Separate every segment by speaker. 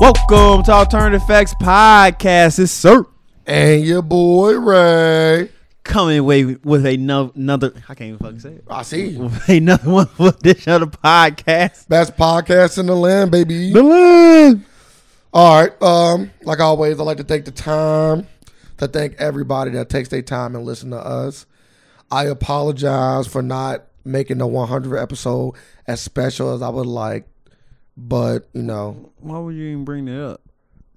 Speaker 1: Welcome to Alternative Facts Podcast. It's Sir
Speaker 2: And your boy Ray.
Speaker 1: coming away with ano- another. I can't even fucking say it.
Speaker 2: I see.
Speaker 1: With another one for this other podcast.
Speaker 2: Best podcast in the land, baby.
Speaker 1: land.
Speaker 2: All right. Um, like always, I like to take the time to thank everybody that takes their time and listen to us. I apologize for not making the 100 episode as special as I would like, but you know,
Speaker 1: Why would you even bring that up?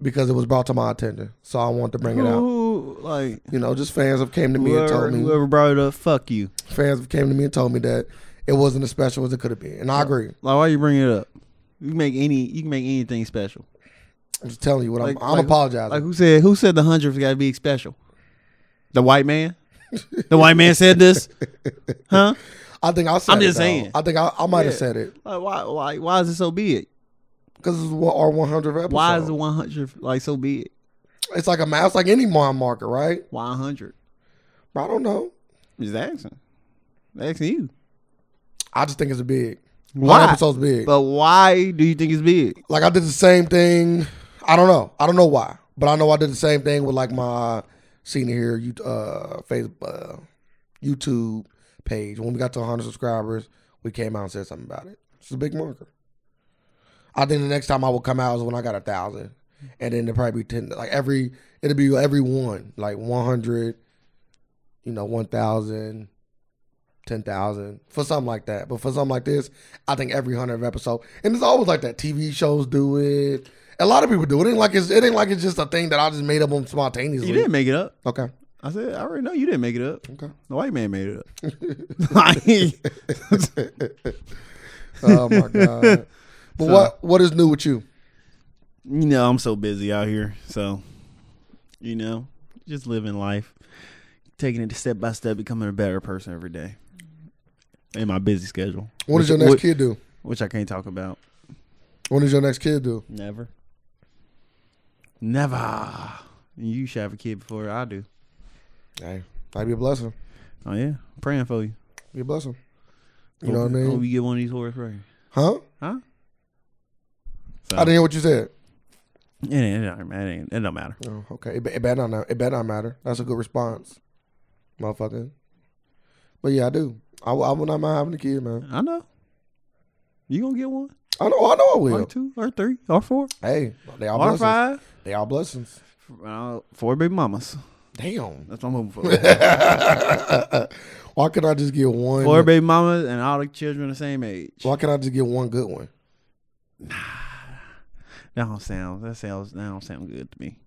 Speaker 2: because it was brought to my attention, so I wanted to bring it out.
Speaker 1: Who, like
Speaker 2: You know, just fans have came to me and
Speaker 1: whoever,
Speaker 2: told me.
Speaker 1: whoever brought it up, fuck you.
Speaker 2: Fans have came to me and told me that it wasn't as special as it could have been, and I agree.
Speaker 1: Like why you bring it up? You can make any. You can make anything special.
Speaker 2: I'm just telling you what
Speaker 1: Like-
Speaker 2: I'm. I'm
Speaker 1: like-
Speaker 2: apologizing.
Speaker 1: Like who said? Who said the hundredth got to be special? The white man. The white man said this, huh?
Speaker 2: I think I said.
Speaker 1: I'm just
Speaker 2: it, though.
Speaker 1: saying.
Speaker 2: I think I, I might have
Speaker 1: Yeah.
Speaker 2: said it
Speaker 1: Like why? Why? Why is it so big?
Speaker 2: because it's what our 100 episode.
Speaker 1: Why is the 100 like so big?
Speaker 2: It's like a mouse, like any mile marker, right?
Speaker 1: Why 100?
Speaker 2: But I don't know.
Speaker 1: Just asking. Asking you.
Speaker 2: I just think it's big. Why?
Speaker 1: Why?
Speaker 2: episode's big.
Speaker 1: But why do you think it's big?
Speaker 2: like I did the same thing. I don't know. I don't know why, but I know I did the same thing with like my senior here, you uh, Facebook, uh, YouTube page. When we got to 100 subscribers, we came out and said something about it. It's a big marker. I think the next time I will come out is when I got a thousand, and then it'll probably be ten. Like every, it'll be every one, like 100, you know, 1,000. 10,000 for something like that. But for something like this, I think every 100 episode, and it's always like that. TV shows do it. A lot of people do it. Ain't like it's, it ain't like it's just a thing that I just made up on spontaneously.
Speaker 1: You didn't make it up.
Speaker 2: Okay.
Speaker 1: I said, I already know you didn't make it up.
Speaker 2: Okay.
Speaker 1: The white man made it up. Like,
Speaker 2: oh my god. But what what is new with you?
Speaker 1: you know, I'm so busy out here. So, you know, just living life, taking it step by step, becoming a better person every day in my busy schedule.
Speaker 2: What does your
Speaker 1: Which-
Speaker 2: next
Speaker 1: which-
Speaker 2: kid do?
Speaker 1: Which I can't talk about.
Speaker 2: What does your next kid do?
Speaker 1: Never. Never. You should have a kid before I do.
Speaker 2: Hey, might be a blessing.
Speaker 1: Oh yeah, praying for you.
Speaker 2: Be a Oh, blessing. You know what I
Speaker 1: Hope
Speaker 2: mean?
Speaker 1: Oh, you get one of these horse right.
Speaker 2: Huh?
Speaker 1: Huh?
Speaker 2: I didn't hear what you said.
Speaker 1: It ain't. It don't, it ain't. It don't matter.
Speaker 2: Oh, okay. It, be- it better not. It better not matter. That's a good response, motherfucker. But yeah, I do. I, w- I would not mind having a kid, man.
Speaker 1: I know. You gonna get one
Speaker 2: I know. I know. I
Speaker 1: or
Speaker 2: will.
Speaker 1: two or three or four
Speaker 2: Hey, they all
Speaker 1: or
Speaker 2: blessings.
Speaker 1: five.
Speaker 2: They all blessings.
Speaker 1: Uh, four baby mamas.
Speaker 2: Damn.
Speaker 1: That's what I'm hoping for.
Speaker 2: Why could not I just get one?
Speaker 1: four baby mamas and all the children the same age.
Speaker 2: Why can't I just get one good one?
Speaker 1: That don't sound. That sounds. That don't sound good to me.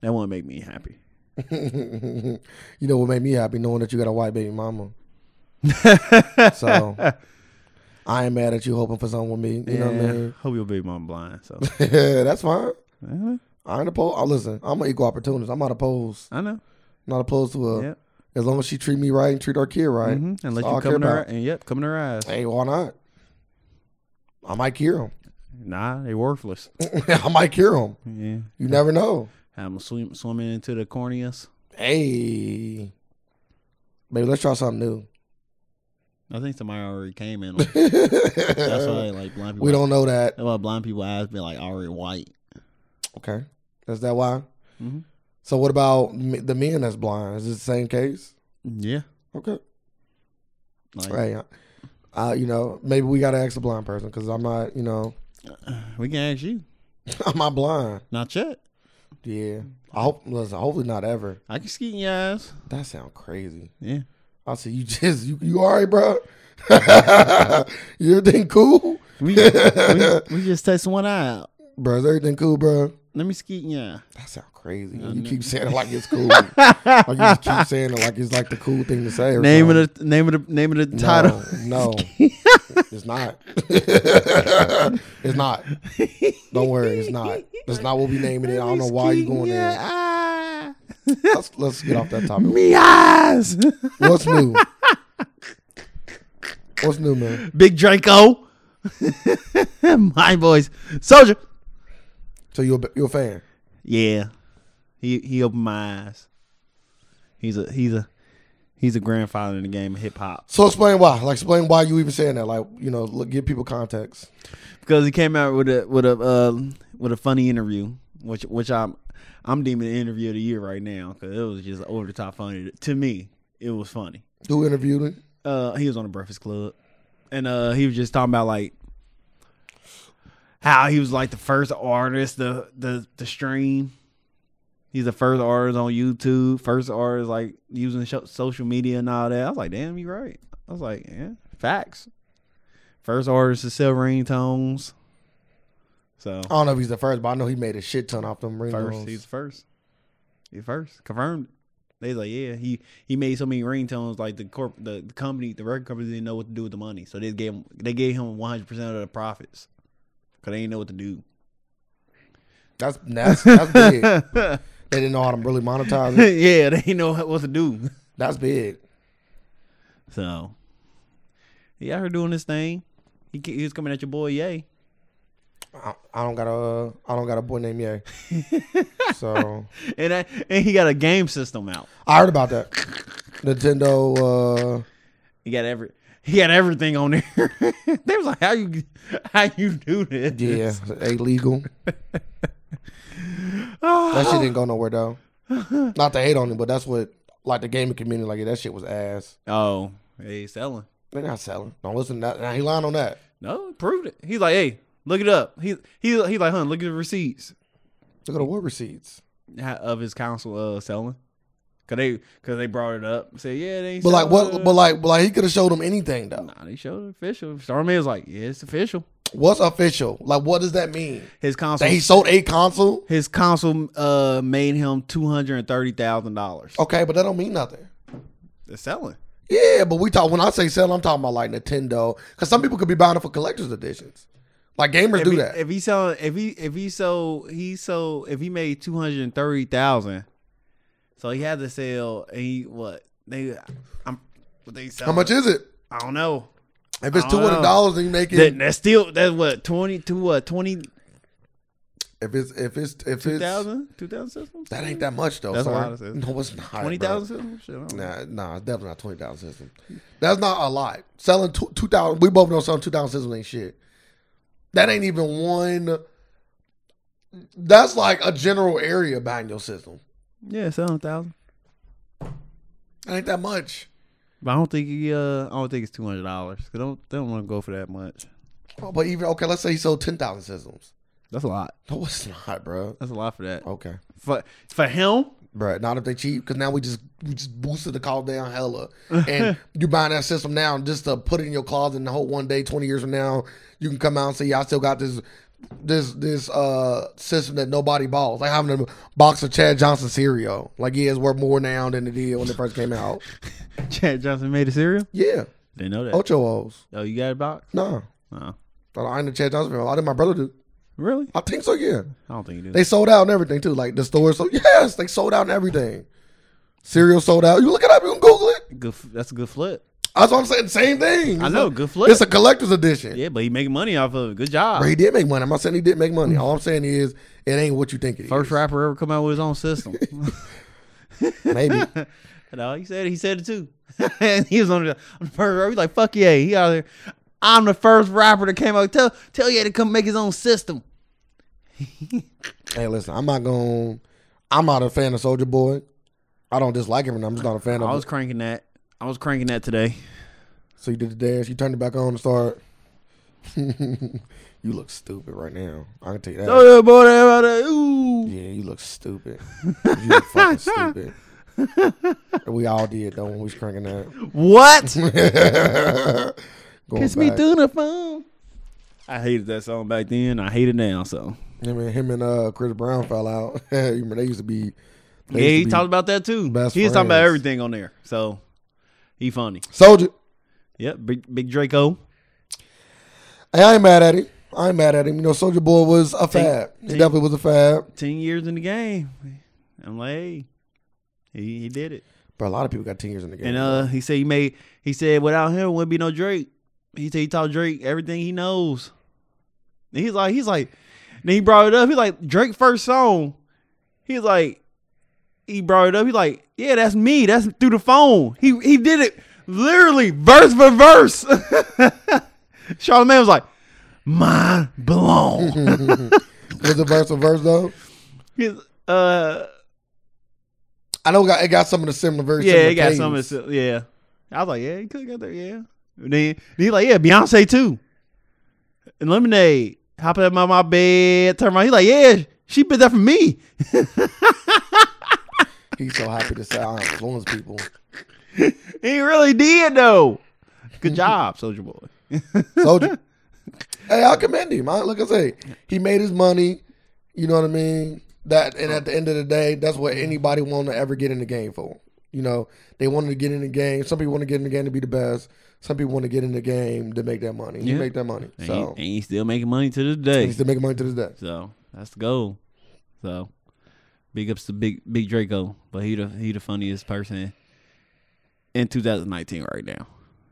Speaker 1: That won't make me happy.
Speaker 2: you know what made me happy knowing that you got a white baby mama. so I ain't mad at you hoping for something with me. You know what I
Speaker 1: Yeah.
Speaker 2: mean?
Speaker 1: Hope your baby mama blind. So
Speaker 2: That's fine.
Speaker 1: Yeah,
Speaker 2: I ain't opposed. I listen. I'm an equal opportunist. I'm not opposed.
Speaker 1: I know.
Speaker 2: Not opposed to her.
Speaker 1: Yep.
Speaker 2: As long as she treat me right and treat our kid right.
Speaker 1: hmm And let
Speaker 2: all
Speaker 1: you
Speaker 2: I
Speaker 1: come
Speaker 2: care
Speaker 1: in her.
Speaker 2: about.
Speaker 1: And yep, come in her eyes.
Speaker 2: Hey, why not? I might cure him.
Speaker 1: Nah, they worthless.
Speaker 2: I might cure him.
Speaker 1: Yeah.
Speaker 2: You never know.
Speaker 1: Have them swim, swimming into the corneas.
Speaker 2: Hey, baby, let's try something new.
Speaker 1: I think somebody already came in. on it. That's why like blind people.
Speaker 2: we don't know that.
Speaker 1: That's why blind people eyes be like already white.
Speaker 2: Okay, is that why?
Speaker 1: Mhm.
Speaker 2: So what about me- the men that's blind? Is it the same case?
Speaker 1: Yeah.
Speaker 2: Okay,
Speaker 1: Like
Speaker 2: hey, uh, you know, maybe we gotta ask a blind person because I'm not, you know,
Speaker 1: we can ask you.
Speaker 2: I'm not blind.
Speaker 1: Not yet.
Speaker 2: Yeah, I hope. Listen, hopefully not ever.
Speaker 1: I can ski in your eyes.
Speaker 2: That sound crazy.
Speaker 1: Yeah.
Speaker 2: I said, you just you, you all right, bro? you everything cool,
Speaker 1: We, we, we just test one eye out.
Speaker 2: bro? Is everything cool, bro?
Speaker 1: Let me ski in your eye.
Speaker 2: That sound crazy.
Speaker 1: I
Speaker 2: you
Speaker 1: know.
Speaker 2: keep saying it like it's cool. like you just keep saying it like it's like the cool thing to say. or
Speaker 1: Name
Speaker 2: something.
Speaker 1: of the name of the name of the title.
Speaker 2: No, no it's not. it's not. Don't worry, it's not. That's not what we naming it. I don't know why you're going there.
Speaker 1: there.
Speaker 2: Let's, let's get off that topic.
Speaker 1: Me eyes.
Speaker 2: What's new? What's new, man?
Speaker 1: Big Draco. My voice. Soldier.
Speaker 2: So you're a b- you're a fan?
Speaker 1: Yeah, he he opened my eyes. He's a he's a He's a grandfather in the game of hip hop
Speaker 2: So explain why. Like explain why you even saying that. Like you know, look, give people context.
Speaker 1: because he came out with a with a uh, with a funny interview, which which I'm I'm deeming the interview of the year right now because it was just over the top funny to me. It was funny.
Speaker 2: Who interviewed him?
Speaker 1: uh he was on the Breakfast Club, and uh he was just talking about like how he was like the first artist the the the stream. He's the first artist on YouTube, first artist like using sho- social media and all that. I was like, damn, you right. I was like, yeah, facts. First artist to sell ringtones. So
Speaker 2: I don't know if he's the first, but I know he made a shit ton off them
Speaker 1: first, he's
Speaker 2: ringtones.
Speaker 1: first. He first confirmed. They was like, yeah, he he made so many ringtones. Like the corp, the, the company, the record company didn't know what to do with the money, so they gave him they gave him one hundred percent of the profits because they didn't know what to do.
Speaker 2: That's that's that's big. They
Speaker 1: yeah,
Speaker 2: didn't know how to really monetize it.
Speaker 1: they didn't know what to do.
Speaker 2: That's big.
Speaker 1: So he out here doing this thing. He ke- he was coming at your boy, yay.
Speaker 2: I, I don't got a I don't got a boy named Ye. so
Speaker 1: And I, and he got a game system out.
Speaker 2: I heard about that. Nintendo. uh
Speaker 1: He got every he got everything on there. they was like, how you how you do this?
Speaker 2: Yeah, illegal. that shit didn't go nowhere though. Not to hate on him, but that's what like the gaming community like yeah, that shit was ass.
Speaker 1: Oh, he's selling.
Speaker 2: They're not selling. Don't listen to that. Now he lying on that.
Speaker 1: No, proved it. He's like, hey, look it up. He he he like, hun, look at the receipts
Speaker 2: Look at the war receipts.
Speaker 1: ha- of his council uh selling. Cause they cause they brought it up. Say, yeah, they. ain't
Speaker 2: But like
Speaker 1: selling
Speaker 2: what?
Speaker 1: it."
Speaker 2: But like, but like he could have showed him anything though.
Speaker 1: Nah, they showed it official. Starman was like, yeah, it's official.
Speaker 2: What's official? Like what does that mean?
Speaker 1: His council.
Speaker 2: That he sold a console?
Speaker 1: his council uh made him two hundred and thirty thousand dollars.
Speaker 2: Okay, but that don't mean nothing.
Speaker 1: They're selling.
Speaker 2: Yeah, but we talk when I say sell, I'm talking about like Nintendo because some people could be buying it for collector's editions. Like gamers
Speaker 1: If
Speaker 2: do
Speaker 1: he,
Speaker 2: that.
Speaker 1: if he selling, if he if he sold, he sold. If he made two hundred and thirty thousand, so he had to sell. And he what they? I'm. What they
Speaker 2: How
Speaker 1: selling?
Speaker 2: much is it?
Speaker 1: I don't know.
Speaker 2: If it's
Speaker 1: I
Speaker 2: two
Speaker 1: don't
Speaker 2: hundred dollars, then you make it.
Speaker 1: That, that's still that's what twenty to what twenty
Speaker 2: If it's if it's if it's
Speaker 1: thousand two thousand systems
Speaker 2: that ain't that much though.
Speaker 1: That's a
Speaker 2: son.
Speaker 1: lot of systems.
Speaker 2: No, it's not. bro.
Speaker 1: twenty thousand systems. Shit, I don't know.
Speaker 2: Nah, nah, it's definitely not twenty thousand systems. That's not a lot. Selling two two thousand, we both know selling two thousand systems ain't shit. That ain't even one. That's like a general area behind your system.
Speaker 1: Yeah, seven thousand.
Speaker 2: That ain't that much.
Speaker 1: But I don't think he, uh I don't think it's two hundred dollars. Cause I don't they don't want to go for that much.
Speaker 2: Oh, but even okay, let's say he sold ten thousand systems.
Speaker 1: That's a lot.
Speaker 2: No, it's not, bro.
Speaker 1: That's a lot for that.
Speaker 2: Okay,
Speaker 1: For for him,
Speaker 2: bro. Not if they cheap, because now we just we just boosted the call down hella, and you buying that system now just to put it in your closet and hope one day, twenty years from now, you can come out and say, "Yeah, I still got this." This this uh system that nobody bought, like having a box of Chad Johnson cereal, like yeah, it's worth more now than it did when it first came out.
Speaker 1: Chad Johnson made a cereal.
Speaker 2: Yeah,
Speaker 1: They know that. Oh,
Speaker 2: Ocho O's.
Speaker 1: you got a box?
Speaker 2: Nah,
Speaker 1: No,
Speaker 2: I ain't a Chad Johnson. fan. I think my brother do.
Speaker 1: really?
Speaker 2: I think so. Yeah,
Speaker 1: I don't think you do.
Speaker 2: They sold out and everything too. Like the stores, so yes, they sold out and everything. Cereal sold out. You look it up, you can Google it.
Speaker 1: good, f- that's a good flip.
Speaker 2: That's what I'm saying. Same thing.
Speaker 1: I know, good flip.
Speaker 2: It's a collector's edition.
Speaker 1: yeah, but he making money off of it. Good job.
Speaker 2: But he did make money. I'm not saying he did make money. All I'm saying is it ain't what you think it is.
Speaker 1: First rapper ever come out with his own system.
Speaker 2: Maybe.
Speaker 1: No, he said it. He said it too. and he was on the, on the first rapper. He's like, fuck yeah. He out there. I'm the first rapper that came out. Tell tell yeah to come make his own system.
Speaker 2: hey, listen, I'm not going. I'm not a fan of Soldier Boy. I don't dislike him, and I'm just not a fan
Speaker 1: I
Speaker 2: of
Speaker 1: was
Speaker 2: him.
Speaker 1: cranking that. I was cranking that today.
Speaker 2: So you did the dance. You turned it back on and start. you look stupid right now. I can tell you that.
Speaker 1: Oh yeah, boy, that- that- ooh.
Speaker 2: Yeah, you look stupid. You look fucking stupid. We all did though when we was cranking that.
Speaker 1: What?
Speaker 2: Going
Speaker 1: Kiss me
Speaker 2: back.
Speaker 1: through the phone. I hated that song back then. I hate it now. So
Speaker 2: Him and him and uh, Chris Brown fell out. you remember they used to be.
Speaker 1: yeah,
Speaker 2: They
Speaker 1: he
Speaker 2: used to be-
Speaker 1: talked about that too. He was
Speaker 2: best
Speaker 1: talking about
Speaker 2: friends.
Speaker 1: everything on there. So he funny.
Speaker 2: Soldier.
Speaker 1: Yep, big, big Draco.
Speaker 2: Hey, I ain't mad at him. I ain't mad at him. You know, Soldier Boy was a fab. He
Speaker 1: Tink.
Speaker 2: definitely was a fab.
Speaker 1: Ten years in the game. I'm like, hey, he, he did it.
Speaker 2: But a lot of people got ten years in the game.
Speaker 1: And uh, he said he made. He said without him wouldn't be no Drake. He said he taught Drake everything he knows. And he's like, he's like, then he brought it up. He's like Drake first song. He's like, he brought it up. He like, yeah, that's me. That's through the phone. He he did it literally verse for verse. Charlamagne was like, mind blown.
Speaker 2: Was it verse to verse though?
Speaker 1: His, uh,
Speaker 2: I know it got, it got some of the similar versions.
Speaker 1: yeah, it got some of the yeah. I was like, yeah, he could have got there. Yeah. And then and he like, yeah, Beyonce too. And lemonade hopping up my my bed. Turn around. He like, yeah, she bit that for me.
Speaker 2: He's so happy to say I influence people.
Speaker 1: He really did though. Good job, Soldier Boy.
Speaker 2: Soldier. hey, I commend him. I, like I say, he made his money. You know what I mean? That and at the end of the day, that's what anybody want to ever get in the game for. You know, they wanted to get in the game. Some people want to get in the game to be the best. Some people want to get in the game to make that money. He
Speaker 1: Yeah.
Speaker 2: make that money.
Speaker 1: And,
Speaker 2: So
Speaker 1: he, and he's still making money to this day.
Speaker 2: he's still making money to this day.
Speaker 1: so that's the goal. So big ups to big big Draco, but he the he the funniest person in 2019 right now.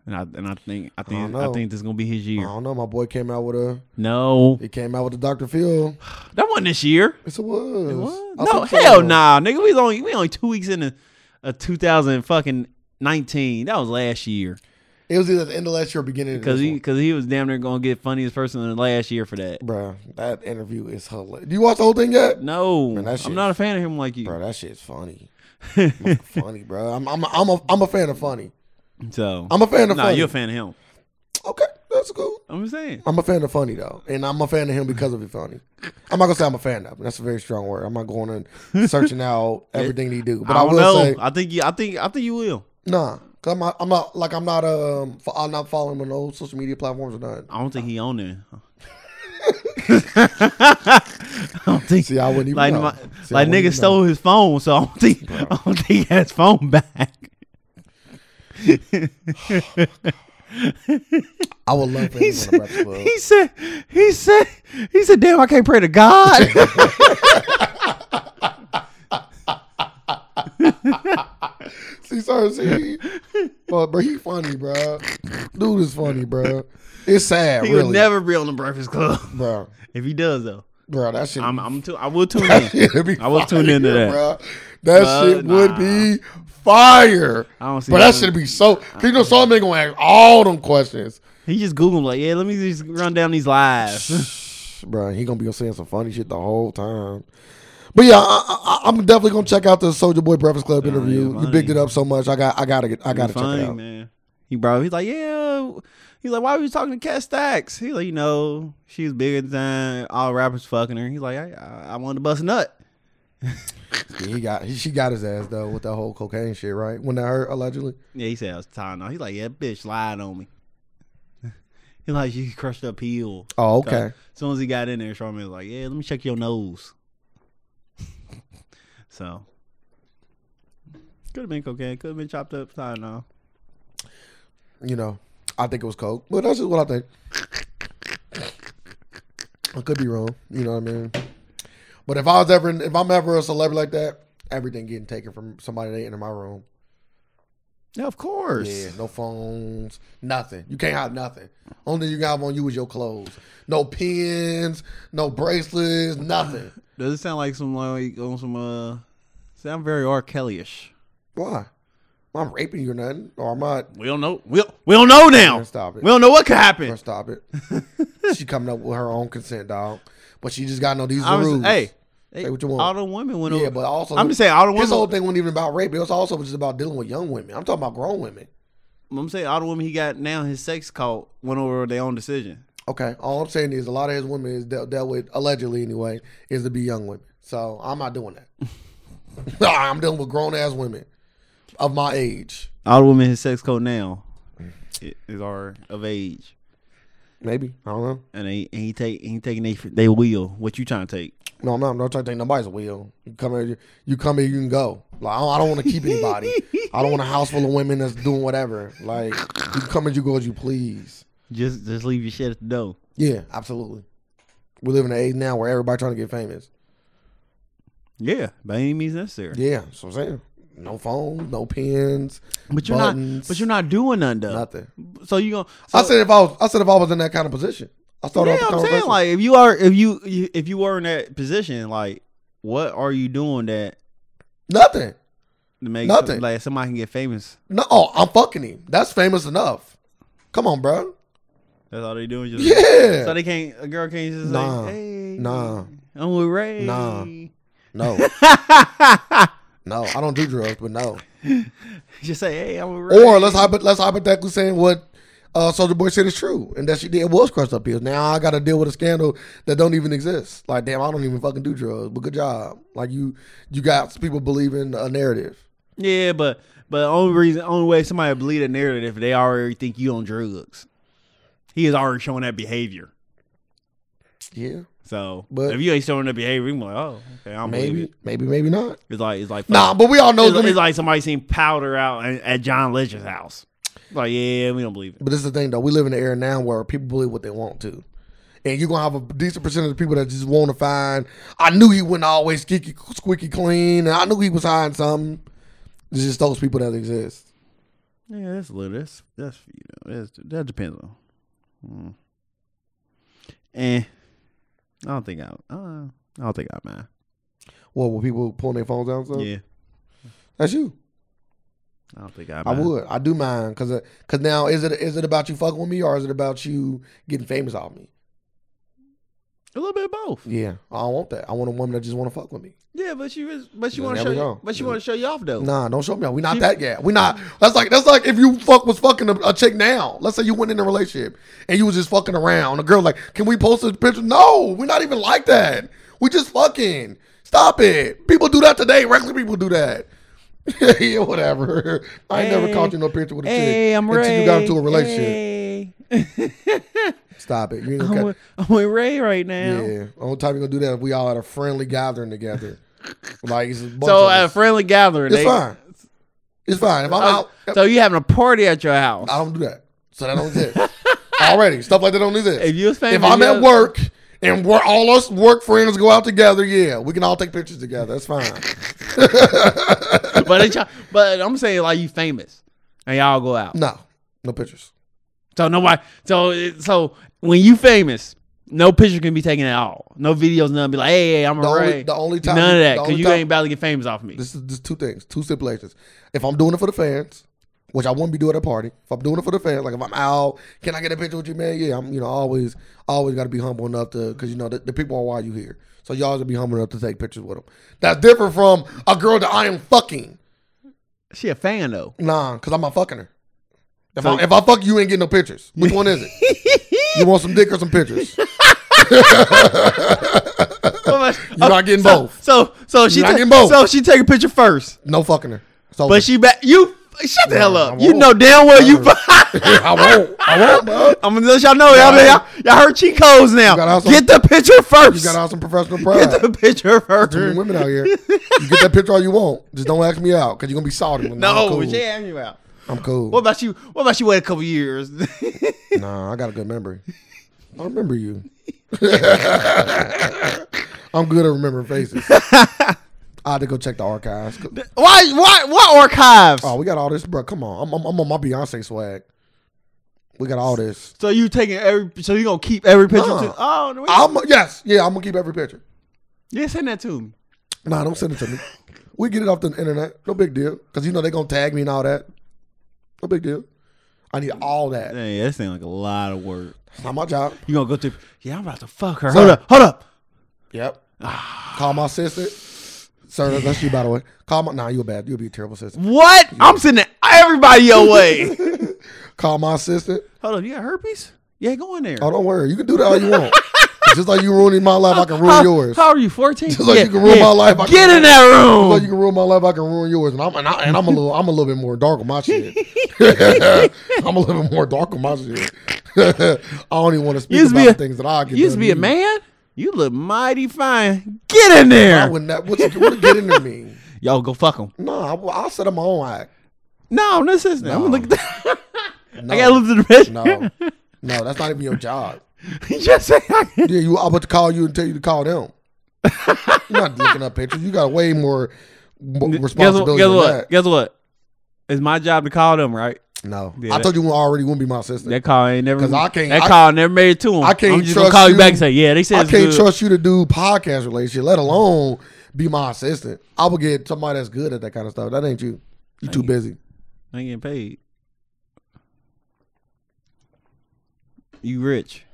Speaker 1: And I and I think I think I,
Speaker 2: know.
Speaker 1: think this is gonna be his
Speaker 2: I
Speaker 1: year.
Speaker 2: don't know. My boy came out with a.
Speaker 1: No,
Speaker 2: He came out with a Dr. Phil.
Speaker 1: that wasn't this year.
Speaker 2: Yes, it was. I
Speaker 1: No,
Speaker 2: think so.
Speaker 1: hell nah, nigga. We was only we only two weeks into a 2000 fucking 19. That was last year.
Speaker 2: It was either at the end of last year or beginning of
Speaker 1: Cause
Speaker 2: this
Speaker 1: he,
Speaker 2: one.
Speaker 1: cause he was damn near gonna get funniest person in the last year for that.
Speaker 2: Bruh, that interview is hilarious. Do you watch the whole thing yet?
Speaker 1: No,
Speaker 2: Man, that shit-
Speaker 1: I'm not a fan of him like you.
Speaker 2: Bro, that shit's funny. I'm funny, bro. I'm I'm I'm a, I'm a fan of funny.
Speaker 1: So
Speaker 2: I'm a fan of
Speaker 1: nah,
Speaker 2: funny.
Speaker 1: you're a fan of him.
Speaker 2: Okay, that's cool.
Speaker 1: I'm just saying.
Speaker 2: I'm a fan of funny though, and I'm a fan of him because of his funny. I'm not gonna say I'm a fan of him. That's a very strong word. I'm not going and searching out everything he do, but
Speaker 1: I
Speaker 2: I,
Speaker 1: don't
Speaker 2: will
Speaker 1: know.
Speaker 2: say
Speaker 1: I think you. I think. I think you will.
Speaker 2: nah. Cause I'm not, I'm not like I'm not um fo- I'm not following him on no social media platforms or nothing.
Speaker 1: I don't think he on there. I don't think.
Speaker 2: See, I wouldn't even
Speaker 1: like
Speaker 2: know.
Speaker 1: my,
Speaker 2: See, I
Speaker 1: like
Speaker 2: wouldn't even
Speaker 1: nigga stole his phone, so I don't think. I don't think he had his phone back.
Speaker 2: know. I would love for him
Speaker 1: He
Speaker 2: on the
Speaker 1: said,
Speaker 2: Breakfast Club.
Speaker 1: he said, he said, he said, damn, I can't pray to God.
Speaker 2: See, sir, see, but bro, he funny, bro. Dude is funny, bro. It's sad,
Speaker 1: he
Speaker 2: really,
Speaker 1: would never be on the Breakfast Club.
Speaker 2: bro.
Speaker 1: If he does though,
Speaker 2: Bro, that shit.
Speaker 1: I'm, I'm too. I will tune in.
Speaker 2: It'd be
Speaker 1: I will tune into
Speaker 2: fire,
Speaker 1: that.
Speaker 2: bruh. That
Speaker 1: Bruh,
Speaker 2: shit would
Speaker 1: nah.
Speaker 2: be fire.
Speaker 1: I don't see
Speaker 2: But that
Speaker 1: nothing.
Speaker 2: should be so. You know, Solomon gonna ask all them questions,
Speaker 1: He just Google him like, yeah, let me just run down these lives.
Speaker 2: bro. He gonna be saying some funny shit the whole time. But yeah, I, I, I'm definitely gonna check out the Soldier Boy Breakfast Club interview.
Speaker 1: yeah,
Speaker 2: You bigged
Speaker 1: funny.
Speaker 2: it up so much. I got, I gotta, get, I gotta check
Speaker 1: Funny,
Speaker 2: it out.
Speaker 1: man. He brought. He's like, yeah. He's like, why were you talking to Cat Stacks? He's like, you know, she's bigger than all rappers fucking her. He's like, I, I, I wanted to bust a nut.
Speaker 2: He got, he, she got his ass though with that whole cocaine shit, right? When that hurt allegedly.
Speaker 1: Yeah, he said I was tired now. He's like, yeah, bitch lied on me. He like, she crushed up heel.
Speaker 2: Oh, okay.
Speaker 1: As soon as he got in there, Charmin was like, yeah, let me check your nose. so. Could have been cocaine. Could have been chopped up. I don't know.
Speaker 2: You know, I think it was coke, but that's just what I think. I could be wrong. You know what I mean? But if I was ever, if I'm ever a celebrity like that, everything getting taken from somebody they enter my room.
Speaker 1: Yeah, of course.
Speaker 2: Yeah, no phones, nothing. You can't have nothing. Only thing you can have on you is your clothes. No pins, no bracelets, nothing.
Speaker 1: Does it sound like some like on some uh? Sound very R. Kelly-ish.
Speaker 2: Why? I'm raping you or nothing, or I'm not.
Speaker 1: We don't know. We don't, we don't know now.
Speaker 2: Man, stop it.
Speaker 1: We don't know what could happen.
Speaker 2: Or stop it. she coming up with her own consent, dog. But she just got to know these
Speaker 1: I
Speaker 2: are
Speaker 1: was,
Speaker 2: rules.
Speaker 1: hey,
Speaker 2: Say what you want.
Speaker 1: all the women went
Speaker 2: Yeah,
Speaker 1: over.
Speaker 2: but also
Speaker 1: I'm just saying all the
Speaker 2: His
Speaker 1: women.
Speaker 2: whole thing wasn't even about rape. It was also just about dealing with young women. I'm talking about grown women.
Speaker 1: I'm saying all the women he got now. His sex cult went over their own decision.
Speaker 2: Okay. All I'm saying is a lot of his women is dealt, dealt with allegedly anyway is to be young women. So I'm not doing that. I'm dealing with grown ass women of my age.
Speaker 1: All the women his sex cult now
Speaker 2: Mm.
Speaker 1: i- is are of age,
Speaker 2: Maybe I don't know.
Speaker 1: and they and he take he taking they they will. What you trying to take?
Speaker 2: No, no, I'm not trying to take nobody's wheel. You come here, you come here, you can go. Like I don't, I don't want to keep anybody. I don't want a house full of women that's doing whatever. Like you come and you go as you please.
Speaker 1: Just just leave your shit at the door.
Speaker 2: Yeah, absolutely. We live in an age now where everybody trying to get famous.
Speaker 1: Yeah, by any means necessary.
Speaker 2: Yeah, so I'm saying no phones, no pens,
Speaker 1: but you're
Speaker 2: buttons.
Speaker 1: not. But you're not doing nothing. Though.
Speaker 2: nothing.
Speaker 1: So you gonna.
Speaker 2: I said if I was, I said if I was in that kind of position, I started
Speaker 1: Yeah,
Speaker 2: off the
Speaker 1: I'm saying
Speaker 2: conversation.
Speaker 1: like if you are if you if you were in that position, like what are you doing that
Speaker 2: Nothing.
Speaker 1: To make
Speaker 2: Nothing.
Speaker 1: like somebody can get famous.
Speaker 2: No, oh, I'm fucking him. That's famous enough. Come on, bro.
Speaker 1: That's all they doing. Just
Speaker 2: Yeah.
Speaker 1: So they can't. A girl can't just
Speaker 2: Nah.
Speaker 1: say, "Hey,
Speaker 2: Nah.
Speaker 1: I'm with Ray."
Speaker 2: Nah. No, no, I don't do drugs, but no.
Speaker 1: just say, "Hey, I'm with Ray."
Speaker 2: Or let's hypo- let's hypothetically saying what uh, Soldier Boy said is true, and that she did was crushed up pills. Now I got to deal with a scandal that don't even exist. Like, damn, I don't even fucking do drugs, but good job. Like you, you got people believing a narrative.
Speaker 1: Yeah, but but the only reason, only way somebody would believe a narrative if they already think you on drugs. He is already showing that behavior.
Speaker 2: Yeah,
Speaker 1: So
Speaker 2: But-
Speaker 1: if you ain't showing that behavior, I'm like, oh, okay, I'm
Speaker 2: maybe,
Speaker 1: it.
Speaker 2: maybe, maybe not.
Speaker 1: It's like it's like
Speaker 2: Nah, but we all know.
Speaker 1: It's,
Speaker 2: Let me,
Speaker 1: it's like somebody seen powder out at, at John Legend's house. Like, yeah, we don't believe it.
Speaker 2: but this is the thing though. We live in an era now where people believe what they want to. And you're gonna have a decent percentage of people that just want to find. I knew he wasn't always squeaky, squeaky clean, and I knew he was hiding something. It's just those people that exist.
Speaker 1: Yeah, that's a little. That's that's you know that's, that depends on. Mm. Eh, I don't think I. Uh, I don't think I mind.
Speaker 2: What were people pulling their phones out? and stuff?
Speaker 1: Yeah,
Speaker 2: That's you.
Speaker 1: I don't think I.
Speaker 2: I
Speaker 1: Mind.
Speaker 2: would. I do mine because because now is it is it about you fucking with me or is it about you getting famous off me?
Speaker 1: a little bit of both.
Speaker 2: Yeah, I don't want that. I want a woman that just want to fuck with me.
Speaker 1: Yeah, but she was, but she
Speaker 2: Then
Speaker 1: want to
Speaker 2: there
Speaker 1: show,
Speaker 2: we
Speaker 1: you,
Speaker 2: go.
Speaker 1: but she
Speaker 2: Yeah.
Speaker 1: want to show you off though.
Speaker 2: Nah, don't show me. out. We not
Speaker 1: She-
Speaker 2: that yet. We not. That's like that's like if you fuck was fucking a, a chick now. Let's say you went in a relationship and you was just fucking around. A girl like, can we post a picture? No, we're not even like that. We just fucking. Stop it. People do that today. Regular people do that. yeah, whatever. I ain't never
Speaker 1: Hey.
Speaker 2: caught you no picture with a
Speaker 1: Hey,
Speaker 2: chick
Speaker 1: I'm
Speaker 2: until
Speaker 1: Ray.
Speaker 2: you got into a relationship.
Speaker 1: Hey.
Speaker 2: Stop it. You ain't gonna
Speaker 1: I'm,
Speaker 2: catch-
Speaker 1: with, I'm with Ray right now.
Speaker 2: Yeah, only time you're gonna do that if we all at a friendly gathering together. like it's a bunch
Speaker 1: So
Speaker 2: of
Speaker 1: at a
Speaker 2: us.
Speaker 1: friendly gathering,
Speaker 2: it's
Speaker 1: they-
Speaker 2: fine. It's fine. If I'm
Speaker 1: Oh,
Speaker 2: out,
Speaker 1: so you having a party at your house?
Speaker 2: I don't do that. So that don't exist already. Stuff like that don't exist.
Speaker 1: If you was famous,
Speaker 2: If I'm
Speaker 1: you
Speaker 2: at
Speaker 1: was-
Speaker 2: work and we're all us work friends go out together, yeah, we can all take pictures together. That's fine.
Speaker 1: but it's, y'all- but I'm saying like you famous and y'all go out.
Speaker 2: No, no pictures.
Speaker 1: So nobody. So it- so when you famous, no picture can be taken at all. No videos, none. Be like, hey, hey, I'm
Speaker 2: The
Speaker 1: a
Speaker 2: only-
Speaker 1: Ray.
Speaker 2: the only time-
Speaker 1: none of that
Speaker 2: the
Speaker 1: because
Speaker 2: only
Speaker 1: you
Speaker 2: time-
Speaker 1: ain't about to get famous off me.
Speaker 2: This is just two things, two stipulations. If I'm doing it for the fans, which I wouldn't be doing at a party, if I'm doing it for the fans, like if I'm out, can I get a picture with you, man? Yeah, I'm, you know, always, always got to be humble enough to, because you know, the, the people are why you here. So y'all got to be humble enough to take pictures with them. That's different from a girl that I am fucking.
Speaker 1: She a fan though.
Speaker 2: Nah, because I'm not fucking her. If,
Speaker 1: So-
Speaker 2: I, if I fuck you, you ain't getting no pictures. Which one is it? you want some dick or some pictures? You're
Speaker 1: You're
Speaker 2: not getting both.
Speaker 1: So so she
Speaker 2: You're not
Speaker 1: ta-
Speaker 2: getting both.
Speaker 1: so she take a picture first,
Speaker 2: No fucking her. So
Speaker 1: but she back you. Shut the hell
Speaker 2: I
Speaker 1: up. You
Speaker 2: won't.
Speaker 1: know damn well you.
Speaker 2: I won't. I won't, bro. You
Speaker 1: I'm gonna let y'all know y'all, y'all, y'all heard cheat codes now.
Speaker 2: gotta also-
Speaker 1: Get the picture first.
Speaker 2: got out some professional pride.
Speaker 1: Get the picture first.
Speaker 2: Too many women out here. You get that picture all you want. Just don't ask me out because you're gonna be salty. When
Speaker 1: No,
Speaker 2: I'm cool.
Speaker 1: she asked you out.
Speaker 2: I'm cool.
Speaker 1: What about you? What about you? Wait a couple years.
Speaker 2: Nah, I got a good memory. I remember you. I'm good at remembering faces. I had to go check the archives.
Speaker 1: why? Why? What archives?
Speaker 2: Oh, we got all this, bro. Come on, I'm, I'm, I'm on my Beyonce swag. We got all this.
Speaker 1: So you taking every? So you gonna keep every picture?
Speaker 2: Nah.
Speaker 1: To, oh, no, wait.
Speaker 2: I'm yes, yeah. I'm gonna keep every picture.
Speaker 1: yeah, send that to me.
Speaker 2: Nah, don't send it to me. We get it off the internet. No big deal, because you know they gonna tag me and all that. No big deal. I need all that.
Speaker 1: Dang, that seems like a lot of work.
Speaker 2: It's not my job.
Speaker 1: You gonna go through? Yeah, I'm about to fuck her.
Speaker 2: Sorry.
Speaker 1: Hold up, hold up.
Speaker 2: Yep. Call my sister. Sir, that- that's you, by the way. Call my. Nah, you a bad. You'll be a terrible sister.
Speaker 1: What? I'm sending everybody your way.
Speaker 2: Call my sister.
Speaker 1: hold up, you got herpes? Yeah, go in there.
Speaker 2: Oh, don't worry. You can do that all you want. Just like you ruining my life, I can ruin
Speaker 1: how,
Speaker 2: yours.
Speaker 1: How are you? 14. Just
Speaker 2: like you can ruin my life, I can
Speaker 1: Get
Speaker 2: ruin-
Speaker 1: in that room.
Speaker 2: Just like you can ruin my life, I can ruin yours. And I'm and, I, and I'm a little I'm a little bit more dark on my shit. I'm a little bit more dark on my shit. I don't even want to speak
Speaker 1: Used to
Speaker 2: about
Speaker 1: be a-
Speaker 2: the things that I get.
Speaker 1: You used to
Speaker 2: done
Speaker 1: be a
Speaker 2: you.
Speaker 1: man. You look mighty fine. Get in there.
Speaker 2: I would not. What's, what get into me?
Speaker 1: Yo, go fuck him.
Speaker 2: Nah, I, I set up my own act.
Speaker 1: No, this isn't. I'm gonna look at that.
Speaker 2: No,
Speaker 1: I gotta look at the rest.
Speaker 2: no, no. That's not even your job.
Speaker 1: He just said,
Speaker 2: Yeah, you. I'm about to call you and tell you to call them. You're not looking up pictures. You got way more mo-
Speaker 1: guess what?
Speaker 2: responsibility
Speaker 1: Guess
Speaker 2: than
Speaker 1: what?
Speaker 2: that.
Speaker 1: Guess what? It's my job to call them, right?
Speaker 2: No,
Speaker 1: Yeah,
Speaker 2: I told you I already wouldn't be my sister.
Speaker 1: That call ain't never.
Speaker 2: 'Cause I can't-
Speaker 1: That
Speaker 2: I-
Speaker 1: call never made it to him.
Speaker 2: I can't
Speaker 1: I'm just gonna
Speaker 2: trust
Speaker 1: call you
Speaker 2: you.
Speaker 1: back and say, yeah, they said
Speaker 2: I
Speaker 1: it's
Speaker 2: can't
Speaker 1: good.
Speaker 2: trust you to do podcast relationship, let alone be my assistant. I would get somebody that's good at that kind of stuff. That ain't you. You too
Speaker 1: Thank you.
Speaker 2: busy.
Speaker 1: I ain't getting paid. You rich.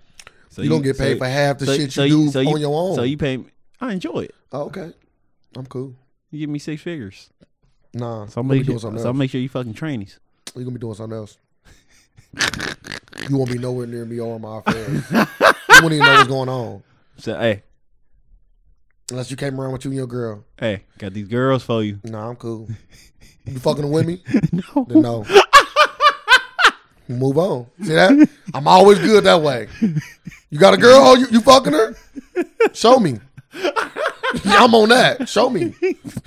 Speaker 1: So
Speaker 2: You, don't get paid for half the shit you
Speaker 1: so
Speaker 2: do
Speaker 1: so
Speaker 2: on your own.
Speaker 1: So you pay me. I enjoy it.
Speaker 2: oh, okay, I'm cool.
Speaker 1: You give me six figures.
Speaker 2: Nah,
Speaker 1: So
Speaker 2: you
Speaker 1: I'm
Speaker 2: gonna be
Speaker 1: make
Speaker 2: doing
Speaker 1: sure,
Speaker 2: something
Speaker 1: so I'll
Speaker 2: else.
Speaker 1: make sure you fucking trainees.
Speaker 2: You gonna be doing something else. you won't be nowhere near me or my affairs. you won't even know what's going on
Speaker 1: So hey,
Speaker 2: unless you came around with you and your girl.
Speaker 1: hey, got these girls for you.
Speaker 2: Nah, I'm cool. You fucking with me?
Speaker 1: no.
Speaker 2: Then no. Move on. See that? I'm always good that way. You got a girl? Oh, You, you fucking her? Show me. Yeah, I'm on that. Show me.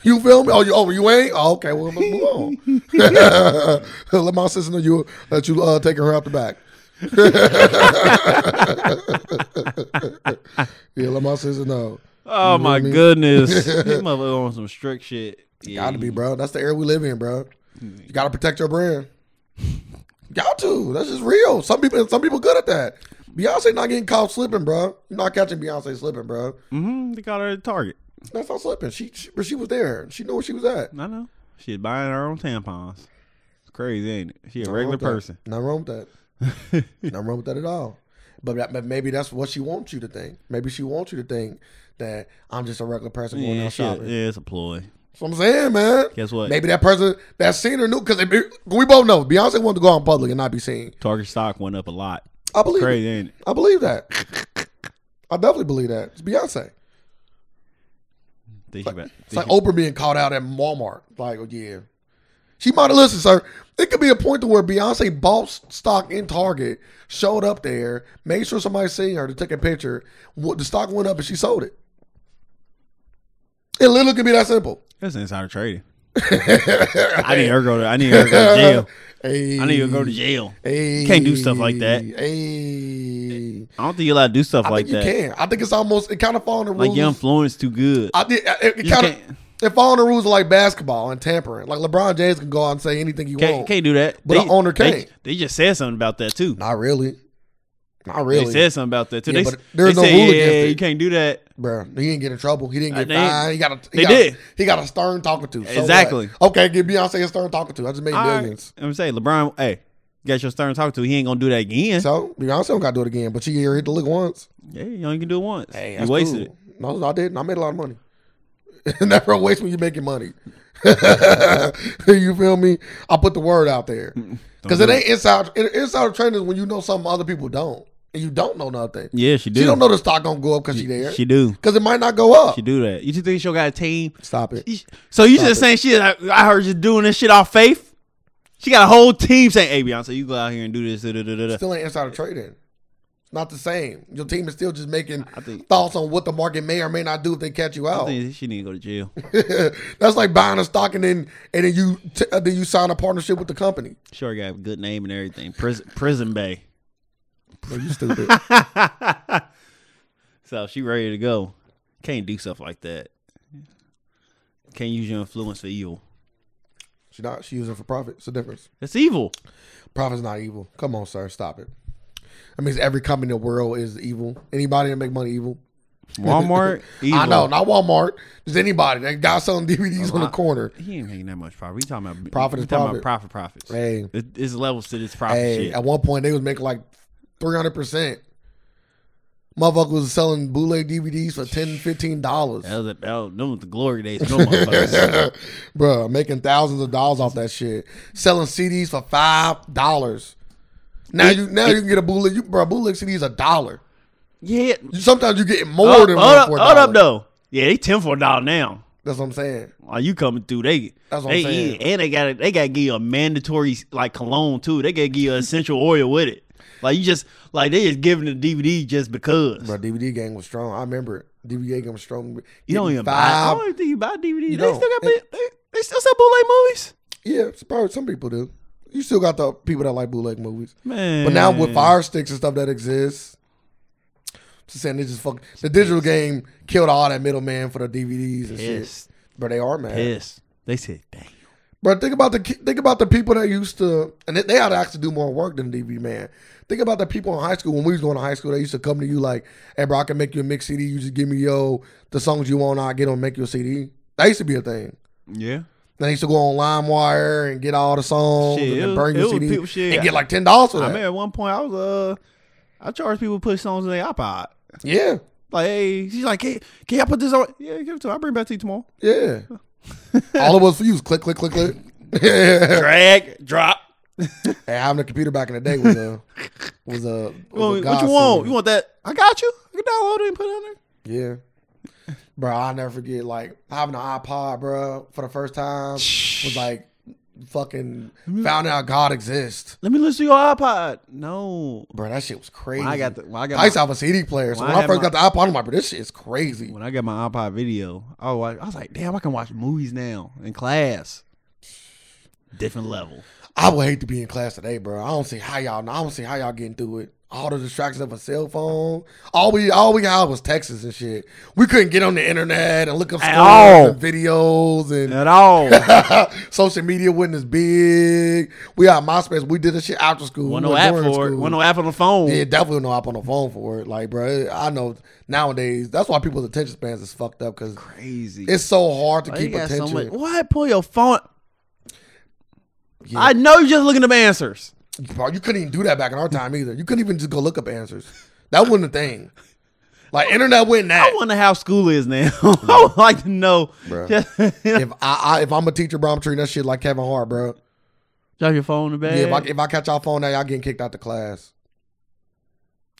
Speaker 2: You feel me? Oh, you oh you ain't? Oh, okay. Well, move on. Let my sister know you that you uh, taking her out the back. yeah, let my sister know.
Speaker 1: Oh my
Speaker 2: mean?
Speaker 1: goodness. this motherfucker on some strict shit. Yeah,
Speaker 2: Gotta be, bro. That's the era we live in, bro. You gotta protect your brand. Got to. That's just real. Some people, some people good at that. Beyonce not getting caught slipping, bro. You're not catching Beyonce slipping, bro.
Speaker 1: hmm They got her at Target.
Speaker 2: That's not slipping. She, she, but she was there. She knew where she was at.
Speaker 1: I know. She's buying her own tampons. It's crazy, ain't it? She a
Speaker 2: Nothing wrong
Speaker 1: regular
Speaker 2: with that.
Speaker 1: person.
Speaker 2: Nothing wrong with that. Nothing wrong with that at all. But, that, but maybe that's what she wants you to think. Maybe she wants you to think that I'm just a regular person going
Speaker 1: Yeah,
Speaker 2: out
Speaker 1: shit.
Speaker 2: shopping.
Speaker 1: yeah, it's a ploy.
Speaker 2: That's what I'm saying, man.
Speaker 1: Guess what?
Speaker 2: Maybe that person that seen her knew because we both know Beyonce wanted to go out in public and not be seen.
Speaker 1: Target stock went up a lot.
Speaker 2: I believe it.
Speaker 1: Crazy, ain't it?
Speaker 2: I believe that. I definitely believe that. It's Beyonce.
Speaker 1: Think about
Speaker 2: It's
Speaker 1: think
Speaker 2: like Oprah being called out at Walmart. Like, oh, yeah. She might have listened, sir. It could be a point to where Beyonce bought stock in Target, showed up there, made sure somebody seen her to take a picture. What the stock went up and she sold it. It literally could be that simple.
Speaker 1: That's insider trading. I need her go to. I need her to go to jail.
Speaker 2: Hey,
Speaker 1: I need her to go to jail.
Speaker 2: Hey,
Speaker 1: can't do stuff like that.
Speaker 2: Hey,
Speaker 1: I don't think you're allowed to do stuff
Speaker 2: I
Speaker 1: like
Speaker 2: think
Speaker 1: that.
Speaker 2: you can. I think it's almost it kind of falls in the rules.
Speaker 1: Like your influence too good.
Speaker 2: I did. It, it
Speaker 1: You
Speaker 2: kind of
Speaker 1: can't-
Speaker 2: it fall under rules like basketball and tampering. Like LeBron James can go out and say anything he
Speaker 1: Can't,
Speaker 2: wants.
Speaker 1: can't do that.
Speaker 2: But
Speaker 1: they,
Speaker 2: an owner
Speaker 1: they-
Speaker 2: can't.
Speaker 1: They, just said something about that too.
Speaker 2: Not really. Not really,
Speaker 1: They said something about that too.
Speaker 2: Yeah,
Speaker 1: they
Speaker 2: but there's
Speaker 1: they
Speaker 2: no
Speaker 1: said,
Speaker 2: rule
Speaker 1: yeah,
Speaker 2: against it.
Speaker 1: you can't do that.
Speaker 2: bro. He didn't get in trouble. He didn't
Speaker 1: Uh,
Speaker 2: get
Speaker 1: they-
Speaker 2: fined. He got a. He
Speaker 1: they
Speaker 2: got,
Speaker 1: did.
Speaker 2: He got a stern talking to. So what?
Speaker 1: Exactly.
Speaker 2: Okay, give Beyonce a stern talking to. I just made
Speaker 1: All right.
Speaker 2: millions.
Speaker 1: I'm saying LeBron. Hey, got your stern talk to. He ain't gonna do that again.
Speaker 2: So Beyonce don't got to do it again, but she hit the lick once.
Speaker 1: yeah, you only can do it once.
Speaker 2: Hey,
Speaker 1: you
Speaker 2: that's
Speaker 1: wasted
Speaker 2: cool.
Speaker 1: it.
Speaker 2: No, I didn't. I made a lot of money. Never waste when you're making money. you feel me? I put the word out there because it ain't inside. It, inside training is when you know something other people don't, and you don't know nothing.
Speaker 1: Yeah, she do.
Speaker 2: She don't know the stock gonna go up because she there.
Speaker 1: She do.
Speaker 2: Because it might not go up.
Speaker 1: She do that. You just think she got a team?
Speaker 2: Stop it.
Speaker 1: So you just saying shit? I, I heard you doing this shit off faith. She got a whole team saying, "Hey, Beyonce, you go out here and do this." Da, da, da, da, da."
Speaker 2: Still ain't insider trading. It's not the same. Your team is still just making
Speaker 1: think-
Speaker 2: thoughts on what the market may or may not do if they catch you
Speaker 1: I
Speaker 2: out.
Speaker 1: think she need to go to jail.
Speaker 2: That's like buying a stock and then and then you t- uh, then you sign a partnership with the company.
Speaker 1: Sure, got a good name and everything. Prison, Prison Bay.
Speaker 2: Bro, you stupid.
Speaker 1: so she ready to go. Can't do stuff like that. Can't use your influence for evil.
Speaker 2: She not. She using it for profit. It's the difference.
Speaker 1: That's evil.
Speaker 2: Profit's not evil. Come on, sir. Stop it. That means every company in the world is evil. Anybody that make money evil.
Speaker 1: Walmart. evil.
Speaker 2: I know. Not Walmart. Just anybody. That guy selling DVDs on the corner.
Speaker 1: He ain't making that much profit. We talking about
Speaker 2: Profit
Speaker 1: we
Speaker 2: is
Speaker 1: talking
Speaker 2: profit.
Speaker 1: about profit profits.
Speaker 2: Hey.
Speaker 1: It, it's levels to this profit
Speaker 2: Hey,
Speaker 1: Ah, shit.
Speaker 2: at one point they was making like three hundred percent. Motherfucker was selling bootleg DVDs for ten, fifteen dollars.
Speaker 1: That was, a, that was, them was the glory days. for them motherfuckers.
Speaker 2: Bruh, making thousands of dollars off that shit. Selling CDs for five dollars. Now you now you can get a bootleg. You, bro, bootleg CDs a dollar.
Speaker 1: yeah.
Speaker 2: You- Sometimes you get more
Speaker 1: Hold,
Speaker 2: than
Speaker 1: hold
Speaker 2: one
Speaker 1: up,
Speaker 2: for a
Speaker 1: hold
Speaker 2: dollar.
Speaker 1: up though. Yeah, they ten for a dollar now.
Speaker 2: That's what I'm saying.
Speaker 1: Are you coming through? They
Speaker 2: That's what
Speaker 1: they
Speaker 2: I'm saying.
Speaker 1: eat, and they got they got to give you a mandatory like cologne too. They got to give you essential oil with it. Like you just like they just giving the DVD just because.
Speaker 2: Bro, DVD gang was strong. I remember it. DVD gang was strong.
Speaker 1: you don't
Speaker 2: Getting
Speaker 1: even buy. I
Speaker 2: five.
Speaker 1: don't even think you buy DVDs. They
Speaker 2: don't.
Speaker 1: still got they, they still sell bootleg movies.
Speaker 2: Yeah, it's probably some people do. You still got the people that like bootleg movies.
Speaker 1: Man,
Speaker 2: But now with fire sticks and stuff that exists, just saying they just fuck the digital game killed all that middleman for the DVDs and shit.
Speaker 1: piss,
Speaker 2: But they are mad.
Speaker 1: piss. They said, "Damn,
Speaker 2: But think about the ki- think about the people that used to, and they, they had to actually do more work than DB man. Think about the people in high school when we was going to high school. They used to come to you like, "Hey, bro, I can make you a mix CD. You just give me yo the songs you want. I get on make you a CD." That used to be a thing.
Speaker 1: Yeah.
Speaker 2: Then they used to go on LimeWire and get all the songs
Speaker 1: Shit,
Speaker 2: and
Speaker 1: it
Speaker 2: then
Speaker 1: was-
Speaker 2: burn
Speaker 1: it
Speaker 2: your
Speaker 1: was
Speaker 2: CD
Speaker 1: people- shit.
Speaker 2: and get like ten dollars for
Speaker 1: I
Speaker 2: that.
Speaker 1: remember at one point I was uh I charged people to put songs in their iPod.
Speaker 2: yeah,
Speaker 1: Like, hey, she's like, hey, can y'all put this on? Yeah, give it to. me. I'll bring it back to you tomorrow.
Speaker 2: yeah. all it was for you was click, click, click, click. Yeah.
Speaker 1: Drag, drop.
Speaker 2: Hey, having a computer back in the day was a was a, was a
Speaker 1: what you
Speaker 2: godsend.
Speaker 1: want? You want that? I got you. I can download it and put it on there.
Speaker 2: Yeah. Bro, I'll never forget like having an iPod, bro, for the first time was like fucking found out God exists.
Speaker 1: Let me listen to your iPod. No,
Speaker 2: Bro, that shit was crazy.
Speaker 1: when I got the when I got
Speaker 2: I used to
Speaker 1: my,
Speaker 2: have a CD player. So
Speaker 1: when
Speaker 2: when,
Speaker 1: I
Speaker 2: I
Speaker 1: had
Speaker 2: first
Speaker 1: my-
Speaker 2: got the iPod, I'm like, bro, this shit is crazy.
Speaker 1: when I got my iPod video, I was, watch, I was like, damn, I can watch movies now in class. Different level.
Speaker 2: I would hate to be in class today, bro. I don't see how y'all I don't see how y'all getting through it. All the distractions of a cell phone. All we all we had was texts and shit. We couldn't get on the internet and look up
Speaker 1: At
Speaker 2: scores
Speaker 1: all.
Speaker 2: and videos and
Speaker 1: At all.
Speaker 2: Social media wasn't as big. We had MySpace. We did this shit after school.
Speaker 1: One
Speaker 2: we
Speaker 1: no
Speaker 2: went
Speaker 1: app
Speaker 2: during
Speaker 1: for it.
Speaker 2: school.
Speaker 1: One no app on the phone.
Speaker 2: yeah, definitely no app on the phone for it. Like, bro, I know nowadays that's why people's attention spans is fucked up because
Speaker 1: Crazy.
Speaker 2: it's so hard to
Speaker 1: Like, you
Speaker 2: keep
Speaker 1: got so
Speaker 2: attention.
Speaker 1: much- What? Pull your phone.
Speaker 2: Yeah.
Speaker 1: I know you're just looking up answers.
Speaker 2: Bro, you couldn't even do that back in our time either. You couldn't even just go look up answers. That wasn't a thing. Like internet went
Speaker 1: I
Speaker 2: that.
Speaker 1: wonder how school is now. I would like to know.
Speaker 2: Bruh.
Speaker 1: Just-
Speaker 2: If I, I if I'm a teacher, bro, I'm treating that shit like Kevin Hart, bro.
Speaker 1: Drop your phone in the bag.
Speaker 2: Yeah, if I, if I catch y'all phone now, y'all getting kicked out the class.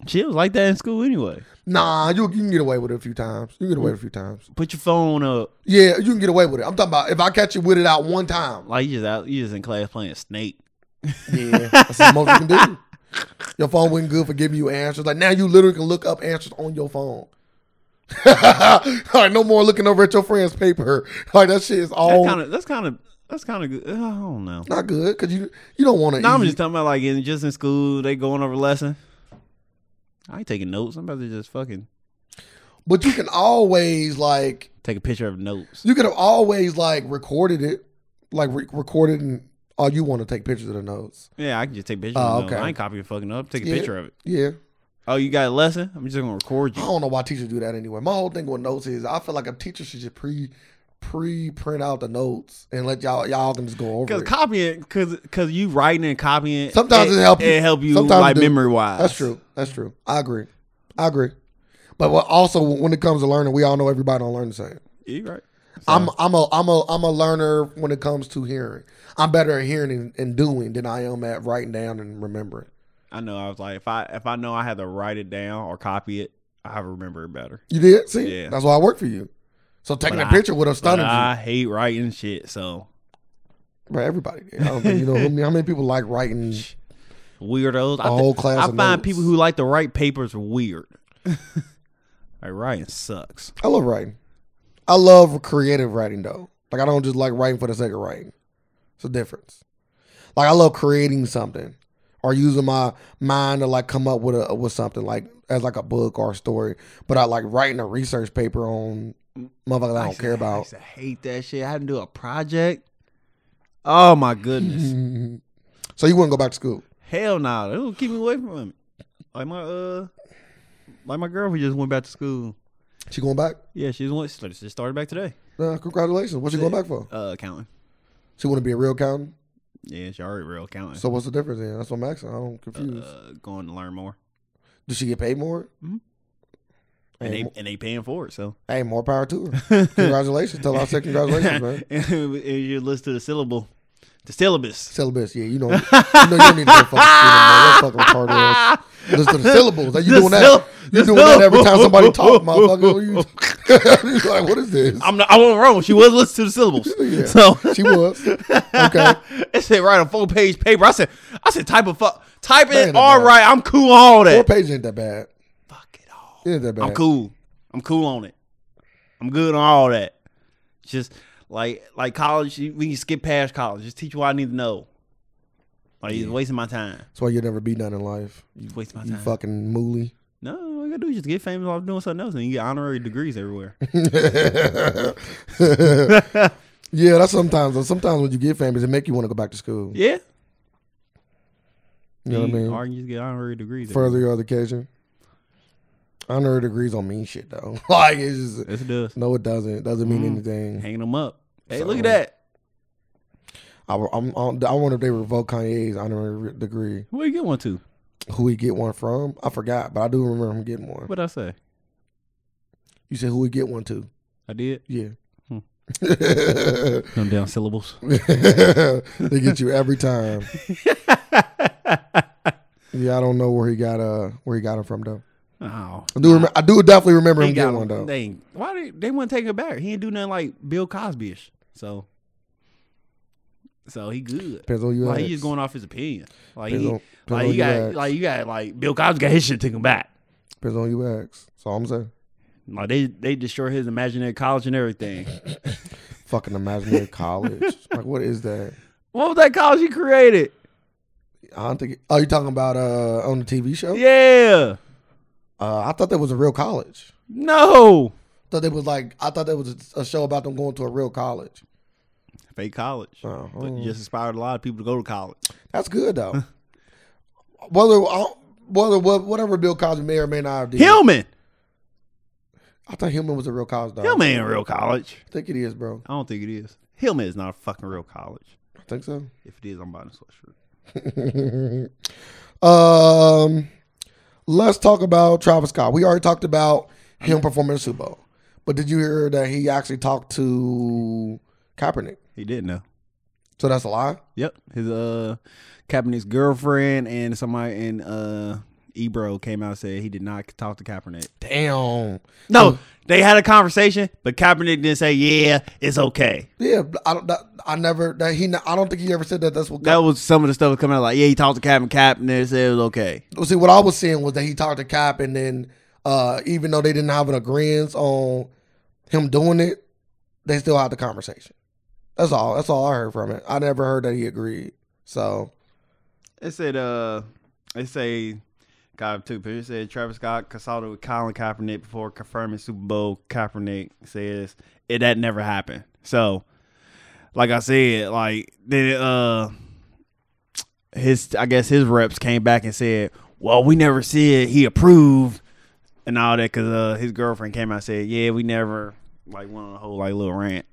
Speaker 1: She was like that in school anyway.
Speaker 2: Nah, you, you can get away with it a few times. You can get away with it a few times.
Speaker 1: Put your phone up.
Speaker 2: Yeah, you can get away with it. I'm talking about if I catch you with it out one time.
Speaker 1: Like you just out, you just in class playing Snake.
Speaker 2: Yeah, that's the most you can do. Your phone wasn't good for giving you answers. Like now, you literally can look up answers on your phone. like no more looking over at your friend's paper. Like that shit is all
Speaker 1: That's kind of that's kind of that's kind of good. I don't know.
Speaker 2: not good because you you don't want to.
Speaker 1: No, I'm just talking about like in just in school they going over lesson. I ain't taking notes. I'm about to just fucking
Speaker 2: but you can always like
Speaker 1: take a picture of notes.
Speaker 2: you could have always like recorded it, like re- recorded and all you want to take pictures of the notes.
Speaker 1: Yeah, I can just take pictures.
Speaker 2: Oh,
Speaker 1: of notes.
Speaker 2: okay.
Speaker 1: I ain't copying fucking up. Take a
Speaker 2: Yeah.
Speaker 1: picture of it.
Speaker 2: Yeah.
Speaker 1: Oh, you got a lesson? I'm just gonna record
Speaker 2: I
Speaker 1: you.
Speaker 2: don't know why teachers do that anyway. My whole thing with notes is I feel like a teacher should just pre pre print out the notes and let y'all y'all can just go over
Speaker 1: Because
Speaker 2: it.
Speaker 1: copying, because because you writing and copying.
Speaker 2: Sometimes it help you.
Speaker 1: It help you
Speaker 2: Sometimes
Speaker 1: like
Speaker 2: it do.
Speaker 1: memory wise.
Speaker 2: That's true. That's true. I agree. I agree. But what also when it comes to learning, we all know everybody don't learn the same.
Speaker 1: Yeah, you right.
Speaker 2: I'm I'm a I'm a I'm a learner when it comes to hearing. I'm better at hearing and, and doing than I am at writing down and remembering.
Speaker 1: I know. I was like, if I if I know I had to write it down or copy it, I remember it better.
Speaker 2: You did see?
Speaker 1: Yeah.
Speaker 2: That's why I work for you. So taking
Speaker 1: But
Speaker 2: a
Speaker 1: I-
Speaker 2: picture would have
Speaker 1: But
Speaker 2: stunned you.
Speaker 1: I hate writing shit, so
Speaker 2: Bro, everybody. did. I don't think you know how many, how many people like writing.
Speaker 1: weirdos. I
Speaker 2: A whole class
Speaker 1: I
Speaker 2: of
Speaker 1: find
Speaker 2: notes.
Speaker 1: people who like to write papers weird. like writing sucks.
Speaker 2: I love writing. I love creative writing though. Like I don't just like writing for the sake of writing. It's a difference. Like I love creating something or using my mind to like come up with a with something like as like a book or a story. But I like writing a research paper on motherfuckers I don't
Speaker 1: used to-
Speaker 2: care
Speaker 1: I
Speaker 2: about.
Speaker 1: used to hate that shit. I had to do a project. Oh my goodness.
Speaker 2: so you wouldn't go back to school.
Speaker 1: Hell no. Nah. It would keep me away from it. Like my uh like my girl who just went back to school.
Speaker 2: She going back?
Speaker 1: Yeah, she's went she just started back today.
Speaker 2: Nah, congratulations. What she going back for?
Speaker 1: Uh accounting.
Speaker 2: She want to be a real accountant.
Speaker 1: Yeah, she already real accountant.
Speaker 2: So what's the difference then? That's what I'm asking. I'm confused.
Speaker 1: uh, going to learn more.
Speaker 2: Does she get paid more?
Speaker 1: Mhm.
Speaker 2: Hey,
Speaker 1: And they
Speaker 2: mo-
Speaker 1: and they paying for it, so
Speaker 2: hey, more power to her. Congratulations. Tell her I said congratulations, man.
Speaker 1: and you listen to the syllable. The syllabus.
Speaker 2: Syllabus, yeah, you know, you know, you don't need to go fucking student, man. That fucking retarded ass. Listen to the syllables. Like you
Speaker 1: The
Speaker 2: doing that?
Speaker 1: syll-
Speaker 2: You
Speaker 1: the
Speaker 2: doing that every time
Speaker 1: syllable.
Speaker 2: somebody talk, motherfucker. You, you like, what is this?
Speaker 1: I'm not, I wasn't wrong. She was listening to the syllables.
Speaker 2: Yeah.
Speaker 1: So
Speaker 2: she was okay.
Speaker 1: it said write a full page paper. I said I said type of fuck type
Speaker 2: That ain't
Speaker 1: it.
Speaker 2: that
Speaker 1: All
Speaker 2: bad.
Speaker 1: right, I'm cool on all
Speaker 2: Four
Speaker 1: that.
Speaker 2: pages ain't that bad.
Speaker 1: Fuck it all.
Speaker 2: It ain't that bad.
Speaker 1: I'm cool. I'm cool on it. I'm good on all that. Just like like college, you- we can skip past college. Just teach you what I need to know. Like it's wasting my time.
Speaker 2: That's why you'll never be none in life. You,
Speaker 1: It's wasting my
Speaker 2: you
Speaker 1: time.
Speaker 2: fucking mooly.
Speaker 1: No, all you gotta do is just get famous off doing something else, and you get honorary degrees everywhere.
Speaker 2: That's Yeah, that's sometimes. though. Sometimes when you get famous, it make you want to go back to school.
Speaker 1: Yeah.
Speaker 2: You know what I mean?
Speaker 1: Or you just get honorary degrees.
Speaker 2: Further your education. Honorary degrees don't mean shit though. like it's just
Speaker 1: Yes, it does.
Speaker 2: no, it doesn't. It doesn't mean
Speaker 1: Mhm.
Speaker 2: anything.
Speaker 1: Hanging them up. Hey,
Speaker 2: So-
Speaker 1: look at that.
Speaker 2: I, I'm, I'm, I wonder if they revoke Kanye's honorary degree.
Speaker 1: Where you get one to?
Speaker 2: Who he get one from? I forgot, but I do remember him getting one.
Speaker 1: What'd I say?
Speaker 2: You said who he get one to?
Speaker 1: I did.
Speaker 2: Yeah.
Speaker 1: Hmm. Come down syllables.
Speaker 2: they get you every time. Yeah, I don't know where he got uh where he got him from though.
Speaker 1: oh.
Speaker 2: I do remember. I do definitely remember
Speaker 1: They
Speaker 2: him
Speaker 1: got
Speaker 2: getting one though.
Speaker 1: They ain't- why they they wouldn't take it back? He didn't do nothing like Bill Cosby ish. So so he good.
Speaker 2: Depends on you.
Speaker 1: Like
Speaker 2: ask.
Speaker 1: he's just going off his opinion. Like
Speaker 2: Depends
Speaker 1: he,
Speaker 2: on-
Speaker 1: like
Speaker 2: depends
Speaker 1: you got
Speaker 2: on you
Speaker 1: like you got like Bill Cosby got his shit taken back.
Speaker 2: Depends on you ask. That's all I'm saying.
Speaker 1: Like they they destroy his imaginary college and everything.
Speaker 2: Fucking imaginary college. Like what is that?
Speaker 1: what was that college he created?
Speaker 2: I don't think. Oh, you talking about uh on the TV show?
Speaker 1: Yeah.
Speaker 2: Uh, I thought that was a real college.
Speaker 1: No.
Speaker 2: thought that was like I thought that was a, a show about them going to a real college.
Speaker 1: Fake college.
Speaker 2: Oh,
Speaker 1: But you just inspired a lot of people to go to college.
Speaker 2: that's good though. whether uh, whether whatever Bill Cosby may or may not have did,
Speaker 1: Hillman.
Speaker 2: I thought Hillman was a real college dog.
Speaker 1: Hillman ain't a real college.
Speaker 2: I think it is, bro.
Speaker 1: I don't think it is. Hillman is not a fucking real college.
Speaker 2: I think so.
Speaker 1: If it is, I'm buying a sweatshirt.
Speaker 2: um, let's talk about Travis Scott. We already talked about him performing at the Super Bowl, but did you hear that he actually talked to Kaepernick?
Speaker 1: He didn't know.
Speaker 2: So that's a lie.
Speaker 1: Yep. His uh Kaepernick's girlfriend and somebody and uh Ebro came out and said he did not talk to Kaepernick. Oh.
Speaker 2: Damn.
Speaker 1: No, they had a conversation, but Kaepernick didn't say, Yeah, it's okay.
Speaker 2: Yeah, I don't. That, I never. That he. I don't think he ever said that. That's what.
Speaker 1: That was some of the stuff that coming out like, yeah, he talked to Kaepernick, Kaepernick said it was okay.
Speaker 2: Well, see, what I was seeing was that he talked to Cap, and then uh, even though they didn't have an agreement on him doing it, they still had the conversation. That's all. That's all I heard from it. I never heard that he agreed. So
Speaker 1: It said uh it say got two pictures. It said Travis Scott consulted with Colin Kaepernick before confirming Super Bowl. Kaepernick says it that never happened. So like I said, like then uh his I guess his reps came back and said, Well, we never said he approved and all that because uh, his girlfriend came out and said, Yeah, we never like went on a whole like little rant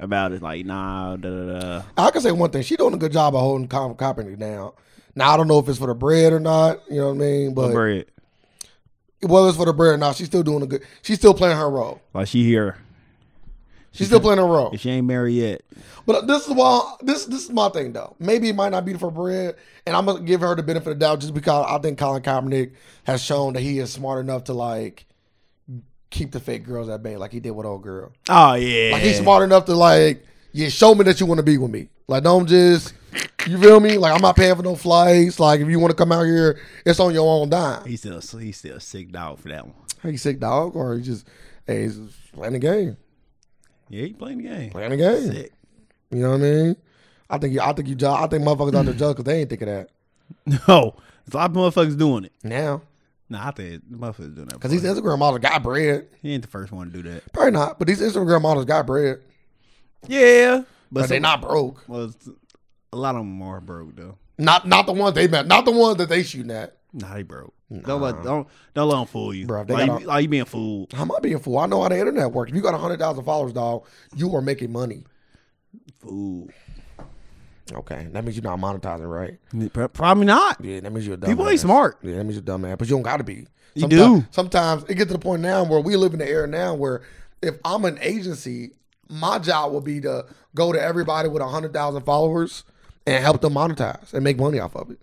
Speaker 1: about it, like nah, da da da.
Speaker 2: I can say one thing: she doing a good job of holding Colin Kaepernick down. Now I don't know if it's for the bread or not. You know what I mean? But
Speaker 1: Bread.
Speaker 2: whether it's for the bread or not, she's still doing a good. She's still playing her role.
Speaker 1: Like she here.
Speaker 2: She's still playing her role.
Speaker 1: If she ain't married yet,
Speaker 2: But this is why this this is my thing though. Maybe it might not be for bread, and I'm gonna give her the benefit of the doubt just because I think Colin Kaepernick has shown that he is smart enough to like keep the fake girls at bay, like he did with old girl.
Speaker 1: oh yeah,
Speaker 2: Like he's smart enough to like, yeah, show me that you want to be with me. Like don't just, you feel me? Like I'm not paying for no flights. Like if you want to come out here, it's on your own dime.
Speaker 1: He's still he's still sick dog for that one.
Speaker 2: Hey, you sick dog, or you just hey, he's just playing the game,
Speaker 1: Yeah, he playing the game.
Speaker 2: playing the game.
Speaker 1: Sick.
Speaker 2: You know what I mean? I think you, I think you, ju- I think motherfuckers out there judge because they ain't thinking that.
Speaker 1: No, there's a lot of motherfuckers doing it.
Speaker 2: Now,
Speaker 1: Nah, I think the motherfuckers doing that
Speaker 2: because these Instagram models got bread.
Speaker 1: he ain't the first one to do that.
Speaker 2: Probably not, but these Instagram models got bread.
Speaker 1: Yeah,
Speaker 2: But
Speaker 1: some-
Speaker 2: they not broke.
Speaker 1: Well, it's- a lot of them are broke though.
Speaker 2: Not not the ones they met. Not the ones that they shooting at.
Speaker 1: Nah, they broke. Don't let don't don't let them fool you,
Speaker 2: Bruh, they
Speaker 1: like,
Speaker 2: got
Speaker 1: you like you being fooled.
Speaker 2: I might be a fool. I know how the internet works. If you got hundred thousand followers, dog, you are making money.
Speaker 1: Fool.
Speaker 2: Okay, that means you're not monetizing, right?
Speaker 1: Pro- Probably not.
Speaker 2: Yeah, that means you're a dumb.
Speaker 1: People ain't smart.
Speaker 2: Yeah, that means you're a dumb man. But you don't gotta be.
Speaker 1: You
Speaker 2: Sometime-
Speaker 1: do.
Speaker 2: Sometimes it gets to the point now where we live in the era now where if I'm an agency, my job will be to go to everybody with hundred thousand followers and help them monetize and make money off of it.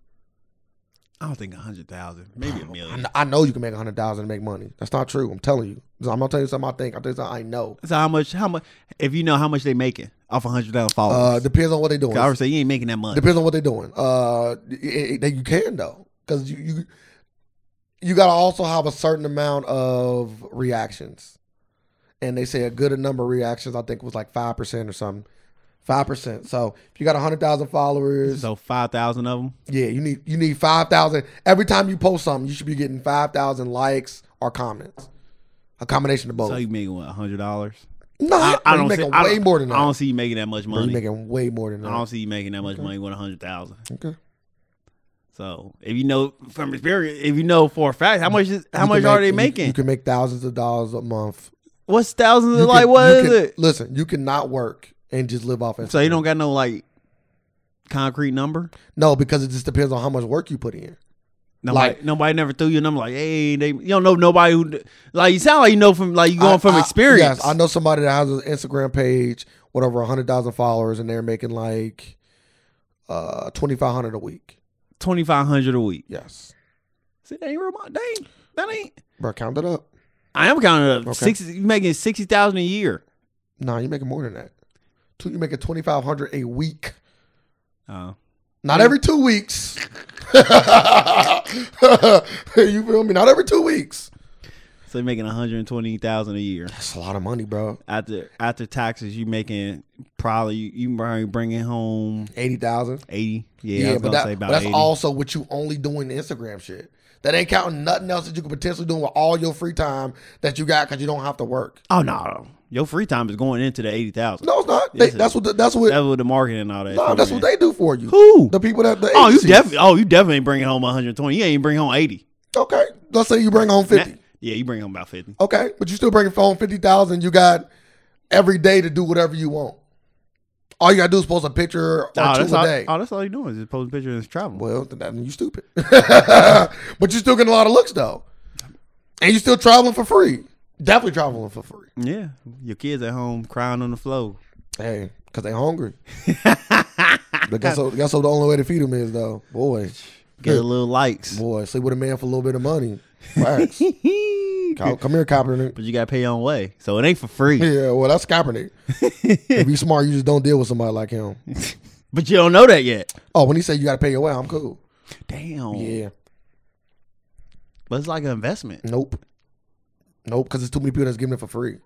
Speaker 1: I don't think a hundred thousand, maybe a
Speaker 2: I
Speaker 1: million.
Speaker 2: kn- I know you can make a hundred thousand to make money. That's not true. I'm telling you. So I'm not telling you something I think. I'm telling you something I know.
Speaker 1: So how much? How much? If you know how much they making off a hundred thousand
Speaker 2: Uh,
Speaker 1: followers,
Speaker 2: depends on what they're doing.
Speaker 1: 'Cause I would say you ain't making that much.
Speaker 2: Depends on what they're doing. Uh, it, it- you can though, because you you you gotta also have a certain amount of reactions, and they say a good number of reactions. I think was like five percent or something. Five percent. So if you got hundred thousand followers,
Speaker 1: So five thousand of them.
Speaker 2: yeah, you need you need five thousand every time you post something. You should be getting five thousand likes or comments, a combination of both.
Speaker 1: So you making what hundred dollars?
Speaker 2: No,
Speaker 1: I, I don't
Speaker 2: you
Speaker 1: see.
Speaker 2: making
Speaker 1: I
Speaker 2: way
Speaker 1: don't-
Speaker 2: more than that.
Speaker 1: I don't see you making that much
Speaker 2: Bro, you
Speaker 1: money.
Speaker 2: making way more than
Speaker 1: I
Speaker 2: that.
Speaker 1: don't see you making that much
Speaker 2: Okay.
Speaker 1: money with a hundred thousand.
Speaker 2: okay.
Speaker 1: So if you know from experience, if you know for a fact how much is, how
Speaker 2: You can
Speaker 1: much are they
Speaker 2: make- you-
Speaker 1: making?
Speaker 2: You, can make thousands of dollars a month.
Speaker 1: What's thousands
Speaker 2: You
Speaker 1: of like?
Speaker 2: can-
Speaker 1: What
Speaker 2: you
Speaker 1: is
Speaker 2: can-
Speaker 1: it?
Speaker 2: Listen, you cannot work and just live off. Instagram.
Speaker 1: So you don't got no like concrete number.
Speaker 2: No, because it just depends on how much work you put in.
Speaker 1: Nobody,
Speaker 2: Like-
Speaker 1: nobody never threw you a number like, hey, they, you don't know nobody who d- like you sound like you know from like you going
Speaker 2: I-
Speaker 1: from
Speaker 2: I-
Speaker 1: experience.
Speaker 2: Yes, I know somebody that has an Instagram page with over hundred thousand followers, and they're making like uh twenty five hundred a week.
Speaker 1: Twenty five hundred a week.
Speaker 2: Yes,
Speaker 1: See, that ain't real. mon- That ain't. That ain't.
Speaker 2: bro, count it up.
Speaker 1: I am counting up.
Speaker 2: Okay.
Speaker 1: Six. You making sixty thousand a year.
Speaker 2: Nah, you're making more than that. Two, you're making twenty five hundred a week.
Speaker 1: Oh,
Speaker 2: Not
Speaker 1: Yeah.
Speaker 2: every two weeks. you feel me? Not every two weeks.
Speaker 1: so you're making one hundred twenty thousand a year
Speaker 2: That's a lot of money, bro.
Speaker 1: after after taxes. You making probably you probably bringing home
Speaker 2: Eighty thousand.
Speaker 1: eighty. Yeah,
Speaker 2: Yeah,
Speaker 1: I was
Speaker 2: but,
Speaker 1: gonna
Speaker 2: that-
Speaker 1: say
Speaker 2: but
Speaker 1: about
Speaker 2: that's
Speaker 1: eighty.
Speaker 2: also what you only doing the Instagram shit. That ain't counting nothing else that you could potentially do with all your free time that you got because you don't have to work.
Speaker 1: oh no, your free time is going into the eighty thousand.
Speaker 2: No, it's not.
Speaker 1: Yes,
Speaker 2: They,
Speaker 1: it
Speaker 2: that's what. The, that's what.
Speaker 1: That's what the marketing and all that.
Speaker 2: no,
Speaker 1: shit,
Speaker 2: that's
Speaker 1: man.
Speaker 2: what they do for you.
Speaker 1: Who?
Speaker 2: The people that the
Speaker 1: Oh, you
Speaker 2: agencies.
Speaker 1: definitely. Oh, you definitely ain't bringing home 120. You ain't bring home 80.
Speaker 2: Okay, let's say you bring home fifty.
Speaker 1: Nah, yeah, you bring home about 50.
Speaker 2: Okay, but you still bringing home fifty thousand. You got every day to do whatever you want. All you gotta do is post a picture or two
Speaker 1: Oh, that's
Speaker 2: a
Speaker 1: all,
Speaker 2: day.
Speaker 1: oh, that's all you're doing is just posting pictures and traveling.
Speaker 2: Well, then that- then you stupid. but you still getting a lot of looks though, and you still traveling for free. Definitely traveling for free.
Speaker 1: Yeah, your kids at home crying on the floor.
Speaker 2: Hey, because they hungry. but that's so, that's so the only way to feed them is though. Boy,
Speaker 1: Get a little likes.
Speaker 2: boy, sleep with a man for a little bit of money. Facts. Co-
Speaker 1: but
Speaker 2: Come here, Kaepernick.
Speaker 1: you got to pay your own way, so it ain't for free.
Speaker 2: Yeah, well, that's Kaepernick. if you smart, you just don't deal with somebody like him.
Speaker 1: but you don't know that yet.
Speaker 2: Oh, when he said you got to pay your way, I'm cool.
Speaker 1: Damn.
Speaker 2: Yeah,
Speaker 1: But it's like an investment.
Speaker 2: nope, nope, because there's too many people that's giving it for free.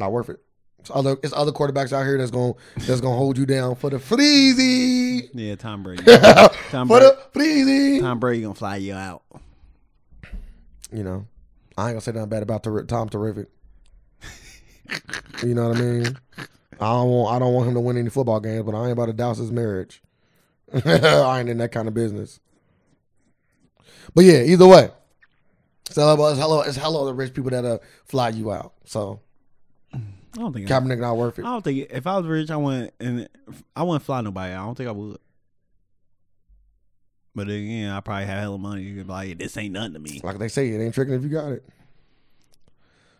Speaker 2: Not worth it. It's other, it's other quarterbacks out here that's gonna that's gonna hold you down for the freezy,
Speaker 1: Yeah, Tom Brady. Tom
Speaker 2: for
Speaker 1: Brady.
Speaker 2: the freezy.
Speaker 1: Tom Brady gonna fly you out.
Speaker 2: you know, I ain't gonna say nothing bad about Ter- Tom Terrific. you know what I mean? I don't want I don't want him to win any football games, but I ain't about to douse his marriage. I ain't in that kind of business. But yeah, either way, so it's hello, it's hello the rich people that uh, fly you out. So
Speaker 1: I don't think. I,
Speaker 2: Kaepernick not worth
Speaker 1: I
Speaker 2: it.
Speaker 1: don't think if I was rich, I wouldn't and I wouldn't fly nobody. out. I don't think I would. But then again, I probably have hella money. You could be like, this ain't nothing to me.
Speaker 2: Like they say, it ain't tricking if you got it.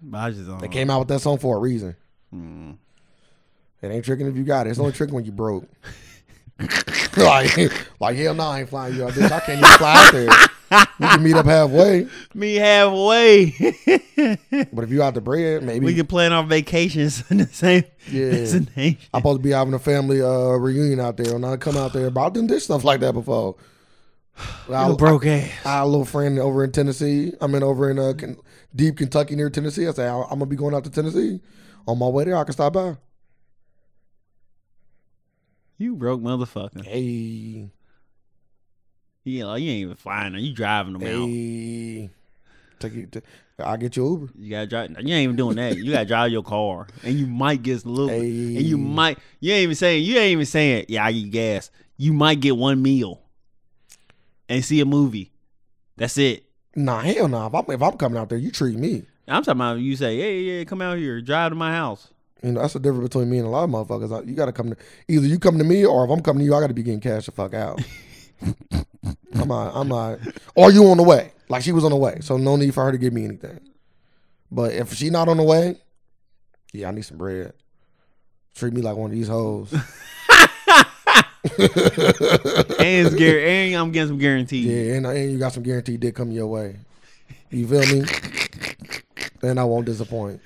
Speaker 1: But I just don't.
Speaker 2: They came out with that song for a reason.
Speaker 1: Mm.
Speaker 2: It ain't tricking if you got it. It's only tricking when you broke. like, like hell no, I ain't flying you out, bitch. I can't even fly out there. We can meet up halfway,
Speaker 1: Me halfway.
Speaker 2: but if you out the bread, maybe
Speaker 1: we can plan our vacations in the same
Speaker 2: Yeah.
Speaker 1: destination.
Speaker 2: I'm supposed to be having a family uh, reunion out there, and I come out there. But I done did stuff like that before.
Speaker 1: You
Speaker 2: I,
Speaker 1: broke ass.
Speaker 2: I had a little friend over in Tennessee. I mean, over in uh, Ken- deep Kentucky near Tennessee. I say I'm gonna be going out to Tennessee. On my way there, I can stop by.
Speaker 1: You broke motherfucker.
Speaker 2: Hey,
Speaker 1: Yeah, like, you ain't even flying them. You driving them out.
Speaker 2: hey, take you. t- I'll get you Uber.
Speaker 1: You gotta drive. You ain't even doing that. You gotta drive your car, and you might get a little. And
Speaker 2: Hey.
Speaker 1: you might. You ain't even saying. You ain't even saying. Yeah, I get gas. You might get one meal, and see a movie. That's it.
Speaker 2: Nah, hell nah. If I'm, if I'm coming out there, you treat me.
Speaker 1: I'm talking about you say, hey, yeah, come out here, drive to my house.
Speaker 2: You know, that's the difference between me and a lot of motherfuckers. I- You got to come to either you come to me or if I'm coming to you, I got to be getting cash the fuck out. I'm not. I'm not. Or you on the way? Like she was on the way, so no need for her to give me anything. But if she not on the way, yeah, I need some bread. Treat me like one of these hoes.
Speaker 1: And it's guar- and I'm getting some guarantees.
Speaker 2: yeah, and, and you got some guaranteed dick coming your way. You feel me? And I won't disappoint.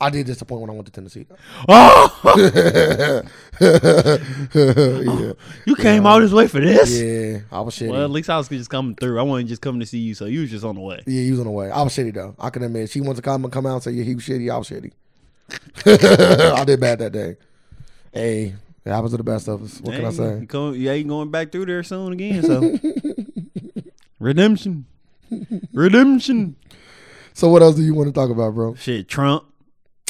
Speaker 2: I did disappoint when I went to Tennessee. though.
Speaker 1: Oh,
Speaker 2: yeah.
Speaker 1: you came all this way for this?
Speaker 2: Yeah, I was shitty.
Speaker 1: Well, at least I was just coming through. I wasn't just coming to see you, so you was just on the way.
Speaker 2: yeah, he was on the way. I was shitty though. I can admit. She wants to come and come out and say, "Yeah, he was shitty." I was shitty. I did bad that day. Hey, it happens to the best of us. What can I
Speaker 1: Hey, You,
Speaker 2: say?
Speaker 1: come, you ain't going back through there soon again. So redemption, redemption.
Speaker 2: So, what else do you want to talk about, bro?
Speaker 1: Shit, Trump.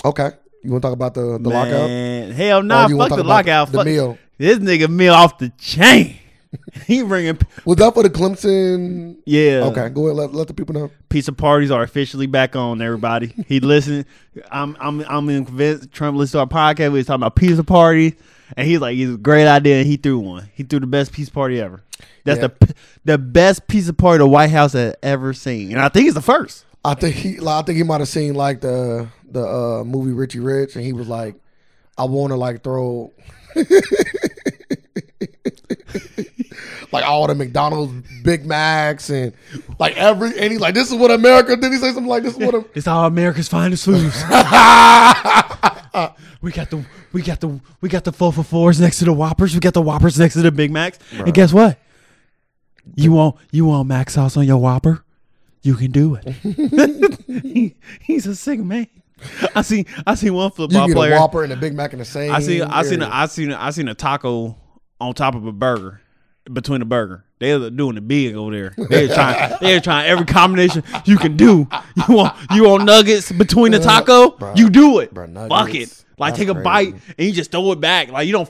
Speaker 2: Okay. You want to talk about the, the lockout?
Speaker 1: Man, Hell
Speaker 2: Or
Speaker 1: nah,
Speaker 2: you
Speaker 1: fuck
Speaker 2: wanna talk
Speaker 1: the
Speaker 2: about
Speaker 1: lockout.
Speaker 2: The
Speaker 1: fuck
Speaker 2: meal.
Speaker 1: this nigga meal off the chain. he bringing
Speaker 2: Was that for the Clemson?
Speaker 1: yeah.
Speaker 2: Okay, go ahead. Let, let the people know.
Speaker 1: Pizza parties are officially back on. Everybody, he listened. I'm I'm I'm convinced Trump listened to our podcast. We was talking about pizza parties, and he's like, "It's a great idea." And he threw one. He threw the best pizza party ever. That's
Speaker 2: Yeah.
Speaker 1: the p- the best pizza party the White House had ever seen, and I think it's the first.
Speaker 2: I think he. Like, I think he might have seen like the the uh, movie Richie Rich, and he was like, "I want to like throw." Like all the McDonald's Big Macs and like every and he's like this is what America did he say something like this is what Am-
Speaker 1: It's all America's finest foods. we got the we got the we got the four for fours next to the Whoppers. We got the Whoppers next to the Big Macs. And guess what? You want you want Mac sauce on your Whopper? You can do it. He- he's a sick man. I seen I seen one
Speaker 2: you
Speaker 1: football
Speaker 2: get
Speaker 1: player.
Speaker 2: a Whopper and a Big Mac in the same
Speaker 1: I seen I seen a,
Speaker 2: area.
Speaker 1: I seen a, I seen a taco on top of a burger between a burger. They're doing it big over there. They're trying they're trying every combination you can do. You want you want nuggets between the taco?
Speaker 2: Uh, Bruh.
Speaker 1: you do it.
Speaker 2: Bruh,
Speaker 1: Fuck it.
Speaker 2: nuggets.
Speaker 1: Like
Speaker 2: That's
Speaker 1: take a
Speaker 2: crazy.
Speaker 1: bite and you just throw it back. Like you don't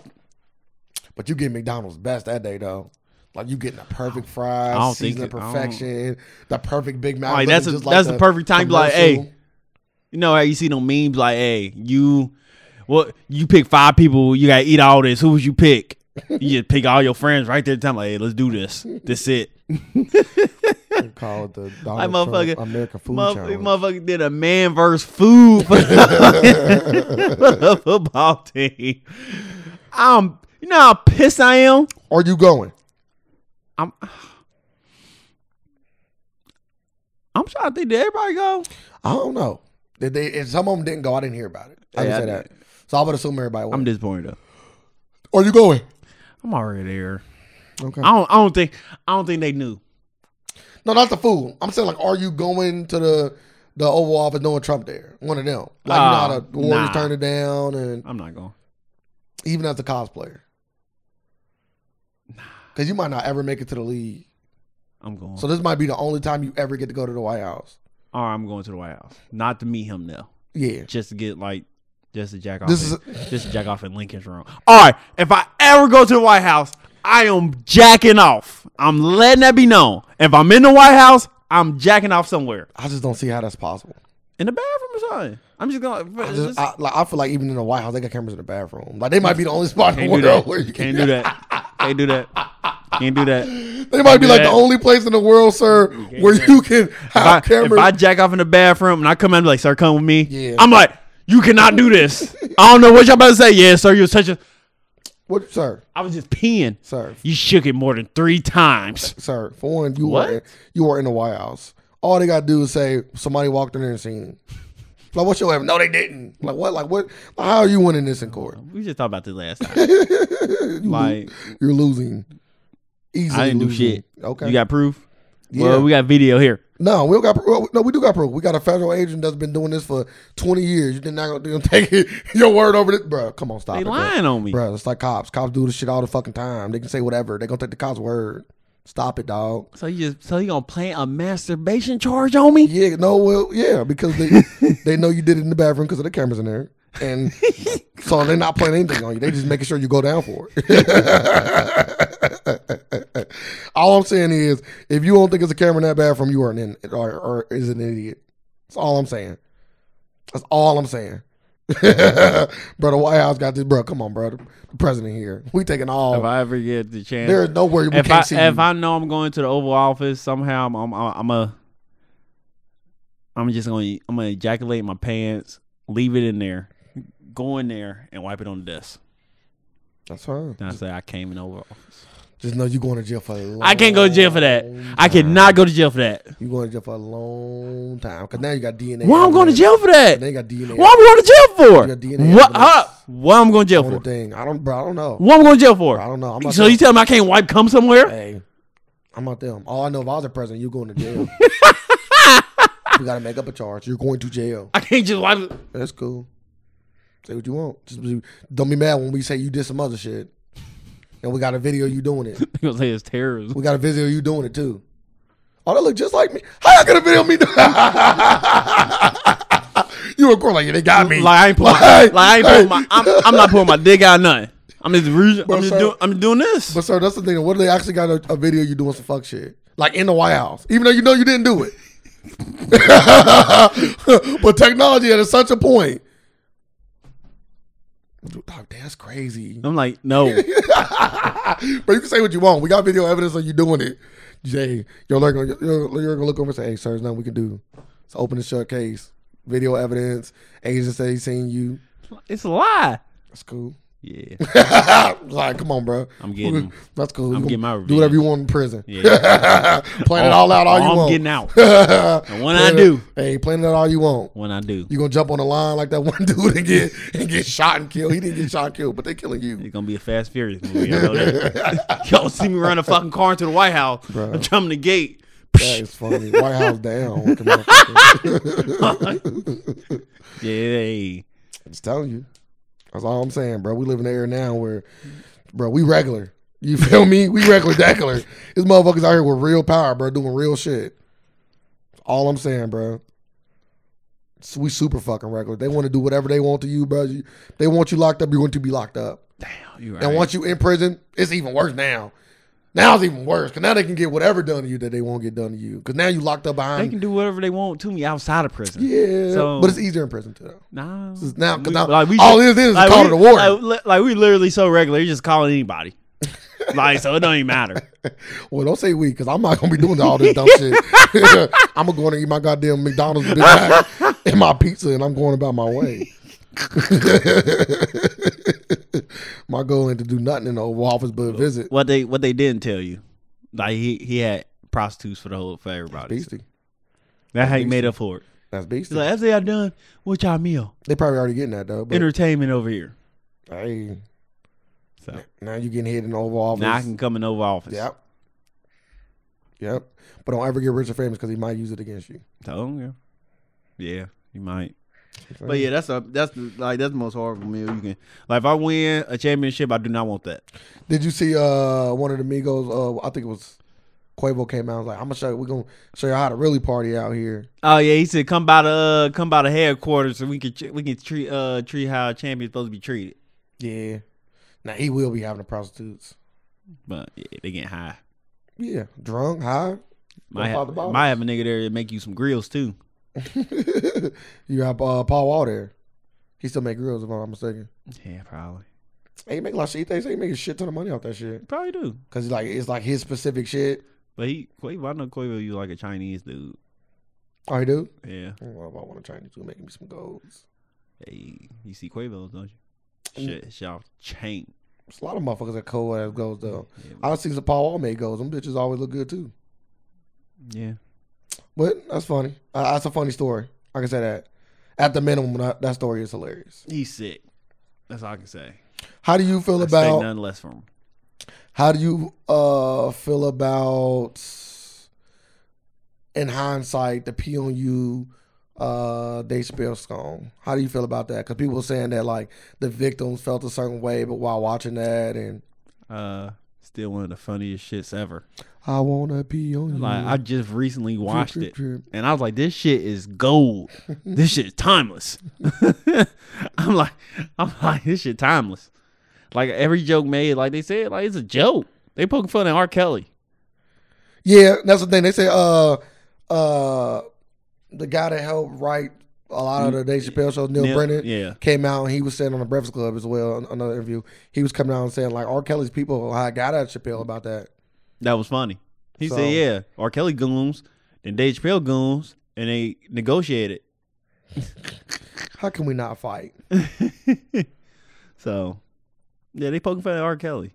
Speaker 2: But you get McDonald's best that day though. Like you getting the perfect
Speaker 1: I
Speaker 2: fries,
Speaker 1: don't
Speaker 2: seasoning
Speaker 1: think it- I don't-
Speaker 2: perfection, the perfect Big Mac.
Speaker 1: Like,
Speaker 2: looking
Speaker 1: that's a-
Speaker 2: just
Speaker 1: that's the perfect time to be like,
Speaker 2: commercial.
Speaker 1: hey. you know how you see no memes like, hey, you well, you pick five people, you gotta eat all this. Who would you pick? You just pick all your friends right there at the time, like, hey, let's do this. That's it.
Speaker 2: We call it the
Speaker 1: Like
Speaker 2: Donald
Speaker 1: motherfucker,
Speaker 2: Trump American food
Speaker 1: motherf-
Speaker 2: challenge.
Speaker 1: motherfucker did a man versus food for the football team. I'm, you know how pissed I am.
Speaker 2: Are you going?
Speaker 1: I'm, I'm trying to think. Did everybody go?
Speaker 2: I don't know. Did they? And some of them didn't go. I didn't hear about it. I
Speaker 1: Yeah, I
Speaker 2: didn't say that. So I would assume everybody
Speaker 1: I'm
Speaker 2: went.
Speaker 1: disappointed. Though.
Speaker 2: Are you going?
Speaker 1: I'm already there.
Speaker 2: Okay.
Speaker 1: I don't. I don't think. I don't think they knew.
Speaker 2: No, not the food. I'm saying like, are you going to the the Oval Office knowing Trump there? One of them. Like you know how
Speaker 1: Oh,
Speaker 2: the Warriors
Speaker 1: nah.
Speaker 2: turned it down, and
Speaker 1: I'm not going.
Speaker 2: even as a cosplayer, because you might not ever make it to the league.
Speaker 1: I'm going.
Speaker 2: So this might be the only time you ever get to go to the White House.
Speaker 1: or I'm going to the White House, not to meet him now,
Speaker 2: Yeah.
Speaker 1: just to get like, just to jack off.
Speaker 2: This
Speaker 1: in- just to jack off in Lincoln's room. All right, if I ever go to the White House, I am jacking off. I'm letting that be known. If I'm in the White House, I'm jacking off somewhere
Speaker 2: I just don't see how that's possible.
Speaker 1: in the bathroom or something. I'm just going.
Speaker 2: I
Speaker 1: to
Speaker 2: just I, like I feel like even in the White House they got cameras in the bathroom. Like they might be the only spot in
Speaker 1: can't
Speaker 2: the
Speaker 1: do
Speaker 2: world where
Speaker 1: that.
Speaker 2: you
Speaker 1: Can't do that. Can't do that. Can't do that.
Speaker 2: They might be
Speaker 1: do
Speaker 2: like the
Speaker 1: that.
Speaker 2: only place in the world, sir, where you can
Speaker 1: If
Speaker 2: have
Speaker 1: I, if
Speaker 2: cameras.
Speaker 1: I jack off in the bathroom and I come out and be like, sir, come with me.
Speaker 2: Yeah.
Speaker 1: I'm like, you cannot do this. I don't know what y'all about to say. Yeah, sir, you was touching.
Speaker 2: what, sir,
Speaker 1: I was just peeing.
Speaker 2: sir,
Speaker 1: You shook it more than three times.
Speaker 2: sir? For one, you
Speaker 1: What?
Speaker 2: are in, you are in the White House. All they gotta do is say somebody walked in there and seen. him. Like what's your evidence? No, they didn't. Like what? Like what? Like, how are you winning this in court?
Speaker 1: We just talked about this last time. like
Speaker 2: You're losing. Easily
Speaker 1: I didn't do
Speaker 2: losing.
Speaker 1: shit.
Speaker 2: Okay.
Speaker 1: You got proof?
Speaker 2: Yeah.
Speaker 1: Well, we got video here.
Speaker 2: No, we don't got well, no. We do got proof. We got a federal agent that's been doing this for twenty years. You're not gonna, gonna take it, your word over this, bro. Come on, stop
Speaker 1: They
Speaker 2: it,
Speaker 1: lying on me.
Speaker 2: bro. It's like cops. Cops do this shit all the fucking time. They can say whatever. They gonna take the cops' word. Stop it, dog.
Speaker 1: So you just so you gonna play a masturbation charge on me?
Speaker 2: Yeah, no, well, yeah, because they they know you did it in the bathroom because of the cameras in there, and so they're not playing anything on you. They just making sure you go down for it. all I'm saying is, if you don't think it's a camera in that bathroom, you are an in, or, or is an idiot. That's all I'm saying. That's all I'm saying. bro, the White House got this. Bro, come on, bro. The president here. We taking
Speaker 1: If
Speaker 2: all.
Speaker 1: I ever get the chance,
Speaker 2: There is nowhere we
Speaker 1: if
Speaker 2: can't
Speaker 1: I
Speaker 2: see
Speaker 1: if
Speaker 2: you.
Speaker 1: I know I'm going to the Oval Office somehow, I'm I'm, I'm a I'm just gonna I'm gonna ejaculate in my pants, leave it in there, go in there and wipe it on the desk.
Speaker 2: That's fine.
Speaker 1: Then I say I came in the Oval Office.
Speaker 2: Just know you going to jail for. a
Speaker 1: I can't go to jail for that.
Speaker 2: long
Speaker 1: I cannot go to jail for that.
Speaker 2: You going to jail for a long time because now you got DNA.
Speaker 1: Why I'm going to
Speaker 2: evidence.
Speaker 1: jail for
Speaker 2: Now
Speaker 1: that?
Speaker 2: you got DNA.
Speaker 1: What I'm going to
Speaker 2: You
Speaker 1: jail
Speaker 2: got
Speaker 1: for?
Speaker 2: DNA
Speaker 1: What?
Speaker 2: evidence.
Speaker 1: Huh? What I'm going to jail
Speaker 2: on the
Speaker 1: for?
Speaker 2: thing. I don't, bro. I don't know.
Speaker 1: What I'm going to jail
Speaker 2: I
Speaker 1: for?
Speaker 2: don't know. I'm not
Speaker 1: So you tell me I can't wipe cum somewhere?
Speaker 2: hey, I'm not them. All I know, if I was a president, you going to jail. you got to make up a charge. You're going to jail.
Speaker 1: I can't just wipe. it.
Speaker 2: That's cool. Say what you want. Just be- don't be mad when we say you did some other shit, and we got a video you doing it.
Speaker 1: People say it's terrorism.
Speaker 2: We got a video of you doing it too. Oh, that look just like me. How y'all gonna video me? doing- you of course like yeah, they got me.
Speaker 1: Like I ain't pulling, like, I ain't pulling my, I'm, I'm not pulling my dick out nothing. I'm just, re-
Speaker 2: But
Speaker 1: I'm just
Speaker 2: sir-
Speaker 1: doing, I'm doing this.
Speaker 2: But sir, that's the thing. What if they actually got a, a video you doing some fuck shit, like in the White House, even though you know you didn't do it? but technology at such a point. Dude, dog, that's crazy.
Speaker 1: I'm like, no,
Speaker 2: But you can say what you want. We got video evidence of you doing it. Jay, you're like, you're, you're gonna look over and say, "Hey, sir, there's nothing we can do." It's an open and shut case. Video evidence. Agents say he's seen you.
Speaker 1: it's a lie.
Speaker 2: That's cool.
Speaker 1: Yeah,
Speaker 2: like, come on, bro.
Speaker 1: I'm getting 'em.
Speaker 2: That's cool.
Speaker 1: I'm
Speaker 2: You
Speaker 1: getting my
Speaker 2: do
Speaker 1: revenge.
Speaker 2: whatever you want in prison. plan it
Speaker 1: All-
Speaker 2: all out, all you
Speaker 1: all Oh, I'm
Speaker 2: want.
Speaker 1: getting out.
Speaker 2: and
Speaker 1: when I do.
Speaker 2: hey, plan it out all you want.
Speaker 1: when I do,
Speaker 2: You gonna jump on the line like that one dude and get and get shot and killed. He didn't get shot and killed, but they killing you.
Speaker 1: it's gonna be a Fast Furious movie. I know that. Y'all see me run a fucking car into the White House.
Speaker 2: Bruh.
Speaker 1: I'm jumping the gate.
Speaker 2: That is funny. White House down. Come on.
Speaker 1: Yeah,
Speaker 2: I'm just telling you. That's all I'm saying, bro. We live in the era now where, bro, we regular. You feel me? We regular decular. These motherfuckers out here with real power, bro, doing real shit. That's all I'm saying, bro. So We super fucking regular. They want to do whatever they want to you, bro. You- They want you locked up. You want to be locked up.
Speaker 1: damn, you
Speaker 2: And
Speaker 1: right.
Speaker 2: once you in prison, it's even worse now. Now it's even worse because now they can get whatever done to you that they won't get done to you. Because now you locked up
Speaker 1: They
Speaker 2: behind.
Speaker 1: can do whatever they want to me outside of prison.
Speaker 2: yeah,
Speaker 1: So-
Speaker 2: but it's easier in prison too.
Speaker 1: Nah,
Speaker 2: It's Now, because
Speaker 1: We-
Speaker 2: now
Speaker 1: like, we
Speaker 2: all
Speaker 1: should-
Speaker 2: it is is
Speaker 1: like,
Speaker 2: call
Speaker 1: we,
Speaker 2: it a
Speaker 1: Like,
Speaker 2: warrant.
Speaker 1: li- like, we literally so regular, you just calling anybody. like so, it don't even matter.
Speaker 2: Well, don't say we, because I'm not gonna be doing all this dumb shit. I'm gonna go in and eat my goddamn McDonald's Big Mac and my pizza, and I'm going about my way. my goal ain't to do nothing in the Oval Office but visit.
Speaker 1: What they what they didn't tell you, like he he had prostitutes for the whole for everybody.
Speaker 2: Beastie,
Speaker 1: That's how he made up for it.
Speaker 2: that's
Speaker 1: He's
Speaker 2: beastie.
Speaker 1: like, after y'all done, what y'all meal?
Speaker 2: they probably already getting that though. But
Speaker 1: Entertainment over here.
Speaker 2: hey,
Speaker 1: So
Speaker 2: now you getting hit in the Oval Office.
Speaker 1: now I can come in over office.
Speaker 2: Yep. Yep. But don't ever get rich or famous because he might use it against you.
Speaker 1: So yeah, yeah, you might. But yeah, that's a that's the, like that's the most horrible meal you can. Like if I win a championship, I do not want that.
Speaker 2: Did you see uh one of the Migos? Uh, I think it was Quavo came out. and was like, I'm gonna show you. We're gonna show you how to really party out here.
Speaker 1: Oh yeah, he said come by the uh, come by the headquarters so we can ch- we can treat uh treat how a champion's supposed to be treated.
Speaker 2: Yeah. Now he will be having the prostitutes.
Speaker 1: But yeah, they getting high.
Speaker 2: Yeah, drunk, high.
Speaker 1: Might
Speaker 2: pop
Speaker 1: have,
Speaker 2: the bottles.
Speaker 1: might have a nigga there to make you some grills too.
Speaker 2: you have uh, Paul Wall there. He still make grills, if I'm not mistaken.
Speaker 1: Yeah, probably.
Speaker 2: And he make a lot of shit. They say he make a shit ton of money off that shit
Speaker 1: Probably do.
Speaker 2: because like it's like his specific shit.
Speaker 1: But he Quavo, I know Quavo you like a Chinese dude.
Speaker 2: Oh, he do.
Speaker 1: Yeah.
Speaker 2: I don't know if I want to Chinese dude making me some golds.
Speaker 1: Hey, you see Quavos, don't
Speaker 2: Mm.
Speaker 1: you? Shit, shit off chain.
Speaker 2: There's a lot of motherfuckers that cold ass goes though.
Speaker 1: Yeah,
Speaker 2: I don't see the Paul Wall made goes. Them bitches always look good too.
Speaker 1: yeah.
Speaker 2: But that's funny. Uh, that's a funny story. I can say that. At the minimum, that, that story is hilarious.
Speaker 1: He's sick. That's all I can say.
Speaker 2: How do you feel
Speaker 1: I say
Speaker 2: about?
Speaker 1: nothing less from him.
Speaker 2: How do you uh feel about? In hindsight, the P on you, uh, they spell song. How do you feel about that? Because people were saying that like the victims felt a certain way, but while watching that, and
Speaker 1: Uh still one of the funniest shits ever.
Speaker 2: I wanna pee on you.
Speaker 1: Like I just recently watched
Speaker 2: drip,
Speaker 1: it.
Speaker 2: drip.
Speaker 1: And I was like, this shit is gold. this shit is timeless. I'm like, I'm like, this shit timeless. Like every joke made, like they said, like it's a joke. They poking fun at R. Kelly.
Speaker 2: Yeah, that's the thing. They say uh uh the guy that helped write a lot of the Dave Chappelle show, Neil,
Speaker 1: Mm. Neil-
Speaker 2: Brennan,
Speaker 1: yeah.
Speaker 2: came out and he was saying on the Breakfast Club as well, an- another interview. He was coming out and saying like R. Kelly's people I got at Chappelle about that.
Speaker 1: That was funny. He
Speaker 2: So-
Speaker 1: said, yeah, R. Kelly goons, then Dave Chappelle goons, and they negotiated.
Speaker 2: How can we not fight?
Speaker 1: So, yeah, they poking fun at R. Kelly.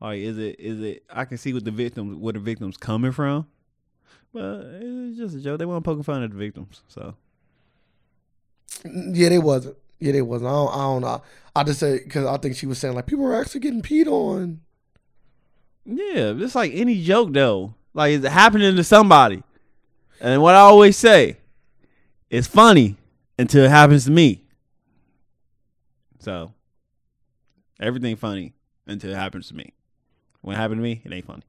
Speaker 1: All right, is it is it? I can see what the victims where the victims coming from, but it's just a joke. They want poking fun at the victims. So
Speaker 2: Mm, Yeah, they wasn't. Yeah, they wasn't. I don't, I don't know. I just said because I think she was saying like people are actually getting peed on.
Speaker 1: yeah, it's like any joke though. Like it's happening to somebody, and what I always say, it's funny until it happens to me. So everything funny until it happens to me. When it happened to me, it ain't funny.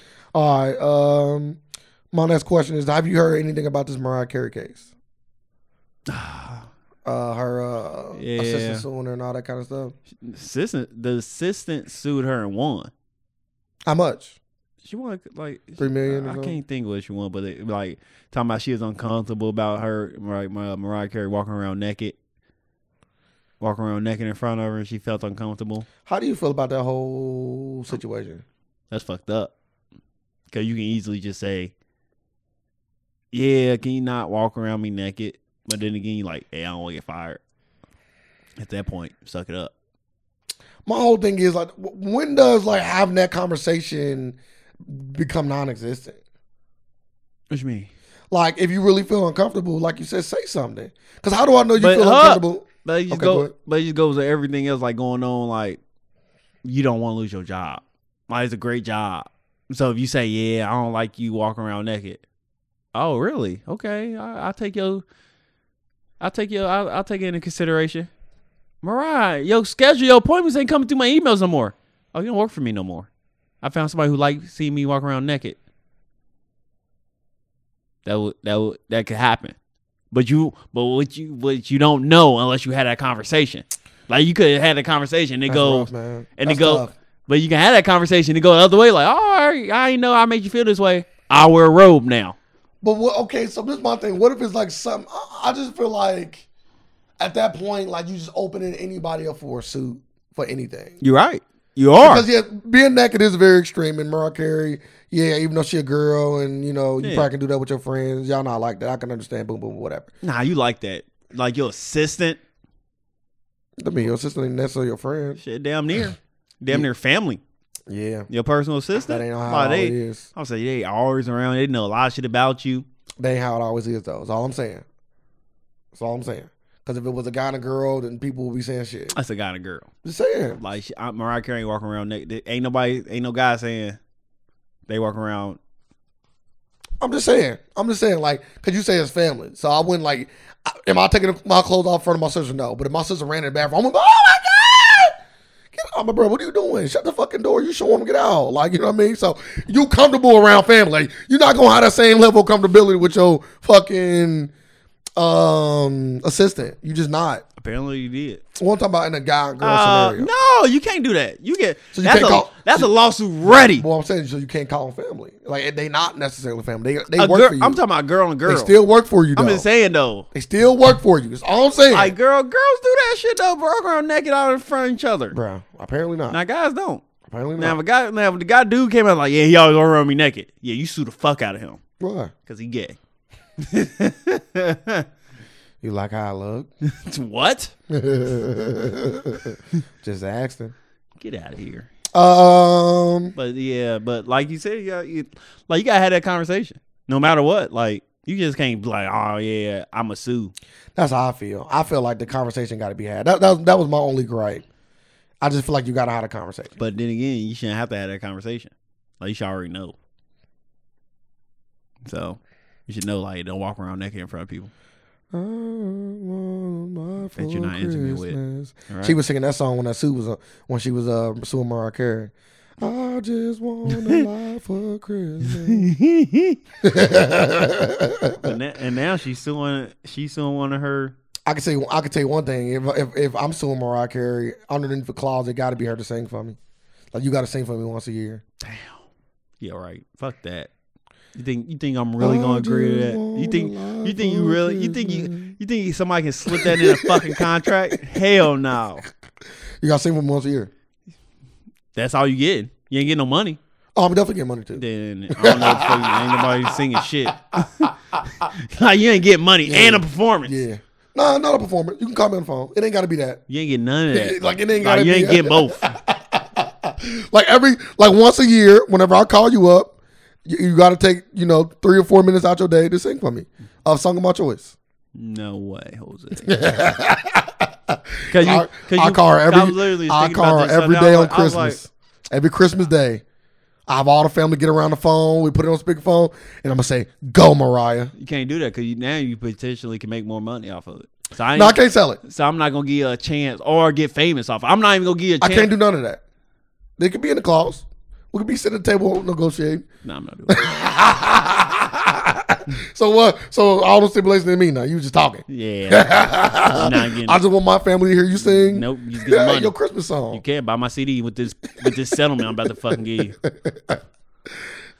Speaker 2: All right. Um, My next question is: Have you heard anything about this Mariah Carey case? Uh, her uh,
Speaker 1: Yeah.
Speaker 2: assistant suing her and all that kind of stuff.
Speaker 1: assistant, the assistant sued her and won.
Speaker 2: How much?
Speaker 1: She won like
Speaker 2: Three million or
Speaker 1: I
Speaker 2: something?
Speaker 1: can't think what she won, but it, like talking about she is uncomfortable about her like Mar- Mariah Carey walking around naked, walking around naked in front of her, and she felt uncomfortable.
Speaker 2: How do you feel about that whole situation?
Speaker 1: That's fucked up. Cause you can easily just say, "Yeah, can you not walk around me naked?" But then again, you like, "Hey, I don't want to get fired." At that point, suck it up.
Speaker 2: My whole thing is like, w- when does like having that conversation become non-existent?
Speaker 1: What you mean?
Speaker 2: Like, if you really feel uncomfortable, like you said, say something. Because how do I know you
Speaker 1: But
Speaker 2: feel
Speaker 1: up.
Speaker 2: uncomfortable?
Speaker 1: But it just
Speaker 2: Okay, go
Speaker 1: go,
Speaker 2: ahead.
Speaker 1: but it just goes to everything else like going on. Like you don't want to lose your job. Like it's a great job. So if you say, "Yeah, I don't like you walking around naked," oh really? Okay, I, I'll take your, I'll take your, I'll, I'll take it into consideration. Mariah, your schedule, your appointments ain't coming through my emails no more. Oh, you don't work for me no more. I found somebody who liked seeing me walk around naked. That would that would that could happen. But you, but what you, what you don't know unless you had that conversation. Like you could have had a conversation. They
Speaker 2: That's
Speaker 1: go,
Speaker 2: rough, man.
Speaker 1: and
Speaker 2: That's
Speaker 1: it go,
Speaker 2: tough.
Speaker 1: but you can have that conversation and go the other way. Like, oh, I, I ain't know I made you feel this way. I wear a robe now.
Speaker 2: But what, okay, so this is my thing. What if it's like something? I, I just feel like at that point, like you just opening anybody up for a suit for anything.
Speaker 1: You're right. You are.
Speaker 2: Because yeah, being naked is very extreme. And Mariah Carey, yeah, even though she a girl, and you know you
Speaker 1: Yeah.
Speaker 2: probably can do that with your friends. Y'all not like that. I can understand. Boom, boom, whatever.
Speaker 1: nah, you like that. Like your assistant.
Speaker 2: I mean, your sister ain't necessarily your friend.
Speaker 1: Shit, damn near, damn near family.
Speaker 2: Yeah,
Speaker 1: Your personal assistant.
Speaker 2: that ain't how
Speaker 1: Why,
Speaker 2: it
Speaker 1: they,
Speaker 2: always is.
Speaker 1: I'm saying they always around. They know a lot of shit about you.
Speaker 2: That ain't how it always is, though. That's all I'm saying. That's all I'm saying. Because if it was a guy and a girl, then people would be saying shit.
Speaker 1: That's a guy and a girl.
Speaker 2: Just saying.
Speaker 1: Like she, I, Mariah Carey ain't walking around naked. There Ain't nobody, ain't no guy saying they walk around.
Speaker 2: I'm just saying. I'm just saying. Like, cause you say it's family, so I wouldn't like. I, am I taking my clothes off in front of my sister? No. But if my sister ran in the bathroom, I'm gonna be, oh my god. Get out, my bro. What are you doing? Shut the fucking door. You show them get out. Like, you know what I mean? So you comfortable around family. You're not gonna have that same level of comfortability with your fucking um assistant. You just not.
Speaker 1: Apparently, you did.
Speaker 2: One talking about in a guy and girl
Speaker 1: Uh,
Speaker 2: scenario.
Speaker 1: no, you can't do that. You get
Speaker 2: So you
Speaker 1: that's
Speaker 2: can't
Speaker 1: a
Speaker 2: call-
Speaker 1: that's a lawsuit ready.
Speaker 2: Well, I'm saying so you can't call them family. Like they not necessarily family. They they
Speaker 1: A
Speaker 2: work
Speaker 1: girl,
Speaker 2: for you.
Speaker 1: I'm talking about girl and girl.
Speaker 2: They still work for you. Though.
Speaker 1: I'm just saying though,
Speaker 2: They still work for you. That's all I'm saying.
Speaker 1: like girl, girls do that shit though, bro. Around naked out in front of each other.
Speaker 2: Bro, apparently not.
Speaker 1: Now guys don't.
Speaker 2: apparently
Speaker 1: Now
Speaker 2: not.
Speaker 1: if a guy, now if the guy dude came out like, yeah, he always around me naked. Yeah, you sue the fuck out of him
Speaker 2: Why?
Speaker 1: because he gay.
Speaker 2: You like how I look?
Speaker 1: what?
Speaker 2: Just asking.
Speaker 1: Get out of here.
Speaker 2: Um,
Speaker 1: But yeah, but like you said, yeah, you, like you gotta have that conversation no matter what. Like you just can't be like, oh yeah, I'm a sue.
Speaker 2: that's how I feel. I feel like the conversation got to be had. That, that was- that was my only gripe. I just feel like you got to have a conversation.
Speaker 1: But then again, you shouldn't have to have that conversation. Like you should already know. So you should know, like, don't walk around naked in front of people.
Speaker 2: That
Speaker 1: That you're not intimate with. All right?
Speaker 2: She was singing that song when that Sue was uh, when she was uh suing Mariah Carey. I just want a life for Christmas.
Speaker 1: and, na- and now she's suing. She's suing one of her.
Speaker 2: I can say I can tell you one thing. If if, if I'm suing Mariah Carey underneath the closet, got to be her to sing for me. Like you got to sing for me once a year.
Speaker 1: Damn. Yeah. Right. Fuck that. You think you think I'm really gonna agree to that? You think you think you really you think
Speaker 2: Mm-hmm.
Speaker 1: you you think somebody can slip that in a fucking contract? Hell no.
Speaker 2: You got to sing for me once a year.
Speaker 1: That's all you get. You ain't getting no money.
Speaker 2: Oh, I'm definitely getting money too.
Speaker 1: Then I don't know. what the fuck you- ain't nobody singing shit. like you ain't getting money and a performance.
Speaker 2: Yeah, nah, not a performance. You can call me on the phone. It ain't got to be that.
Speaker 1: You ain't getting none of that.
Speaker 2: Like it ain't got
Speaker 1: Like,
Speaker 2: to be.
Speaker 1: you ain't
Speaker 2: that.
Speaker 1: getting both.
Speaker 2: like every like once a year, whenever I call you up, you, you got to take you know three or four minutes out your day to sing for me. A song of my choice.
Speaker 1: No way, Jose. Cause
Speaker 2: I, I call her every.
Speaker 1: I was literally
Speaker 2: I
Speaker 1: thinking
Speaker 2: call
Speaker 1: about
Speaker 2: her
Speaker 1: this
Speaker 2: every
Speaker 1: the other
Speaker 2: day
Speaker 1: day.
Speaker 2: on
Speaker 1: I was like-
Speaker 2: Christmas. every Christmas day, I have all the family get around the phone. We put it on speakerphone, and I'm gonna say, "Go, Mariah."
Speaker 1: you can't do that because you, now you potentially can make more money off of it. So I, ain't,
Speaker 2: No, I can't sell it.
Speaker 1: so I'm not gonna give you a chance or get famous off. I'm not even gonna give you a
Speaker 2: I
Speaker 1: chance.
Speaker 2: can't do none of that. They could be in the clause. We could be sitting at the table negotiating.
Speaker 1: no, I'm not doing. it.
Speaker 2: so what? So all those stipulations to me now. You just talking.
Speaker 1: Yeah. not getting
Speaker 2: I just want my family to hear you sing.
Speaker 1: nope. You get the money.
Speaker 2: your Christmas song.
Speaker 1: You can't buy my CD with this with this settlement I'm about to fucking give you.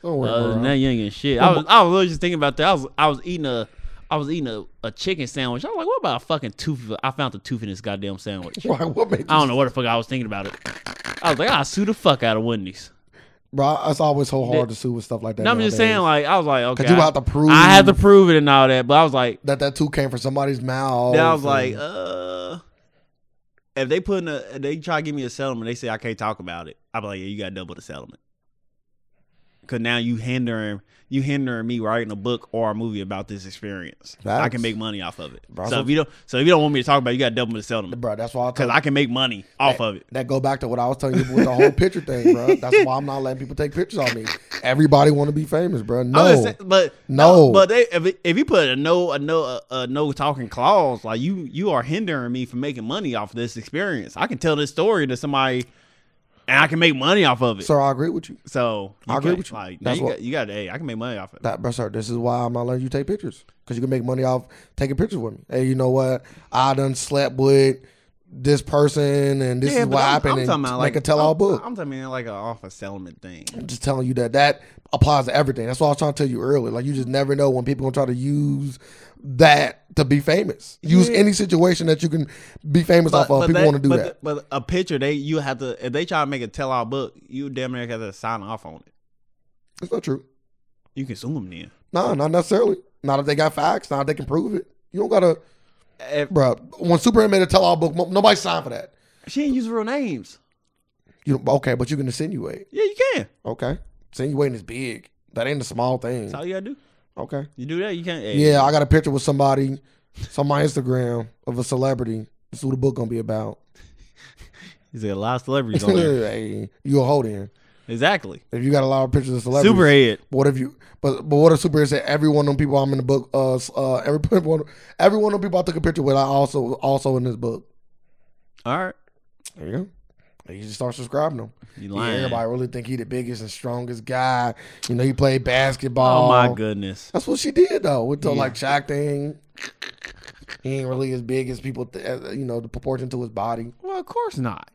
Speaker 2: Don't worry,
Speaker 1: Uh,
Speaker 2: bro.
Speaker 1: now you ain't getting shit. I was I was really just thinking about that. I was I was eating a I was eating a, a chicken sandwich. I was like, what about a fucking tooth? I found the tooth in this goddamn sandwich.
Speaker 2: Why, what made you,
Speaker 1: I don't know what the fuck I was thinking about it. I was like, I sue the fuck out of Wendy's.
Speaker 2: bro? It's always so hard to sue with stuff like that.
Speaker 1: And I'm just
Speaker 2: nowadays.
Speaker 1: saying, like, I was like, okay,
Speaker 2: 'Cause you
Speaker 1: I-
Speaker 2: have to prove
Speaker 1: I had to prove it and all that, but I was like,
Speaker 2: that that too came from somebody's mouth.
Speaker 1: then I was like,
Speaker 2: and-
Speaker 1: uh, if they put in a, if they try to give me a settlement, they say I can't talk about it. i be like, yeah, you got to double the settlement, because now you hindering you hindering me writing a book or a movie about this experience. I
Speaker 2: Facts.
Speaker 1: can make money off of it.
Speaker 2: Bro,
Speaker 1: so
Speaker 2: so-
Speaker 1: if you don't, so if you don't want me to talk about, it, you got to double the settlement
Speaker 2: bro, that's why I
Speaker 1: because
Speaker 2: told
Speaker 1: I can make money off of it.
Speaker 2: that go back to what I was telling you with the whole picture thing, bro. That's why I'm not letting people take pictures of me. Everybody want to be famous, bro.
Speaker 1: I'm
Speaker 2: No,
Speaker 1: just saying- but
Speaker 2: No.
Speaker 1: but they if, it- if you put a no a no a, a no talking clause, like you you are hindering me from making money off this experience. I can tell this story to somebody, and I can make money off of it. So,
Speaker 2: sir, I agree with you. I agree
Speaker 1: can't-
Speaker 2: with you.
Speaker 1: Like, now
Speaker 2: That's
Speaker 1: you,
Speaker 2: what-
Speaker 1: got, you got hey, I can make money off of it.
Speaker 2: That, bro, sir, this is why I'm not letting you take pictures because you can make money off taking pictures with me. Hey, you know what? I done slept with this person, and this is
Speaker 1: but
Speaker 2: what
Speaker 1: I'm-
Speaker 2: happened.
Speaker 1: I'm
Speaker 2: and
Speaker 1: talking
Speaker 2: make
Speaker 1: about,
Speaker 2: a
Speaker 1: like-
Speaker 2: tell-all
Speaker 1: I'm-
Speaker 2: book.
Speaker 1: I'm talking about like an off a settlement thing.
Speaker 2: I'm just telling you that that applies to everything. That's what I was trying to tell you earlier. Like you just never know when people gonna try to use that to be famous. Use any situation that you can be famous off of. People
Speaker 1: they-
Speaker 2: want to do
Speaker 1: but
Speaker 2: that.
Speaker 1: the- but a picture, they you have to if they try to make a tell all book, you damn near have to sign off on it.
Speaker 2: That's not true.
Speaker 1: You can sue them then.
Speaker 2: No, not necessarily. Not if they got facts. Not if they can prove it. You don't gotta,
Speaker 1: If,
Speaker 2: bro. When Superman made a tell-all book, mo- nobody signed for that.
Speaker 1: she didn't use real names.
Speaker 2: You don't, okay, but you can insinuate.
Speaker 1: Yeah, you can.
Speaker 2: Okay, insinuating is big. That ain't a small thing.
Speaker 1: That's all you gotta do.
Speaker 2: Okay.
Speaker 1: You do that, you can't. hey,
Speaker 2: Yeah, I got a picture with somebody. It's on my Instagram of a celebrity. That's who the book gonna be about.
Speaker 1: He's got a lot of celebrities on there.
Speaker 2: hey, you a hold in.
Speaker 1: exactly.
Speaker 2: If you got a lot of pictures of celebrities,
Speaker 1: Superhead.
Speaker 2: What if you? But but what if Superhead said every one of them people I'm in the book? Uh, s- uh every one, every one of them people I took a picture with, I also also in this book.
Speaker 1: All right.
Speaker 2: There you go. And You just start subscribing them.
Speaker 1: You
Speaker 2: Yeah,
Speaker 1: lying.
Speaker 2: everybody really think he the biggest and strongest guy. You know, he played
Speaker 1: oh,
Speaker 2: basketball.
Speaker 1: my goodness.
Speaker 2: That's what she did though with the like Shaq thing. He ain't really as big as people, th- as, you know, the proportion to his body.
Speaker 1: Well, of course not.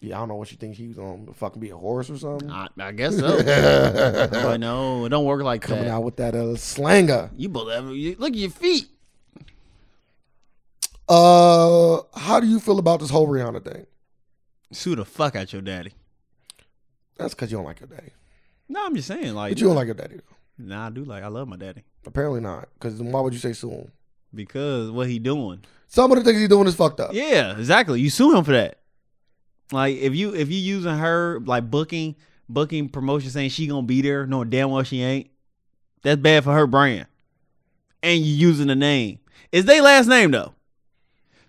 Speaker 2: Yeah, I don't know what you think he was on. Fucking be a horse or something.
Speaker 1: I, I guess so. but no, it don't work like
Speaker 2: Coming
Speaker 1: that.
Speaker 2: out with that uh, slanger.
Speaker 1: You believe you, look at your feet.
Speaker 2: Uh, how do you feel about this whole Rihanna thing?
Speaker 1: Sue the fuck out your daddy.
Speaker 2: That's because you don't like your daddy.
Speaker 1: No, I'm just saying, like,
Speaker 2: But you don't like your daddy. though.
Speaker 1: nah, I do like. I love my daddy
Speaker 2: Apparently not. Because why would you say soon?
Speaker 1: because what he doing.
Speaker 2: Some of the things he's doing is fucked up.
Speaker 1: Yeah, exactly. You sue him for that. Like, if you if you using her like booking booking promotion saying she gonna be there, knowing damn well she ain't. That's bad for her brand. And you using the name. It's their last name though.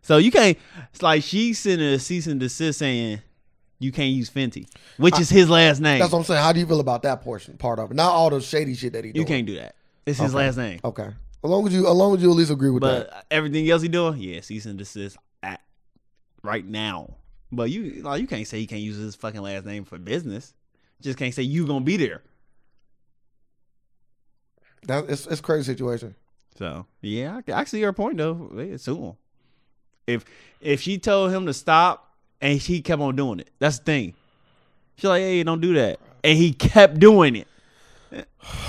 Speaker 1: So you can't it's like she sending a cease and desist saying you can't use Fenty, which is his last name.
Speaker 2: That's what I'm saying. How do you feel about that portion, part of it? Not all the shady shit that he
Speaker 1: you
Speaker 2: doing.
Speaker 1: can't do that. It's his
Speaker 2: Okay.
Speaker 1: last name.
Speaker 2: Okay. As long as you, as long as you at least agree with
Speaker 1: But
Speaker 2: that.
Speaker 1: everything else he doing, yeah, cease and desist at right now. But you like you can't say he can't use his fucking last name for business. Just can't say you gonna be there.
Speaker 2: That it's it's a crazy situation.
Speaker 1: So yeah, I, can- I see your point though. They sue him. If if she told him to stop and he kept on doing it, that's the thing. She's like, hey, don't do that, and he kept doing it.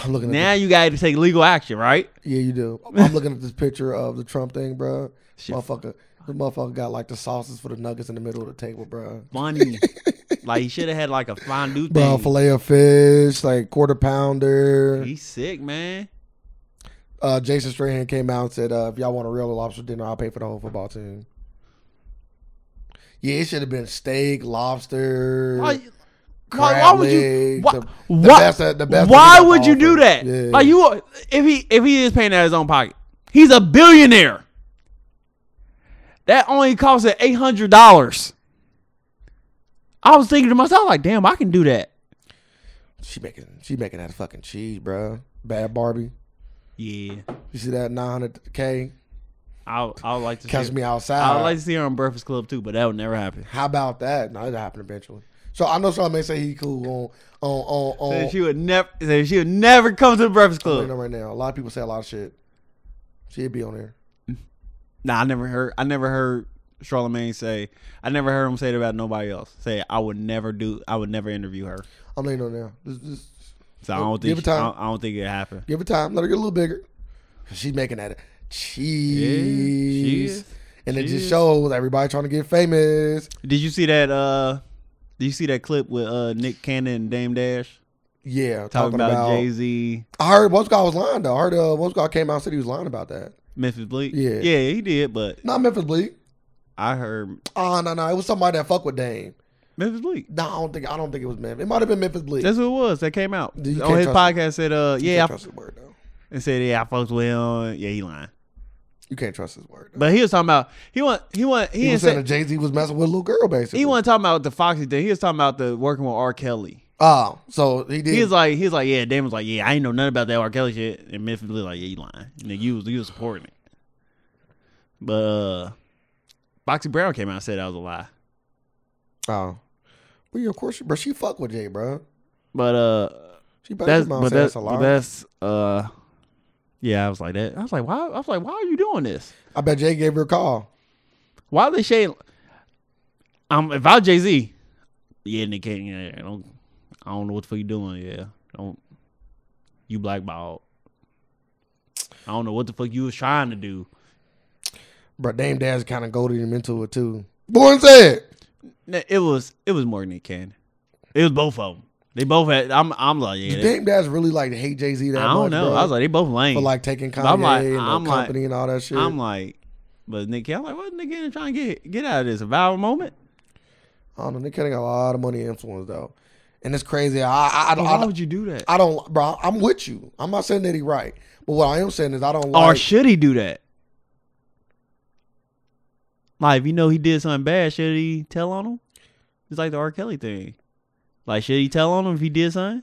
Speaker 2: I'm looking at
Speaker 1: Now you got to take legal action, right?
Speaker 2: this, yeah, you do. I'm looking at this picture of the Trump thing, bro.
Speaker 1: Shit.
Speaker 2: Motherfucker, this motherfucker got like the sauces for the nuggets in the middle of the table, bro.
Speaker 1: Funny. like he should have had like a fondue
Speaker 2: Bro,
Speaker 1: thing.
Speaker 2: fillet of fish, like quarter pounder.
Speaker 1: He's sick, man.
Speaker 2: uh, Jason Strahan came out and said, uh, "If y'all want a real lobster dinner, I'll pay for the whole football team." Yeah, it should have been steak, lobster.
Speaker 1: Why, why,
Speaker 2: crab
Speaker 1: why would you?
Speaker 2: legs,
Speaker 1: Why,
Speaker 2: the- the
Speaker 1: why,
Speaker 2: best that- the best
Speaker 1: why
Speaker 2: that they
Speaker 1: would
Speaker 2: got
Speaker 1: you
Speaker 2: offered.
Speaker 1: do that?
Speaker 2: Yeah.
Speaker 1: Like you, are- if he if he is paying out of his own pocket, he's a billionaire. That only costs at eight hundred dollars. I was thinking to myself, like, damn, I can do that.
Speaker 2: She making she making that fucking cheese, bro. Bad Barbie.
Speaker 1: Yeah,
Speaker 2: You see that 900k?
Speaker 1: I I would like to.
Speaker 2: Catch
Speaker 1: See,
Speaker 2: me
Speaker 1: I
Speaker 2: outside.
Speaker 1: would like to see her on Breakfast Club too, but that would never happen.
Speaker 2: How about that? No, it happened eventually. So I know Charlamagne say he cool on on on on.
Speaker 1: Said she would never. Said she would never come to the Breakfast
Speaker 2: right
Speaker 1: Club.
Speaker 2: now, right now, a lot of people say a lot of shit. She'd be on there.
Speaker 1: Nah, I never heard. I never heard Charlamagne say. I never heard him say it about nobody else. Say I would never do. I would never interview her.
Speaker 2: I'm laying on there. Just, just
Speaker 1: So I don't
Speaker 2: Oh, Give
Speaker 1: think.
Speaker 2: it time.
Speaker 1: I, don't, I don't think it happened.
Speaker 2: give her time. Let her get a little bigger. She's making that
Speaker 1: she
Speaker 2: cheese,
Speaker 1: is.
Speaker 2: and it
Speaker 1: She
Speaker 2: just
Speaker 1: is.
Speaker 2: shows everybody trying to get famous.
Speaker 1: Did you see that? Uh, did you see that clip with uh Nick Cannon and Dame Dash
Speaker 2: Yeah,
Speaker 1: talking about, Jay Z,
Speaker 2: I heard most guy was lying though. I heard uh, most guy came out and said he was lying about that.
Speaker 1: Memphis Bleak?
Speaker 2: Yeah.
Speaker 1: yeah, he did. But
Speaker 2: Not Memphis Bleak.
Speaker 1: I heard
Speaker 2: Oh no no, it was somebody that fuck with Dame.
Speaker 1: Memphis Bleak.
Speaker 2: No, I don't think I don't think it was Memphis. It might have been Memphis Bleak.
Speaker 1: That's who it was that came out
Speaker 2: Dude, you
Speaker 1: on
Speaker 2: can't
Speaker 1: his
Speaker 2: trust
Speaker 1: podcast. Said, "Uh,
Speaker 2: you
Speaker 1: yeah,
Speaker 2: can't
Speaker 1: I,
Speaker 2: trust his word though.
Speaker 1: and said, yeah, I fucked with him. Yeah, he lying."
Speaker 2: You can't trust his word. Though.
Speaker 1: But he was talking about he want he want he,
Speaker 2: He
Speaker 1: didn't
Speaker 2: was
Speaker 1: say
Speaker 2: saying that Jay Z was messing with a little girl basically.
Speaker 1: He wasn't talking about the Foxy thing. He was talking about the working with R. Kelly.
Speaker 2: Oh, so he did.
Speaker 1: He was like, he was like, yeah. Damon was like, yeah, I ain't know nothing about that R. Kelly shit. And Memphis was like, yeah, you lying. Nigga, you was you was supporting it. But uh Foxy Brown came out and said that was a lie.
Speaker 2: oh, well, yeah, of course, she, bro. She fuck with Jay, bro.
Speaker 1: But uh,
Speaker 2: She better
Speaker 1: that's
Speaker 2: come out
Speaker 1: but
Speaker 2: and say
Speaker 1: that's
Speaker 2: that's a
Speaker 1: but
Speaker 2: lie.
Speaker 1: that's uh, yeah. I was like that. I was like, why? I was like, why are you doing this?
Speaker 2: I bet Jay gave her a call.
Speaker 1: Why are they shading? Um, if I Jay Z, yeah, Nick Cannon, yeah, yeah, don't, I don't know what the fuck you doing. Yeah, don't. You blackballed. I don't know what the fuck you was trying to do.
Speaker 2: Bro, Dame Dad's kind of goaded him into it too. Born said,
Speaker 1: Nah, It was it was more than Nick Cannon. It was both of them. They both had. I'm I'm like yeah. they-
Speaker 2: Dame Dad's really like hate Jay Z that
Speaker 1: I don't
Speaker 2: much,
Speaker 1: know.
Speaker 2: bro,
Speaker 1: I was like they both lame.
Speaker 2: for like taking Kanye
Speaker 1: I'm like-
Speaker 2: and
Speaker 1: I'm
Speaker 2: the
Speaker 1: like-
Speaker 2: company and all that shit.
Speaker 1: I'm like, but Nick Cannon, I'm like, what Nick Cannon trying to get get out of this? A viral moment.
Speaker 2: I don't know. Nick Cannon got a lot of money and influence though, and it's crazy. I I, I,
Speaker 1: But
Speaker 2: don't-
Speaker 1: why
Speaker 2: I,
Speaker 1: would you do that?
Speaker 2: I don't, bro. I'm with you. I'm not saying that he right, but what I am saying is I don't
Speaker 1: or
Speaker 2: like.
Speaker 1: should he do that? Like, if you know he did something bad, should he tell on him? It's like the R. Kelly thing. Like, should he tell on him if he did something,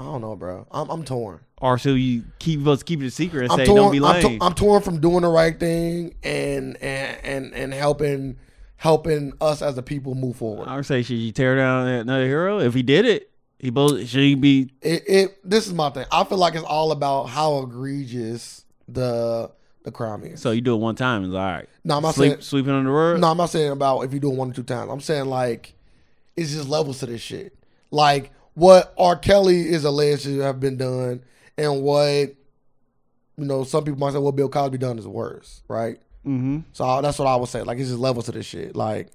Speaker 2: I don't know, bro. I'm I'm torn.
Speaker 1: or should you keep us keep it a secret and
Speaker 2: I'm
Speaker 1: say
Speaker 2: torn.
Speaker 1: don't be lame?
Speaker 2: I'm, to- I'm torn from doing the right thing and and and and helping helping us as a people move forward.
Speaker 1: I would say should you tear down another hero if he did it? He both should he be
Speaker 2: It, it this is my thing. I feel like it's all about how egregious the the crime is.
Speaker 1: so you do it one time it's all right.
Speaker 2: No, I'm not
Speaker 1: Sleep,
Speaker 2: saying
Speaker 1: sleeping on the road.
Speaker 2: No, I'm not saying about if you do it one or two times. I'm saying like it's just levels to this shit. Like what R. Kelly is alleged to have been done, and what you know, some people might say what Bill Cosby done is worse, right?
Speaker 1: Mm-hmm.
Speaker 2: So I- that's what I would say. Like it's just levels to this shit. Like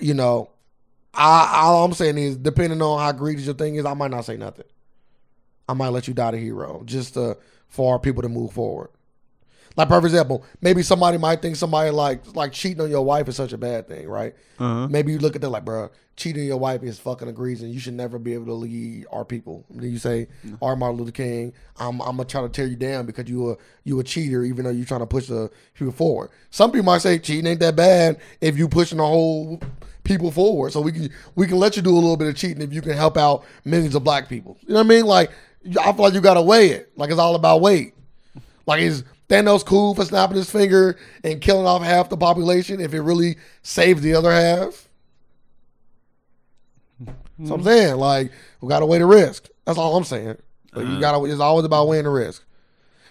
Speaker 2: you know, I all I'm saying is depending on how egregious your thing is, I might not say nothing. I might let you die the hero just to, for our people to move forward. Like for example, maybe somebody might think somebody like like cheating on your wife is such a bad thing, right?
Speaker 1: Uh-huh.
Speaker 2: Maybe you look at that like, bro, cheating on your wife is fucking egregious, and you should never be able to lead our people. And then you say, "Our Martin Luther King, I'm I'm gonna try to tear you down because you a you a cheater, even though you're trying to push the people forward." Some people might say cheating ain't that bad if you pushing the whole people forward. So we can we can let you do a little bit of cheating if you can help out millions of black people. You know what I mean? Like I feel like you gotta weigh it. Like it's all about weight. Like is Thanos cool for snapping his finger and killing off half the population if it really saves the other half? So I'm
Speaker 1: Hmm.
Speaker 2: saying, like, we gotta weigh the risk. That's all I'm saying. But
Speaker 1: Uh-huh.
Speaker 2: you gotta it's always about weighing the risk.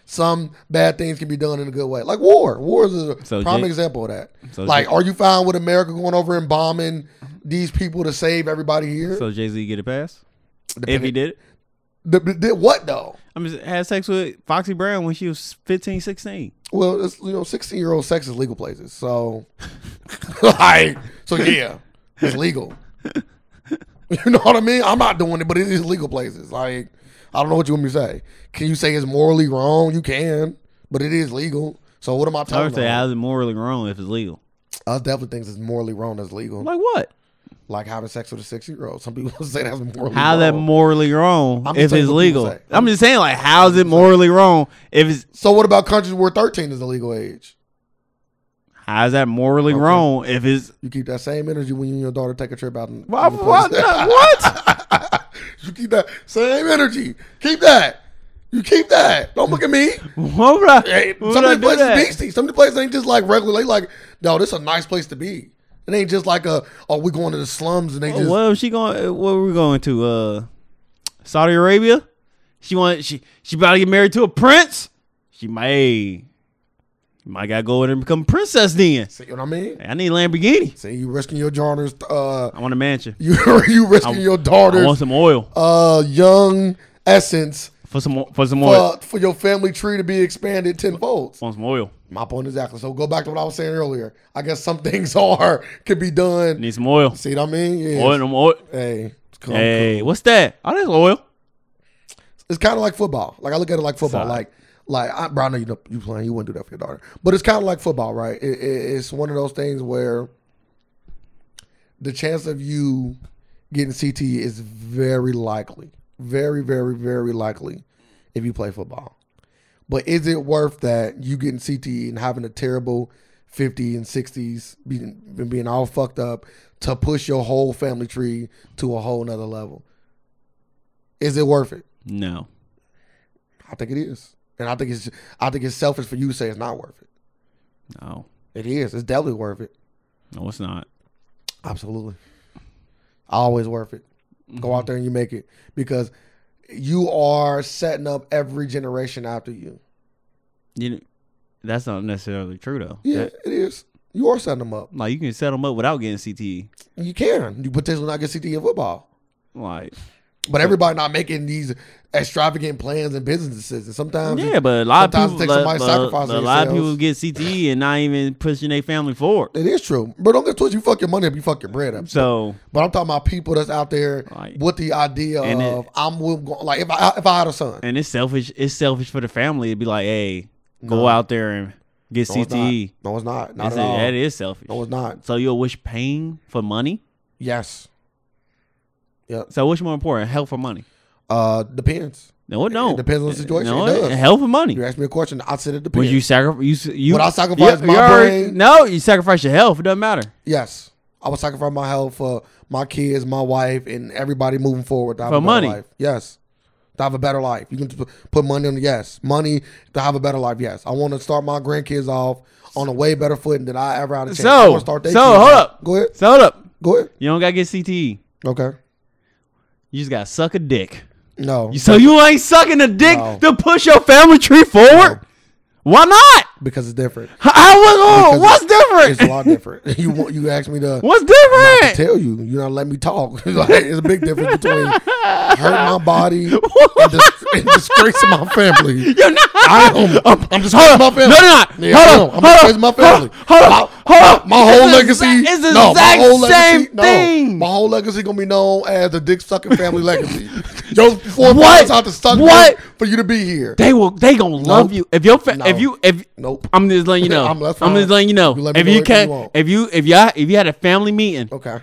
Speaker 2: Some bad things can be done in a good way. Like war. War is a
Speaker 1: So
Speaker 2: prime
Speaker 1: Jay-
Speaker 2: example of that.
Speaker 1: so
Speaker 2: like,
Speaker 1: Jay-
Speaker 2: are you fine with America going over and bombing these people to save everybody here?
Speaker 1: So Jay Z get a pass if he
Speaker 2: Depending-
Speaker 1: did it.
Speaker 2: The- the- the- what though?
Speaker 1: I mean, had sex with Foxy Brown when she was 15, 16.
Speaker 2: Well, it's, you know, sixteen year old sex is legal places, so like, so yeah, it's legal. You know what I mean? I'm not doing it, but it is legal places. Like, I don't know what you want me to say. Can you say it's morally wrong? You can, but it is legal. So what am I
Speaker 1: I would
Speaker 2: talking
Speaker 1: say,
Speaker 2: about?
Speaker 1: how's it morally wrong if it's legal?
Speaker 2: I definitely think it's morally wrong. That's legal.
Speaker 1: Like what?
Speaker 2: Like having sex with a six year old. Some people say that's morally
Speaker 1: How
Speaker 2: wrong.
Speaker 1: that morally wrong
Speaker 2: I'm just
Speaker 1: if
Speaker 2: saying
Speaker 1: it's
Speaker 2: what people
Speaker 1: legal?
Speaker 2: say.
Speaker 1: I'm just saying, like, how's it morally wrong if it's
Speaker 2: so what about countries where thirteen is the legal age?
Speaker 1: how's that morally wrong if it's
Speaker 2: You keep that same energy when you and your daughter take a trip out. And,
Speaker 1: what? What? what?
Speaker 2: you keep that same energy. Keep that. You keep that. Don't look at me.
Speaker 1: Why would I,
Speaker 2: Hey,
Speaker 1: why would
Speaker 2: some
Speaker 1: I do
Speaker 2: of the places
Speaker 1: that?
Speaker 2: beastie. Some of the places ain't just like regular. They like, no, this is a nice place to be. It ain't just like a oh we going to the slums and they just
Speaker 1: Well, she going. Oh, What were we going to? Uh, Saudi Arabia. She want she she about to get married to a prince. She might might gotta go in and become princess then.
Speaker 2: see what I mean.
Speaker 1: I need a Lamborghini.
Speaker 2: See you risking your daughter's uh
Speaker 1: I want a mansion.
Speaker 2: you you risking your
Speaker 1: I want
Speaker 2: daughter's
Speaker 1: some oil
Speaker 2: uh young essence
Speaker 1: for some for some oil.
Speaker 2: uh, for your family tree to be expanded tenfold.
Speaker 1: want some oil.
Speaker 2: My point exactly. So go back to what I was saying earlier. I guess some things are could be done.
Speaker 1: Need some oil.
Speaker 2: See what I mean? Yeah.
Speaker 1: Oil, some oil.
Speaker 2: Hey, it's, cool.
Speaker 1: Hey, what's that? Oh, that's oil.
Speaker 2: it's kind of like football. Like I look at it like football.
Speaker 1: Solid.
Speaker 2: Like, like I, bro, I know you know you playing. You wouldn't do that for your daughter, but it's kind of like football, right? It, it, it's one of those things where the chance of you getting CT is very likely, very, very, very likely, if you play football. But is it worth that you getting CT and having a terrible 50 and 60s, being, being all fucked up to push your whole family tree to a whole nother level? Is it worth it?
Speaker 1: No.
Speaker 2: I think it is, and I think it's I think it's selfish for you to say it's not worth it.
Speaker 1: No.
Speaker 2: It is. It's definitely worth it.
Speaker 1: No, it's not.
Speaker 2: Absolutely, Mm-hmm. always worth it. Go out there and you make it because you are setting up every generation after you.
Speaker 1: You know, that's not necessarily true though.
Speaker 2: Yeah,
Speaker 1: That-
Speaker 2: it is. You are setting them up.
Speaker 1: like you can set them up without getting CTE.
Speaker 2: You can. You potentially not get CT in football,
Speaker 1: Like
Speaker 2: but everybody not making these extravagant plans and business decisions. Sometimes,
Speaker 1: yeah, but a lot
Speaker 2: sometimes
Speaker 1: of
Speaker 2: it
Speaker 1: people,
Speaker 2: takes
Speaker 1: like,
Speaker 2: somebody
Speaker 1: but-
Speaker 2: sacrificing
Speaker 1: but a lot of people
Speaker 2: themselves.
Speaker 1: get CTE and not even pushing their family forward.
Speaker 2: it is true. But don't get twisted. You fuck your money up. You fuck your bread up.
Speaker 1: So
Speaker 2: But I'm talking about people that's out there
Speaker 1: Right.
Speaker 2: with the idea
Speaker 1: And it-
Speaker 2: of I'm will go, like if I if I had a son,
Speaker 1: and it's selfish. It's selfish for the family to be like, hey, go out there and get
Speaker 2: No, it's not.
Speaker 1: CTE.
Speaker 2: No, it's not. Not
Speaker 1: That's
Speaker 2: at
Speaker 1: it.
Speaker 2: all.
Speaker 1: that E. is selfish.
Speaker 2: No, it's not.
Speaker 1: So you'll wish pain for money.
Speaker 2: Yes. Yeah.
Speaker 1: So what's more important, health or money?
Speaker 2: Uh, depends.
Speaker 1: No, it
Speaker 2: It-
Speaker 1: don't.
Speaker 2: it depends on the situation.
Speaker 1: No,
Speaker 2: It does.
Speaker 1: health or money.
Speaker 2: You ask me a question. I said it
Speaker 1: Would
Speaker 2: depends.
Speaker 1: you sacrifice? You, s- you
Speaker 2: Would I sacrifice my brain?
Speaker 1: No, you sacrifice your health. It doesn't matter
Speaker 2: yes. I would sacrifice my health for my kids, my wife, and everybody moving forward to have
Speaker 1: For
Speaker 2: a better
Speaker 1: money.
Speaker 2: life. Yes. To have a better life. You can p- put money on the yes. Money to have a better life. Yes. I want to start my grandkids off on a way better footing than I ever had a chance. I
Speaker 1: So-
Speaker 2: wanna start their
Speaker 1: so,
Speaker 2: kids
Speaker 1: hold
Speaker 2: off.
Speaker 1: up.
Speaker 2: Go ahead.
Speaker 1: So hold up.
Speaker 2: Go ahead.
Speaker 1: You don't gotta get CTE.
Speaker 2: Okay.
Speaker 1: You just gotta suck a dick.
Speaker 2: No.
Speaker 1: You- So you ain't sucking a dick
Speaker 2: No.
Speaker 1: to push your family tree forward. Why not?
Speaker 2: because it's different.
Speaker 1: How- How was oh,
Speaker 2: Because
Speaker 1: What's
Speaker 2: It's a
Speaker 1: different?
Speaker 2: lot different. you want you asked me to
Speaker 1: What's
Speaker 2: to
Speaker 1: different?
Speaker 2: tell you. You're not letting me talk. Like, it's a big difference between hurt my body and, dis- and disgracing my family.
Speaker 1: You're not.
Speaker 2: I am. I'm, I'm disgracing my family.
Speaker 1: No, you're not.
Speaker 2: Yeah,
Speaker 1: Hold
Speaker 2: hold
Speaker 1: on,
Speaker 2: on. I'm
Speaker 1: hold
Speaker 2: disgracing my
Speaker 1: on,
Speaker 2: family.
Speaker 1: hold on,
Speaker 2: My-
Speaker 1: hold on.
Speaker 2: My, my whole
Speaker 1: It's the
Speaker 2: legacy.
Speaker 1: exact- it's the
Speaker 2: no, my
Speaker 1: exact
Speaker 2: whole legacy.
Speaker 1: same
Speaker 2: No,
Speaker 1: thing.
Speaker 2: my whole legacy gonna be known as the dick sucking family legacy. Your
Speaker 1: What?
Speaker 2: forefathers had to suck
Speaker 1: What?
Speaker 2: dick for you to be here.
Speaker 1: They will. They gonna love you if your fa-
Speaker 2: No.
Speaker 1: if you if
Speaker 2: Nope.
Speaker 1: I'm just letting you know.
Speaker 2: I'm-
Speaker 1: I'm,
Speaker 2: that's fine.
Speaker 1: just letting you know.
Speaker 2: You let me
Speaker 1: if
Speaker 2: know
Speaker 1: you
Speaker 2: anything you
Speaker 1: can,
Speaker 2: want.
Speaker 1: if you if y'all if you had a family meeting
Speaker 2: Okay.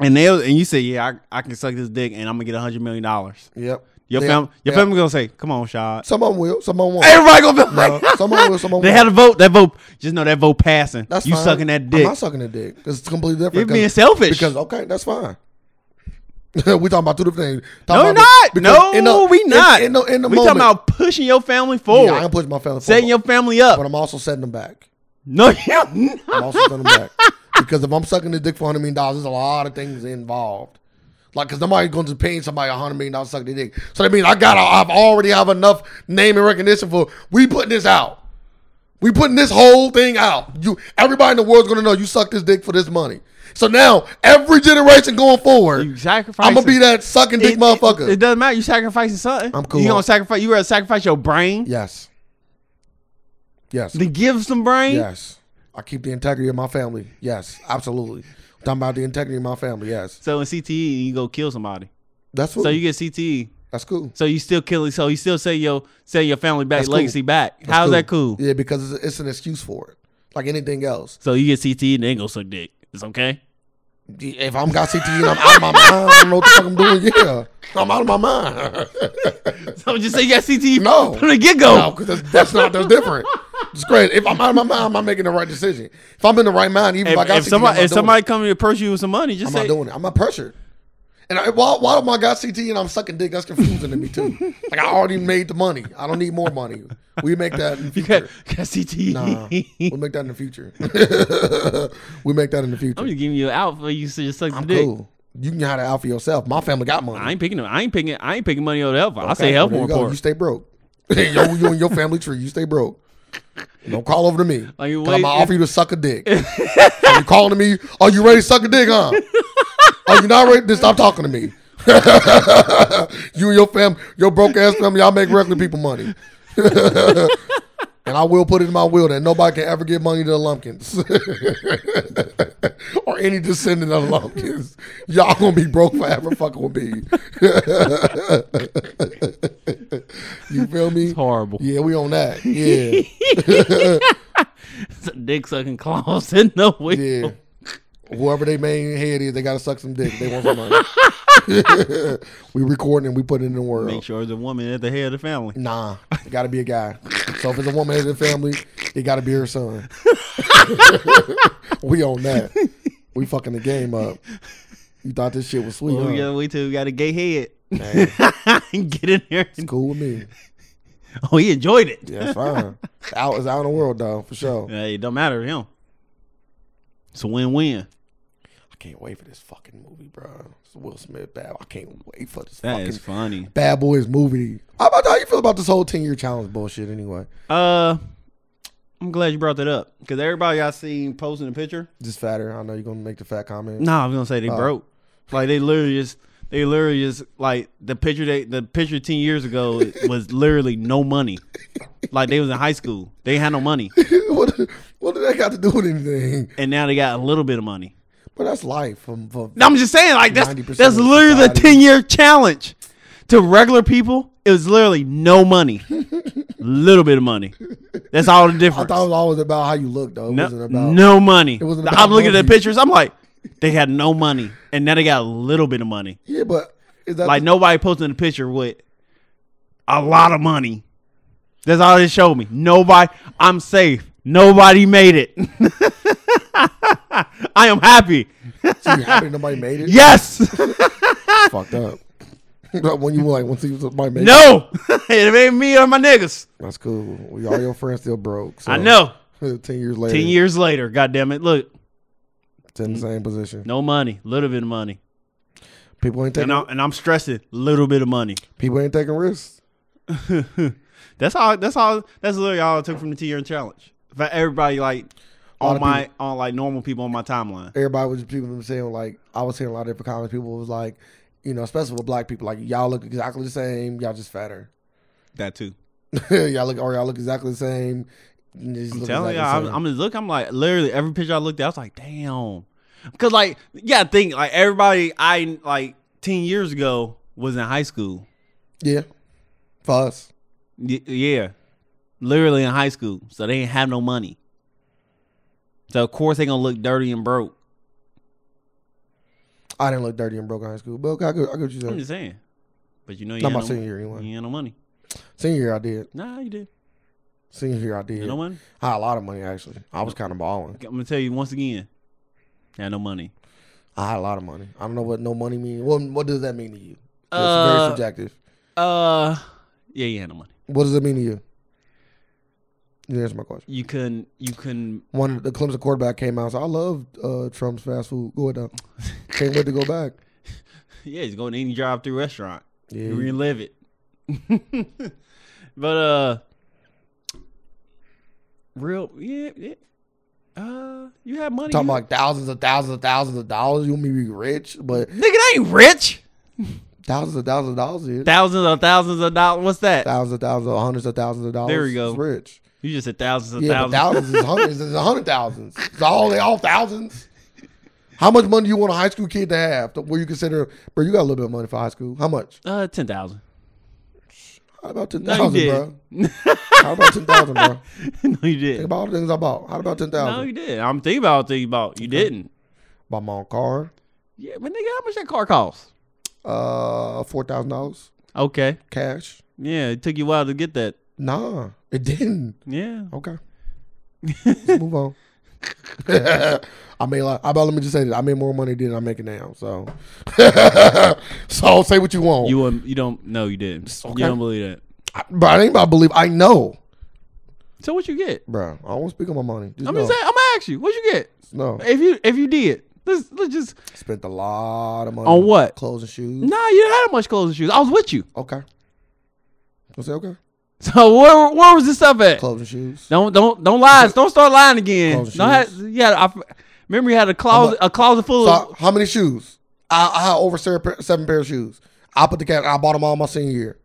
Speaker 1: and they and you say, yeah, I, I can suck this dick and I'm gonna get a hundred million dollars.
Speaker 2: Yep.
Speaker 1: Your
Speaker 2: Yep.
Speaker 1: family, your
Speaker 2: Yep.
Speaker 1: family gonna say, come on, shot.
Speaker 2: Some of them will. Some of them won't.
Speaker 1: Everybody gonna be like,
Speaker 2: No, someone will, someone
Speaker 1: they
Speaker 2: will.
Speaker 1: had a vote. That vote, just know that vote passing.
Speaker 2: That's
Speaker 1: you
Speaker 2: fine.
Speaker 1: sucking that
Speaker 2: I'm
Speaker 1: dick.
Speaker 2: not sucking that dick. 'cause It's completely different.
Speaker 1: You're being
Speaker 2: 'cause-
Speaker 1: selfish.
Speaker 2: Because okay, that's fine. we talking about two different things. Talking
Speaker 1: no, we're
Speaker 2: about
Speaker 1: not.
Speaker 2: because
Speaker 1: No,
Speaker 2: in the-
Speaker 1: we
Speaker 2: in-
Speaker 1: not.
Speaker 2: In, the in the
Speaker 1: we
Speaker 2: moment,
Speaker 1: talking about pushing your family
Speaker 2: yeah,
Speaker 1: forward,
Speaker 2: I am pushing my family
Speaker 1: setting
Speaker 2: forward,
Speaker 1: your family up.
Speaker 2: but I'm also setting them back.
Speaker 1: no, you
Speaker 2: I'm also setting them back because if I'm sucking the dick for hundred million dollars, there's a lot of things involved. Like, cause somebody going to pay somebody a hundred million dollars to suck their dick. So that means I got, to I've already have enough name and recognition for we putting this out. We putting this whole thing out. You, everybody in the world's gonna know you sucked this dick for this money. So now every generation going forward,
Speaker 1: You sacrificing.
Speaker 2: I'm gonna be that sucking dick
Speaker 1: It-
Speaker 2: motherfucker.
Speaker 1: It, it doesn't matter. You sacrificing something.
Speaker 2: I'm cool.
Speaker 1: You gonna sacrifice? You rather sacrifice your brain
Speaker 2: yes, yes,
Speaker 1: than give some brain?
Speaker 2: yes. I keep the integrity of my family. Yes, absolutely. talking about the integrity of my family. Yes,
Speaker 1: So in CTE, you go kill somebody.
Speaker 2: that's what.
Speaker 1: So you get CTE.
Speaker 2: that's cool.
Speaker 1: So you still killing. So you still say your say your family back
Speaker 2: That's cool.
Speaker 1: legacy back. How's that cool?
Speaker 2: Yeah, because it's, it's an excuse for it. Like anything else,
Speaker 1: So you get CTE and then go suck dick. It's okay.
Speaker 2: if I'm got CTE and I'm out of my mind, I don't know what the fuck I'm doing. Yeah, I'm out of my mind.
Speaker 1: So just say you got CTE
Speaker 2: No.
Speaker 1: from the get go.
Speaker 2: No, because that's, that's not that's different. It's great. If I'm out of my mind, I'm not making the right decision. If I'm in the right mind, even if, I
Speaker 1: if,
Speaker 2: got
Speaker 1: if somebody
Speaker 2: i
Speaker 1: if somebody come to approach you with some money, just
Speaker 2: I'm
Speaker 1: say
Speaker 2: not doing it. I'm not pressured. And I, why, why am I got CT and I'm sucking dick? That's confusing to me too. Like I already made the money. I don't need more money. We make that in the
Speaker 1: You got,
Speaker 2: future.
Speaker 1: you got E." CTE.
Speaker 2: Nah, we'll make that in the future. we make that in the
Speaker 1: I'm
Speaker 2: future.
Speaker 1: just giving you an out for you to just suck the
Speaker 2: I'm
Speaker 1: dick.
Speaker 2: cool. You can hide it out for yourself. My family got money.
Speaker 1: I ain't picking. I ain't picking. I ain't picking money over the health. I say
Speaker 2: Okay,
Speaker 1: health
Speaker 2: well,
Speaker 1: more
Speaker 2: there you go. You
Speaker 1: important.
Speaker 2: stay broke. Yo, you and your family tree. You stay broke. Don't call over to me.
Speaker 1: Like,
Speaker 2: I'm
Speaker 1: wait,
Speaker 2: gonna offer you to suck a dick. Are you calling to me? Are you ready to suck a dick, huh? Are you not ready? Then stop talking to me. you and your fam, your broke ass family, y'all make regular people money. and I will put it in my will that nobody can ever give money to the Lumpkins or any descendant of the Lumpkins. Y'all gonna be broke forever, fucking with me. you feel me?
Speaker 1: It's horrible.
Speaker 2: Yeah, we on that. Yeah,
Speaker 1: It's a dick sucking claws in the way.
Speaker 2: yeah. Whoever they main head is, they gotta suck some dick. They want some money. we recording and we put it in the world.
Speaker 1: Make sure it's a woman at the head of the family.
Speaker 2: Nah, it got to be a guy. So if it's a woman in the family, it got to be her son. we on that. We fucking the game up. You thought this shit was sweet,
Speaker 1: Well,
Speaker 2: huh?
Speaker 1: we got Oh, we too. We got a gay head.
Speaker 2: Hey,
Speaker 1: Get in there.
Speaker 2: it's cool with me.
Speaker 1: Oh, he enjoyed it.
Speaker 2: Yeah, it's fine. It's out is out in the world though, for sure.
Speaker 1: Hey, it don't matter to him. It's a win-win.
Speaker 2: I can't wait for this fucking movie, bro. It's Will Smith bad. I can't wait for this
Speaker 1: That
Speaker 2: fucking
Speaker 1: is funny.
Speaker 2: Bad Boys movie. How about how you feel about this whole ten year challenge bullshit? Anyway,
Speaker 1: Uh, I'm glad you brought that up because everybody I seen posting a picture.
Speaker 2: just fatter. I know you're gonna make the fat comment.
Speaker 1: Nah, I was gonna say they
Speaker 2: Oh.
Speaker 1: broke. Like they literally just, they literally just like the picture they the picture ten years ago was literally no money. Like they was in high school, they had no money,
Speaker 2: what, what did that got to do with anything?
Speaker 1: and now they got a little bit of money.
Speaker 2: But that's life. From, from
Speaker 1: No, I'm just saying like that's
Speaker 2: 90%
Speaker 1: that's
Speaker 2: of
Speaker 1: literally the
Speaker 2: society. ten
Speaker 1: ten year challenge to regular people. It was literally no money, little bit of money. That's all the
Speaker 2: I
Speaker 1: difference.
Speaker 2: thought it was always about how you look, though. It
Speaker 1: No,
Speaker 2: wasn't about.
Speaker 1: no money.
Speaker 2: wasn't
Speaker 1: I'm
Speaker 2: about
Speaker 1: looking at the
Speaker 2: movies.
Speaker 1: pictures. I'm like, they had no money, and now they got a little bit of money.
Speaker 2: Yeah, but is that
Speaker 1: Like nobody posting a picture with a lot of money. That's all they showed me. Nobody. I'm safe. Nobody made it. I am happy.
Speaker 2: so you happy nobody made it?
Speaker 1: Yes.
Speaker 2: It's fucked up. But when you were like, once you somebody made it,
Speaker 1: No. it ain't me or my niggas.
Speaker 2: that's cool. We all your friends still broke. So
Speaker 1: I know.
Speaker 2: Ten years later,
Speaker 1: Ten years later. God damn it. Look,
Speaker 2: it's in the same position.
Speaker 1: no money. Little bit of money.
Speaker 2: People ain't taking
Speaker 1: And I'm, and I'm stressing. Little bit of money.
Speaker 2: people ain't taking risks.
Speaker 1: That's all. That's all. That's literally all I took from the T year challenge. For everybody like on
Speaker 2: of
Speaker 1: my on like normal people on my timeline.
Speaker 2: Everybody was people were saying like I was hearing a lot of different comments. People was like, you know, especially with black people, like y'all look exactly the same. Y'all just fatter.
Speaker 1: That too.
Speaker 2: y'all look or y'all look exactly the same. I'm
Speaker 1: I'm telling you, I'm, I'm just looking. I'm like literally every picture I looked at, I was like, damn. Because like yeah, think like everybody I like ten years ago was in high school.
Speaker 2: yeah, for us.
Speaker 1: Y- yeah, literally in high school, so they ain't have no money. So of course they gonna look dirty and broke.
Speaker 2: I didn't look dirty and broke in high school, but okay, I get, I get what you
Speaker 1: I'm
Speaker 2: said.
Speaker 1: just saying. But you know you,
Speaker 2: Not
Speaker 1: had
Speaker 2: my
Speaker 1: no,
Speaker 2: senior year, anyway.
Speaker 1: you had no money.
Speaker 2: Senior year, I did.
Speaker 1: Nah, you did.
Speaker 2: Senior year, I did.
Speaker 1: You No money.
Speaker 2: I had a lot of money actually. I was kind of balling.
Speaker 1: I'm gonna tell you once again. Had no money.
Speaker 2: I had a lot of money. I don't know what no money means. What what does that mean to you? It's
Speaker 1: Uh,
Speaker 2: very subjective.
Speaker 1: Uh, yeah, you had no money.
Speaker 2: What does it mean to you? You answer my question.
Speaker 1: You couldn't. You couldn't.
Speaker 2: One of the Clemson quarterback came out. So I love uh, Trump's fast food. Go ahead. though. Can't wait to go back.
Speaker 1: Yeah, just go to any drive-through restaurant.
Speaker 2: Yeah,
Speaker 1: You relive it. but uh, real yeah, yeah. Uh, you had money.
Speaker 2: talking
Speaker 1: you-
Speaker 2: about thousands of thousands of thousands of dollars. You want me to be rich, but
Speaker 1: nigga, that ain't rich.
Speaker 2: thousands of thousands of dollars is
Speaker 1: Thousands of thousands of dollars. What's that?
Speaker 2: thousands of thousands of hundreds of thousands of dollars.
Speaker 1: There we
Speaker 2: is
Speaker 1: go.
Speaker 2: rich.
Speaker 1: You just said thousands of
Speaker 2: Yeah, but
Speaker 1: thousands.
Speaker 2: thousands is hundreds is a hundred thousands. It's all they all thousands. How much money do you want a high school kid to have? to- Where you consider, bro, you got a little bit of money for high school. How much?
Speaker 1: Uh, ten thousand.
Speaker 2: How about ten
Speaker 1: No,
Speaker 2: thousand,
Speaker 1: you
Speaker 2: bro? How about ten thousand, bro?
Speaker 1: no, you
Speaker 2: Think
Speaker 1: did.
Speaker 2: about all the things I bought. How about ten
Speaker 1: No,
Speaker 2: thousand?
Speaker 1: you did. I'm thinking about thinking about. You didn't.
Speaker 2: Bought my own car,
Speaker 1: Yeah, but nigga, how much that car cost?
Speaker 2: uh, four thousand dollars
Speaker 1: Okay.
Speaker 2: cash.
Speaker 1: Yeah, it took you a while to get that.
Speaker 2: Nah, it didn't.
Speaker 1: Yeah.
Speaker 2: Okay, let's move on. I made a lot. I about let me just say that I made more money than I make it now. So, so say what you want.
Speaker 1: You wouldn't, you don't no you didn't.
Speaker 2: Oh. okay.
Speaker 1: You don't believe that.
Speaker 2: I- but I ain't about to believe. I know,
Speaker 1: So what you get?
Speaker 2: bro. I won't speak on my money. Just
Speaker 1: I'm
Speaker 2: know.
Speaker 1: gonna say I'm gonna ask you. What you get?
Speaker 2: No,
Speaker 1: If you if you did, let's let's just
Speaker 2: spent a lot of money
Speaker 1: On what?
Speaker 2: Clothes and shoes.
Speaker 1: nah. You didn't have much clothes and shoes. I was with you.
Speaker 2: Okay. I say okay.
Speaker 1: So where where was this stuff at?
Speaker 2: Clothes and shoes.
Speaker 1: Don't don't don't lie. Don't start lying again.
Speaker 2: Clothes and
Speaker 1: Don't have, yeah. I f- remember you had a closet a closet full of.
Speaker 2: So how many shoes? I, I had over seven pair, seven pair of shoes. I put the cat. I bought them all my senior year.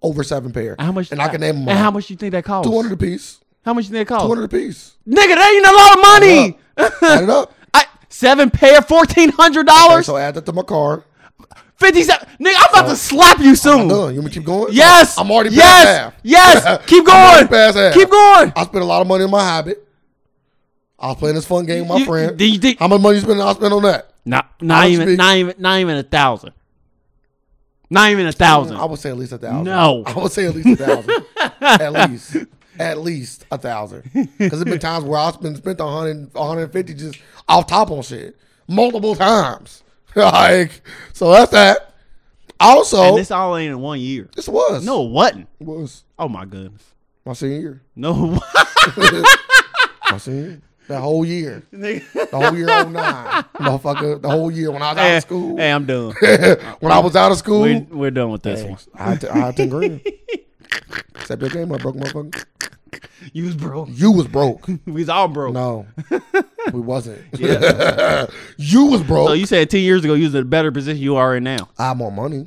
Speaker 2: Over seven pair.
Speaker 1: How much?
Speaker 2: And I can name them.
Speaker 1: And how
Speaker 2: all.
Speaker 1: much Oh. you think that cost?
Speaker 2: Two hundred a piece.
Speaker 1: How much you think that cost?
Speaker 2: Two hundred a piece.
Speaker 1: Nigga, that ain't a lot of money.
Speaker 2: Add it up.
Speaker 1: I, seven pair, fourteen hundred
Speaker 2: Okay,
Speaker 1: dollars,
Speaker 2: so add that to my car.
Speaker 1: fifty seven. Nigga, I'm about to slap you soon.
Speaker 2: Done. You want me to keep going?
Speaker 1: Yes.
Speaker 2: I'm already
Speaker 1: yes.
Speaker 2: past half.
Speaker 1: Yes. Keep
Speaker 2: I'm already
Speaker 1: going.
Speaker 2: past half.
Speaker 1: Keep going.
Speaker 2: I spent a lot of money on my habit. I was playing this fun game with my
Speaker 1: You-
Speaker 2: friend.
Speaker 1: do you think-
Speaker 2: how much money you spend? I spend on that.
Speaker 1: Not not
Speaker 2: I'll
Speaker 1: even
Speaker 2: speak-
Speaker 1: not even not even a thousand. Not even a thousand.
Speaker 2: I would say at least a thousand.
Speaker 1: No.
Speaker 2: I would say at least a thousand. at least. At least a thousand. Because there's been times where I've been spent 100, 150 just off top on shit multiple times. like, so that's that. Also,
Speaker 1: and
Speaker 2: this,
Speaker 1: this all ain't in one year.
Speaker 2: was.
Speaker 1: No, it wasn't.
Speaker 2: It was
Speaker 1: Oh my goodness.
Speaker 2: my senior year.
Speaker 1: No,
Speaker 2: My senior year. That whole year.
Speaker 1: nigga.
Speaker 2: The whole year 09. Motherfucker. The whole year when I was out
Speaker 1: Hey,
Speaker 2: of school.
Speaker 1: hey, I'm done.
Speaker 2: when I was out of school.
Speaker 1: We're, we're done with this one.
Speaker 2: I had, to, I had 10 grand. Except your game, I broke motherfucker.
Speaker 1: You was broke.
Speaker 2: You was broke.
Speaker 1: We was all broke.
Speaker 2: No, we wasn't. you was broke.
Speaker 1: So you said ten years ago you was in a better position you are in now.
Speaker 2: I had more money.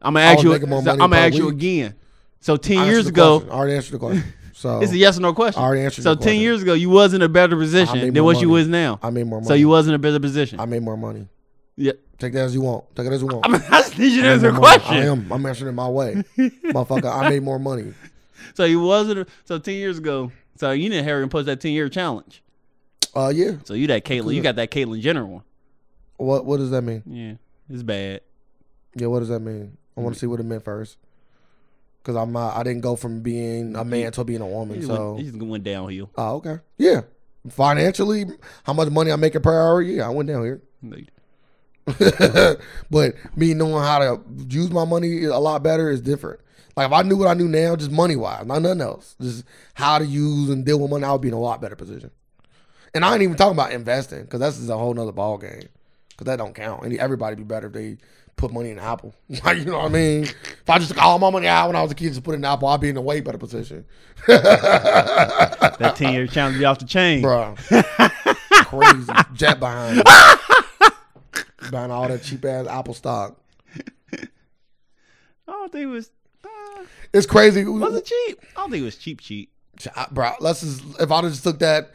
Speaker 1: I'm gonna ask
Speaker 2: was
Speaker 1: you.
Speaker 2: making more
Speaker 1: I'm
Speaker 2: money
Speaker 1: gonna
Speaker 2: per
Speaker 1: ask you
Speaker 2: week.
Speaker 1: again. So ten
Speaker 2: I
Speaker 1: years
Speaker 2: answered the
Speaker 1: ago,
Speaker 2: question. I already answered the question. So
Speaker 1: it's a yes or no question.
Speaker 2: I already answered
Speaker 1: so
Speaker 2: your
Speaker 1: ten
Speaker 2: question.
Speaker 1: years ago, you was in a better position than
Speaker 2: made more
Speaker 1: what you
Speaker 2: money.
Speaker 1: is now.
Speaker 2: I made more money.
Speaker 1: so you was in a better position.
Speaker 2: I made more money.
Speaker 1: yeah.
Speaker 2: Take that as you want. Take it as you want.
Speaker 1: I, mean, I just need you to
Speaker 2: I made
Speaker 1: answer a
Speaker 2: more money.
Speaker 1: question.
Speaker 2: I am. I'm answering it my way, motherfucker. I made more money.
Speaker 1: So you wasn't. So ten years ago, so you didn't hurry and post that ten year challenge.
Speaker 2: Uh, yeah.
Speaker 1: So you that Caitlyn, you got that Caitlyn Jenner one.
Speaker 2: What What does that mean?
Speaker 1: Yeah, it's bad.
Speaker 2: Yeah, what does that mean? I want to see what it meant first. Cause I'm not. I didn't go from being a man to being a
Speaker 1: It
Speaker 2: woman.
Speaker 1: just,
Speaker 2: So
Speaker 1: went, it just went downhill.
Speaker 2: Oh, okay. Yeah. Financially, how much money I make per hour? Yeah, I went down here.
Speaker 1: Like,
Speaker 2: but me knowing how to use my money a lot better is different. Like if I knew what I knew now, just money wise, not nothing else, just how to use and deal with money, I would be in a lot better position. And I ain't even talking about investing because that's just a whole nother ball game. Because that don't count. And everybody be better if they put money in Apple. Like you know what I mean? If I just took all my money out when I was a kid, just put it in Apple, I'd be in a way better position.
Speaker 1: that ten year challenge you off the chain.
Speaker 2: Bruh. Crazy. Jet behind me. Buying all that cheap ass Apple stock.
Speaker 1: I don't think it was. Uh,
Speaker 2: It's crazy.
Speaker 1: was it cheap? I don't think it was cheap. Cheap.
Speaker 2: I- Bruh, let's just, if I just took that,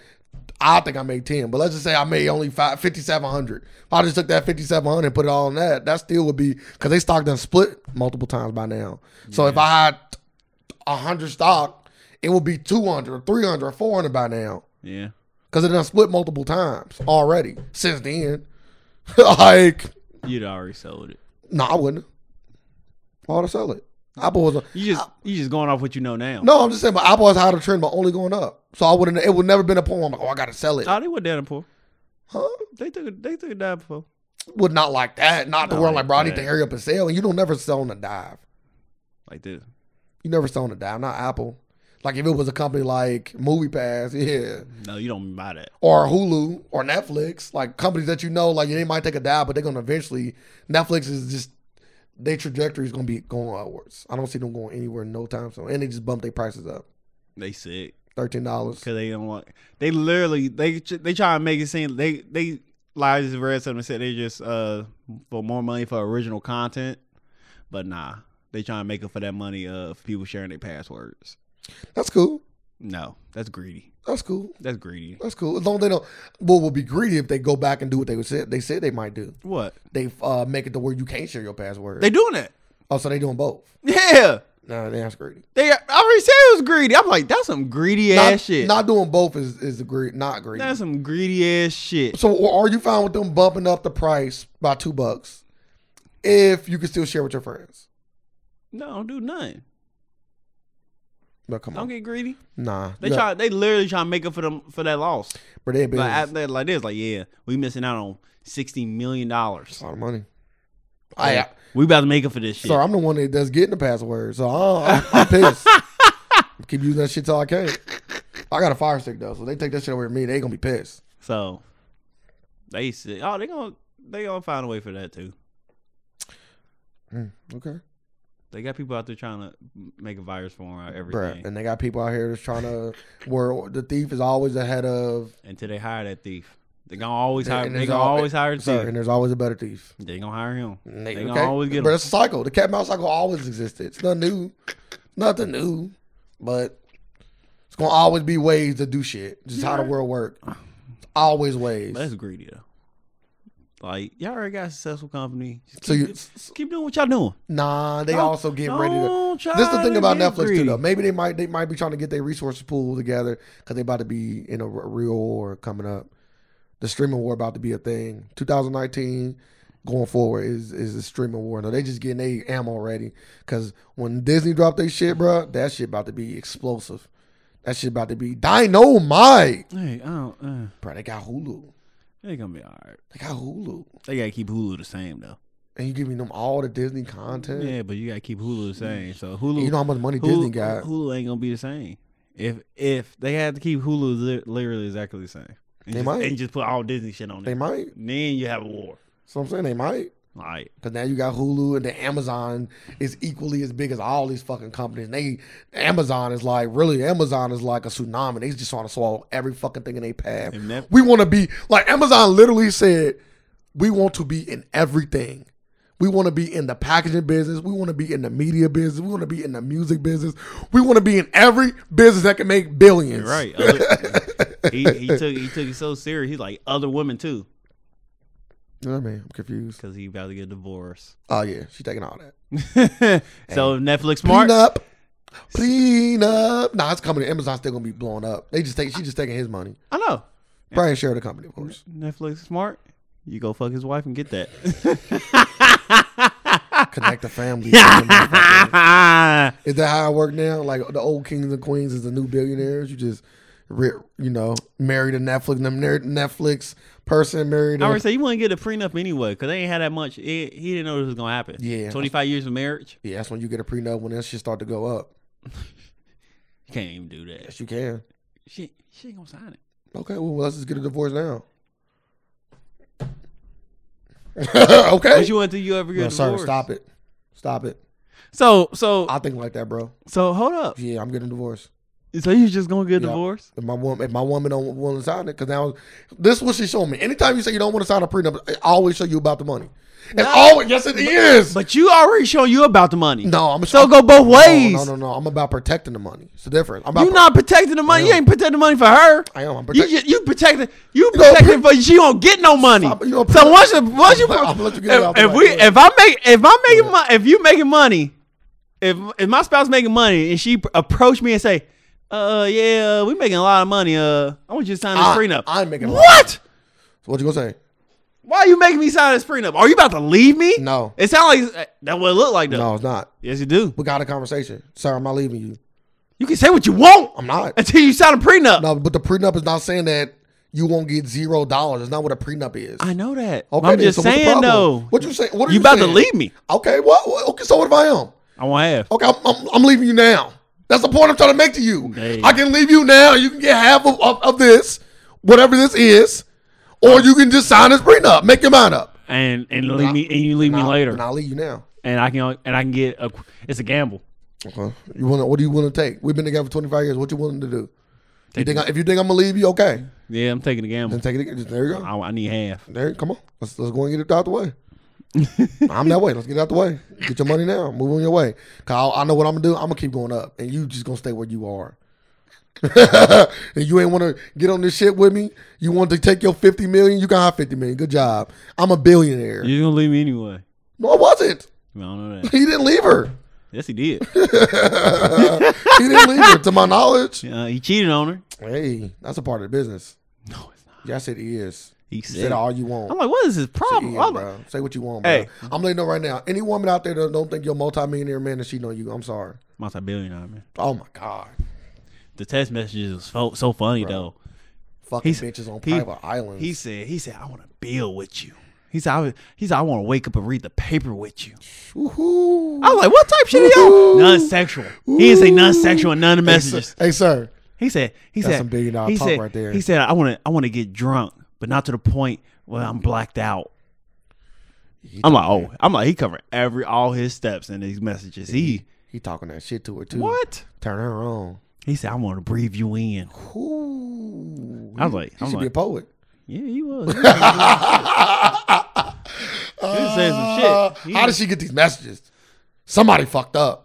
Speaker 2: I think I made 10, but let's just say I made only five, 5,700. If I just took that 5,700 and put it all in that, that still would be, because they stock done split multiple times by now. So if I had 100 stock, it would be 200, 300, or 400 by now.
Speaker 1: Yeah.
Speaker 2: Because it done split multiple times already since then. like,
Speaker 1: You'd already sold it.
Speaker 2: No, I wouldn't. Why would I sell it? Apple was a,
Speaker 1: You just you just going off what you know now.
Speaker 2: no. I'm just saying, my Apple was out of trend, but only going up. So I wouldn't. It would never been a point where I'm like, oh, I gotta sell it.
Speaker 1: Oh, they went down and poor.
Speaker 2: huh?
Speaker 1: They took a, they took a dive before.
Speaker 2: Would not like that. Not, to
Speaker 1: Not
Speaker 2: where I'm
Speaker 1: like
Speaker 2: like, bro, I need
Speaker 1: that.
Speaker 2: to hurry up and sell. And you don't never sell on a dive.
Speaker 1: Like this.
Speaker 2: You never sell on a dive. Not Apple. Like if it was a company like MoviePass, yeah,
Speaker 1: No, you don't buy that.
Speaker 2: or Hulu or Netflix, like companies that you know, like they might take a dive, but they're gonna eventually. Netflix is just their trajectory is gonna be going upwards. I don't see them going anywhere in no time soon, and they just bumped their prices up.
Speaker 1: They sick
Speaker 2: Thirteen dollars.
Speaker 1: because they don't want. They literally they tr- they try to make it seem they they like I just read something that said they just uh for more money for original content, but nah, they trying to make it for that money of people sharing their passwords.
Speaker 2: That's cool.
Speaker 1: No, that's greedy.
Speaker 2: That's cool.
Speaker 1: That's greedy.
Speaker 2: That's cool. As long as they don't, well, will be greedy if they go back and do what they said they said they might do.
Speaker 1: What
Speaker 2: They uh, make it to where you can't share your password.
Speaker 1: they doing that?
Speaker 2: oh, so they doing both.
Speaker 1: Yeah,
Speaker 2: Nah, that's greedy.
Speaker 1: they I already said it was greedy. I'm like that's some greedy
Speaker 2: not,
Speaker 1: ass shit.
Speaker 2: Not doing both is is the greed, not greedy.
Speaker 1: that's some greedy ass shit.
Speaker 2: so, or are you fine with them bumping up the price by two bucks if you can still share with your friends?
Speaker 1: No, don't do nothing.
Speaker 2: But come
Speaker 1: Don't
Speaker 2: on,
Speaker 1: get greedy.
Speaker 2: nah.
Speaker 1: They
Speaker 2: You got-
Speaker 1: try. They literally try to make up for them for that loss.
Speaker 2: but they been
Speaker 1: Like act like, like this. Like yeah, we missing out on sixty million dollars.
Speaker 2: a lot of money.
Speaker 1: Oh,
Speaker 2: I, I
Speaker 1: We about to make up for this shit.
Speaker 2: sorry, I'm the one that does getting the password, so I, I'm, I'm pissed. Keep using that shit till I can't. I got a fire stick though, so they take that shit away from me. They gonna be pissed.
Speaker 1: So they said, oh, they gonna they gonna find a way for that too.
Speaker 2: Okay,
Speaker 1: They got people out there trying to make a virus for out everything.
Speaker 2: Bruh. And they got people out here that's trying to where the thief is always ahead of.
Speaker 1: until they hire that thief. They gonna always
Speaker 2: And-
Speaker 1: hire.
Speaker 2: and
Speaker 1: They
Speaker 2: it's
Speaker 1: gonna
Speaker 2: all-
Speaker 1: always hire a
Speaker 2: Sorry,
Speaker 1: thief.
Speaker 2: and there's always a better thief.
Speaker 1: They gonna hire him. They
Speaker 2: Okay?
Speaker 1: gonna always get
Speaker 2: But
Speaker 1: him.
Speaker 2: it's a cycle. The cat mouse cycle always existed. It's nothing new, nothing new, but it's gonna always be ways to do shit. Just how the world work. It's always ways.
Speaker 1: But that's greedy though. Like y'all already got a successful company. Just
Speaker 2: So
Speaker 1: keep,
Speaker 2: you-
Speaker 1: just keep doing what y'all doing.
Speaker 2: Nah, they
Speaker 1: Don't-
Speaker 2: also get ready to.
Speaker 1: Don't try
Speaker 2: This is the thing
Speaker 1: to
Speaker 2: about
Speaker 1: get
Speaker 2: Netflix
Speaker 1: greedy.
Speaker 2: too, though. Maybe they might they might be trying to get their resources pooled together because they about to be in a r- real war coming up. The streaming war about to be a thing. 2019 going forward is is the streaming war. No, they just getting their ammo ready because when Disney dropped their shit, bro, that shit about to be explosive. That shit about to be dynamite,
Speaker 1: Hey, I don't. Uh,
Speaker 2: bro. They got Hulu.
Speaker 1: they gonna be all right.
Speaker 2: They got Hulu,
Speaker 1: They gotta keep Hulu the same though.
Speaker 2: and you giving them all the Disney content.
Speaker 1: Yeah, but you gotta keep Hulu the same. So Hulu,
Speaker 2: You know how much money Disney got.
Speaker 1: Hulu ain't gonna be the same. If if they had to keep Hulu li- literally exactly the same, and
Speaker 2: They
Speaker 1: just,
Speaker 2: might.
Speaker 1: and just put all Disney shit on
Speaker 2: They
Speaker 1: it,
Speaker 2: might.
Speaker 1: then you have a war.
Speaker 2: So I'm saying they might.
Speaker 1: Like
Speaker 2: Cause now you got Hulu and the Amazon is equally as big as all these fucking companies. And they Amazon is like really Amazon is like a tsunami. They just trying to swallow every fucking thing in their path.
Speaker 1: if Netflix,
Speaker 2: We want to be like Amazon literally said, we want to be in everything. We want to be in the packaging business. We want to be in the media business. We want to be in the music business. We want to be in every business that can make billions.
Speaker 1: you're right? Other- he, he took he took it so serious. He's like other women too,
Speaker 2: You know what I mean? I'm confused.
Speaker 1: because he about to get a divorce.
Speaker 2: Oh yeah, she's taking all that.
Speaker 1: so if Netflix smart.
Speaker 2: Clean up. Clean up. Nah, it's coming. Amazon's still gonna be blown up. They just take. She just taking his money.
Speaker 1: I know
Speaker 2: Probably share the company, of course.
Speaker 1: Netflix smart. You go fuck his wife and get that.
Speaker 2: Connect the family. is that how it work now? Like the old kings and queens is the new billionaires. You just, re- you know, married a Netflix them ner- Netflix person, married.
Speaker 1: I
Speaker 2: A,
Speaker 1: already said you wouldn't get a prenup anyway because they ain't had that much. He, he didn't know this was gonna happen.
Speaker 2: Yeah.
Speaker 1: twenty five years of marriage,
Speaker 2: yeah, that's when you get a prenup when that shit start to go up.
Speaker 1: you can't even do that.
Speaker 2: Yes, you can.
Speaker 1: She she ain't gonna sign it.
Speaker 2: Okay, well let's just get a divorce now. okay.
Speaker 1: But you went to you ever get
Speaker 2: No,
Speaker 1: a
Speaker 2: sir,
Speaker 1: divorce?
Speaker 2: stop it. Stop it.
Speaker 1: So so
Speaker 2: I think like that, bro.
Speaker 1: so hold up.
Speaker 2: Yeah, I'm getting divorced.
Speaker 1: So you just gonna get a
Speaker 2: Yeah.
Speaker 1: divorce?
Speaker 2: If my woman, if my woman don't want to sign it, because now this is what she showed me. Anytime you say you don't want to sign a prenup, I always show you about the money. It's always yes, it is.
Speaker 1: But you already show you about the money.
Speaker 2: no, I'm
Speaker 1: So go both ways.
Speaker 2: No, no, no, no. I'm about protecting the money. It's the difference. I'm about
Speaker 1: You not protecting the money. You ain't protecting the money for her.
Speaker 2: I am. I'm
Speaker 1: You
Speaker 2: protecting.
Speaker 1: just, you protecting you
Speaker 2: gonna
Speaker 1: protecting for she won't get no money.
Speaker 2: Stop, you gonna
Speaker 1: so
Speaker 2: protect-
Speaker 1: once you once you,
Speaker 2: I'm gonna let you get it out
Speaker 1: if,
Speaker 2: the
Speaker 1: if
Speaker 2: way.
Speaker 1: we
Speaker 2: Go ahead.
Speaker 1: if I make if I'm making money if you making money if if my spouse making money and she approach me and say uh yeah we making a lot of money uh I want you to sign this
Speaker 2: I-
Speaker 1: prenup
Speaker 2: I'm making a lot of
Speaker 1: what
Speaker 2: what you gonna say?
Speaker 1: why are you making me sign this prenup are you about to leave me
Speaker 2: No,
Speaker 1: it sounds like eh, that what it look like though
Speaker 2: no, it's not.
Speaker 1: yes you do
Speaker 2: We got a conversation. Sir, I'm not leaving you.
Speaker 1: you can say what you want
Speaker 2: I'm not.
Speaker 1: until you sign a prenup
Speaker 2: No, but the prenup is not saying that you won't get zero dollars. It's not what a prenup is.
Speaker 1: I know that
Speaker 2: Okay,
Speaker 1: I'm
Speaker 2: then,
Speaker 1: just
Speaker 2: so what's the
Speaker 1: saying
Speaker 2: problem?
Speaker 1: though
Speaker 2: What you say? What are you,
Speaker 1: you about to
Speaker 2: saying?
Speaker 1: leave me
Speaker 2: Okay, well, well, okay. So what if I am?
Speaker 1: I won't have
Speaker 2: Okay, I'm, I'm, I'm leaving you now. That's the point I'm trying to make to you.
Speaker 1: Dang.
Speaker 2: I can leave you now. You can get half of, of, of this, whatever this is, or you can just sign this prenup. Make your mind up.
Speaker 1: and and leave me and you leave me
Speaker 2: I'll-
Speaker 1: later
Speaker 2: And I'll leave you now.
Speaker 1: and I can and I can get a it's a gamble.
Speaker 2: Okay. Uh-huh. You want What do you willing to take? We've been together for 25 years. What you willing to do? You think I, if you think I'm gonna leave you, okay.
Speaker 1: Yeah, I'm taking a gamble.
Speaker 2: Then take it. There you go.
Speaker 1: I, I need half.
Speaker 2: There. Come on. Let's let's go and get it out the way. I'm that way. Let's get it out the way. Get your money now. Move on your way. Cause I, I know what I'm gonna do. I'm gonna keep going up, and you just gonna stay where you are. and you ain't want to get on this shit with me. You want to take your fifty million? You can have fifty million. Good job. I'm a billionaire.
Speaker 1: You're gonna leave me anyway.
Speaker 2: No, I wasn't.
Speaker 1: I don't know that.
Speaker 2: He didn't leave her.
Speaker 1: Yes, he did.
Speaker 2: He didn't leave her, to my knowledge.
Speaker 1: Uh, he cheated on her.
Speaker 2: Hey, that's a part of the business.
Speaker 1: No, it's not.
Speaker 2: Yes, it is.
Speaker 1: He
Speaker 2: Say that
Speaker 1: said,
Speaker 2: all you want.
Speaker 1: "I'm like, what is his problem?"
Speaker 2: Yeah,
Speaker 1: I'm-
Speaker 2: bro. Say what you want, bro.
Speaker 1: Hey.
Speaker 2: I'm letting you know right now. Any woman out there that don't think you're a multimillionaire man and she know you, I'm sorry.
Speaker 1: Multi-billionaire man.
Speaker 2: Oh my god.
Speaker 1: The text messages was so, so funny
Speaker 2: Bro.
Speaker 1: though.
Speaker 2: Fucking
Speaker 1: He's-
Speaker 2: bitches on
Speaker 1: he-
Speaker 2: private islands.
Speaker 1: He said, "He said I want to build with you." He said, I, was- "He said I want to wake up and read the paper with you."
Speaker 2: Woohoo.
Speaker 1: I was like, "What type shit are y'all?"
Speaker 2: Ooh.
Speaker 1: Non-sexual. He didn't say non-sexual in none of the
Speaker 2: Hey, sir-
Speaker 1: messages.
Speaker 2: Hey, sir.
Speaker 1: He said, "He
Speaker 2: That's
Speaker 1: said
Speaker 2: some billion dollar
Speaker 1: he
Speaker 2: talk
Speaker 1: said,
Speaker 2: right there.
Speaker 1: He said, "I want to, I want to get drunk, but not to the point where I'm blacked out." I'm like, oh, I'm like, he covered every all his steps in these messages. He
Speaker 2: He talking that shit to her too.
Speaker 1: what?
Speaker 2: Turn her on.
Speaker 1: He said, "I want to breathe you in."
Speaker 2: Ooh.
Speaker 1: I was like,
Speaker 2: He
Speaker 1: I'm
Speaker 2: should be a
Speaker 1: like,
Speaker 2: poet.
Speaker 1: yeah, he was. He was saying some
Speaker 2: Uh,
Speaker 1: shit. He-
Speaker 2: How did she get these messages? Somebody fucked up.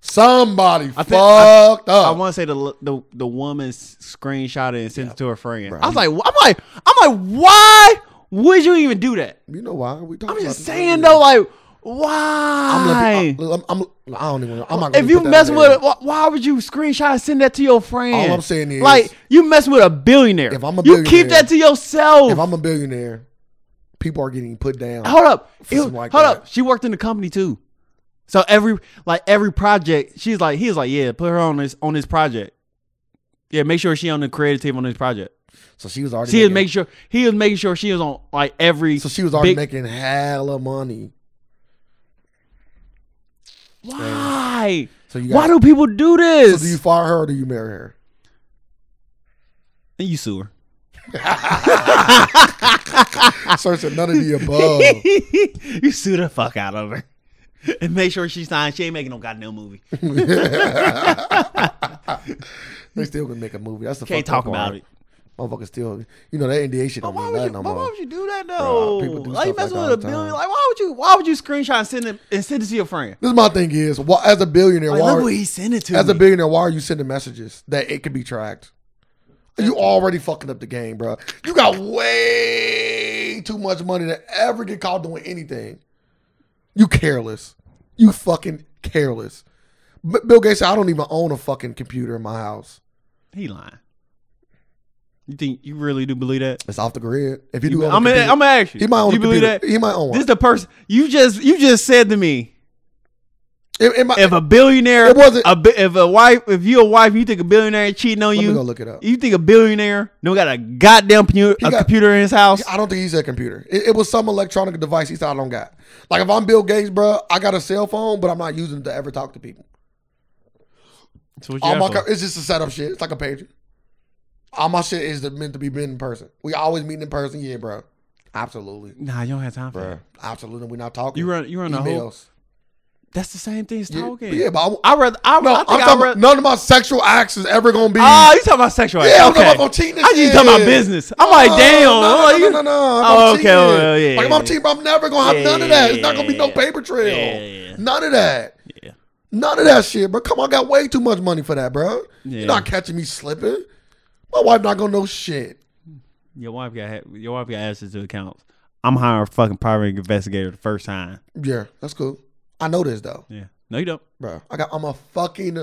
Speaker 2: Somebody
Speaker 1: I
Speaker 2: fucked
Speaker 1: think- I-
Speaker 2: up.
Speaker 1: I want to say the the the woman s- screenshot it and sent it to her friend.
Speaker 2: Bro.
Speaker 1: I was like, wh- I'm like, I'm like, why would you even do that?
Speaker 2: you know why? We talking
Speaker 1: I'm just
Speaker 2: about this
Speaker 1: saying
Speaker 2: earlier.
Speaker 1: though, like,
Speaker 2: I'm,
Speaker 1: why?
Speaker 2: gonna be- I'm, I'm, I'm, I don't even. I'm not gonna
Speaker 1: if
Speaker 2: put
Speaker 1: you
Speaker 2: that
Speaker 1: mess
Speaker 2: in
Speaker 1: with
Speaker 2: there.
Speaker 1: it, wh- why would you screenshot and send that to your friend?
Speaker 2: All I'm saying is-
Speaker 1: like, you mess with a billionaire.
Speaker 2: If I'm a
Speaker 1: you keep
Speaker 2: billionaire-
Speaker 1: that to yourself.
Speaker 2: if I'm a billionaire, people are getting put down.
Speaker 1: oh. hold up, It was-
Speaker 2: something like
Speaker 1: hold
Speaker 2: that.
Speaker 1: up. She worked in the company too, so every like every project, she's like, he's like, yeah, put her on this on this project. Yeah, make sure she on the creative team on this project.
Speaker 2: So she was already.
Speaker 1: She was
Speaker 2: making,
Speaker 1: making sure he was making sure she was on like every.
Speaker 2: so she was already
Speaker 1: big-
Speaker 2: making hella money.
Speaker 1: why?
Speaker 2: So you got,
Speaker 1: Why do people do
Speaker 2: so
Speaker 1: this?
Speaker 2: do you fire her or do you marry her?
Speaker 1: you sue her.
Speaker 2: Sir said none of the above.
Speaker 1: you sue the fuck out of her. And make sure she signs. She ain't making no goddamn movie.
Speaker 2: they still gonna make a movie. That's the
Speaker 1: Can't
Speaker 2: fucked
Speaker 1: talk
Speaker 2: up part.
Speaker 1: about it.
Speaker 2: Motherfuckers still, you know, that NDA shit
Speaker 1: But
Speaker 2: don't
Speaker 1: why
Speaker 2: mean
Speaker 1: would you?
Speaker 2: nothing no
Speaker 1: but why
Speaker 2: more.
Speaker 1: would you do that though?
Speaker 2: people do
Speaker 1: like you
Speaker 2: stuff like
Speaker 1: messing
Speaker 2: that all
Speaker 1: with a
Speaker 2: the time.
Speaker 1: billion. Like why would you? Why would you screenshot and send it and send it to your friend?
Speaker 2: This is my thing is, why, as a billionaire,
Speaker 1: Like,
Speaker 2: why,
Speaker 1: look what he sent it to.
Speaker 2: as a
Speaker 1: me.
Speaker 2: billionaire, why are you sending messages that it could be tracked? You already fucking up the game, bro. You got way too much money to ever get caught doing anything. You careless. You fucking careless. B- Bill Gates said, I don't even own a fucking computer in my house.
Speaker 1: he lying. You think you really do believe that?
Speaker 2: It's off the grid. If you do, own a
Speaker 1: I'm gonna,
Speaker 2: computer,
Speaker 1: I'm gonna ask you.
Speaker 2: he might own
Speaker 1: you
Speaker 2: a
Speaker 1: believe
Speaker 2: computer.
Speaker 1: that?
Speaker 2: He might own
Speaker 1: This
Speaker 2: one.
Speaker 1: is the person you just you just said to me.
Speaker 2: It, it might,
Speaker 1: If a billionaire,
Speaker 2: It wasn't-
Speaker 1: a bi- if a wife, if you a wife, you think a billionaire cheating on
Speaker 2: let me
Speaker 1: you.
Speaker 2: go look it up.
Speaker 1: You think a billionaire don't got a goddamn pu- a
Speaker 2: got-
Speaker 1: computer in his house?
Speaker 2: I don't think he's a computer. It, it was some electronic device he said I don't got. Like if I'm Bill Gates, bro, I got a cell phone, but I'm not using it to ever talk to people.
Speaker 1: So what you
Speaker 2: All my
Speaker 1: asking?
Speaker 2: co- it's just a setup shit. It's like a pager. All my shit is meant to be meant in person. We always meeting in person, yeah, bro. Absolutely,
Speaker 1: nah, you don't have time for
Speaker 2: bro.
Speaker 1: that.
Speaker 2: Absolutely, we're not talking.
Speaker 1: You run, you run a whole.
Speaker 2: emails.
Speaker 1: That's the same thing as
Speaker 2: Yeah,
Speaker 1: talking.
Speaker 2: yeah, but I,
Speaker 1: I rather. I,
Speaker 2: no,
Speaker 1: I
Speaker 2: I'm
Speaker 1: think I
Speaker 2: talking.
Speaker 1: rather.
Speaker 2: about none of my sexual acts is ever gonna be.
Speaker 1: Ah, you talking about sexual?
Speaker 2: yeah, I'm
Speaker 1: okay.
Speaker 2: talking about cheating. and
Speaker 1: I just
Speaker 2: shit.
Speaker 1: talking about business. I'm like,
Speaker 2: No,
Speaker 1: damn.
Speaker 2: No, no,
Speaker 1: I'm like,
Speaker 2: no,
Speaker 1: you-
Speaker 2: no, no, no. If
Speaker 1: Oh,
Speaker 2: I'm
Speaker 1: okay,
Speaker 2: cheating,
Speaker 1: well, yeah,
Speaker 2: Like if
Speaker 1: yeah,
Speaker 2: I'm cheating, I'm never gonna have
Speaker 1: Yeah,
Speaker 2: none of
Speaker 1: yeah,
Speaker 2: that. It's
Speaker 1: yeah,
Speaker 2: not gonna be no
Speaker 1: yeah,
Speaker 2: paper trail.
Speaker 1: yeah, yeah.
Speaker 2: None of that.
Speaker 1: Yeah.
Speaker 2: None of that shit, bro. Come on, I got way too much money for that, bro.
Speaker 1: Yeah.
Speaker 2: You're not catching me slipping. My wife not gonna know shit.
Speaker 1: Your wife got your wife got access to accounts. I'm hiring a fucking private investigator the first time.
Speaker 2: Yeah, that's cool. I know this though,
Speaker 1: Yeah. No, you don't.
Speaker 2: bro. I got. I'm a fucking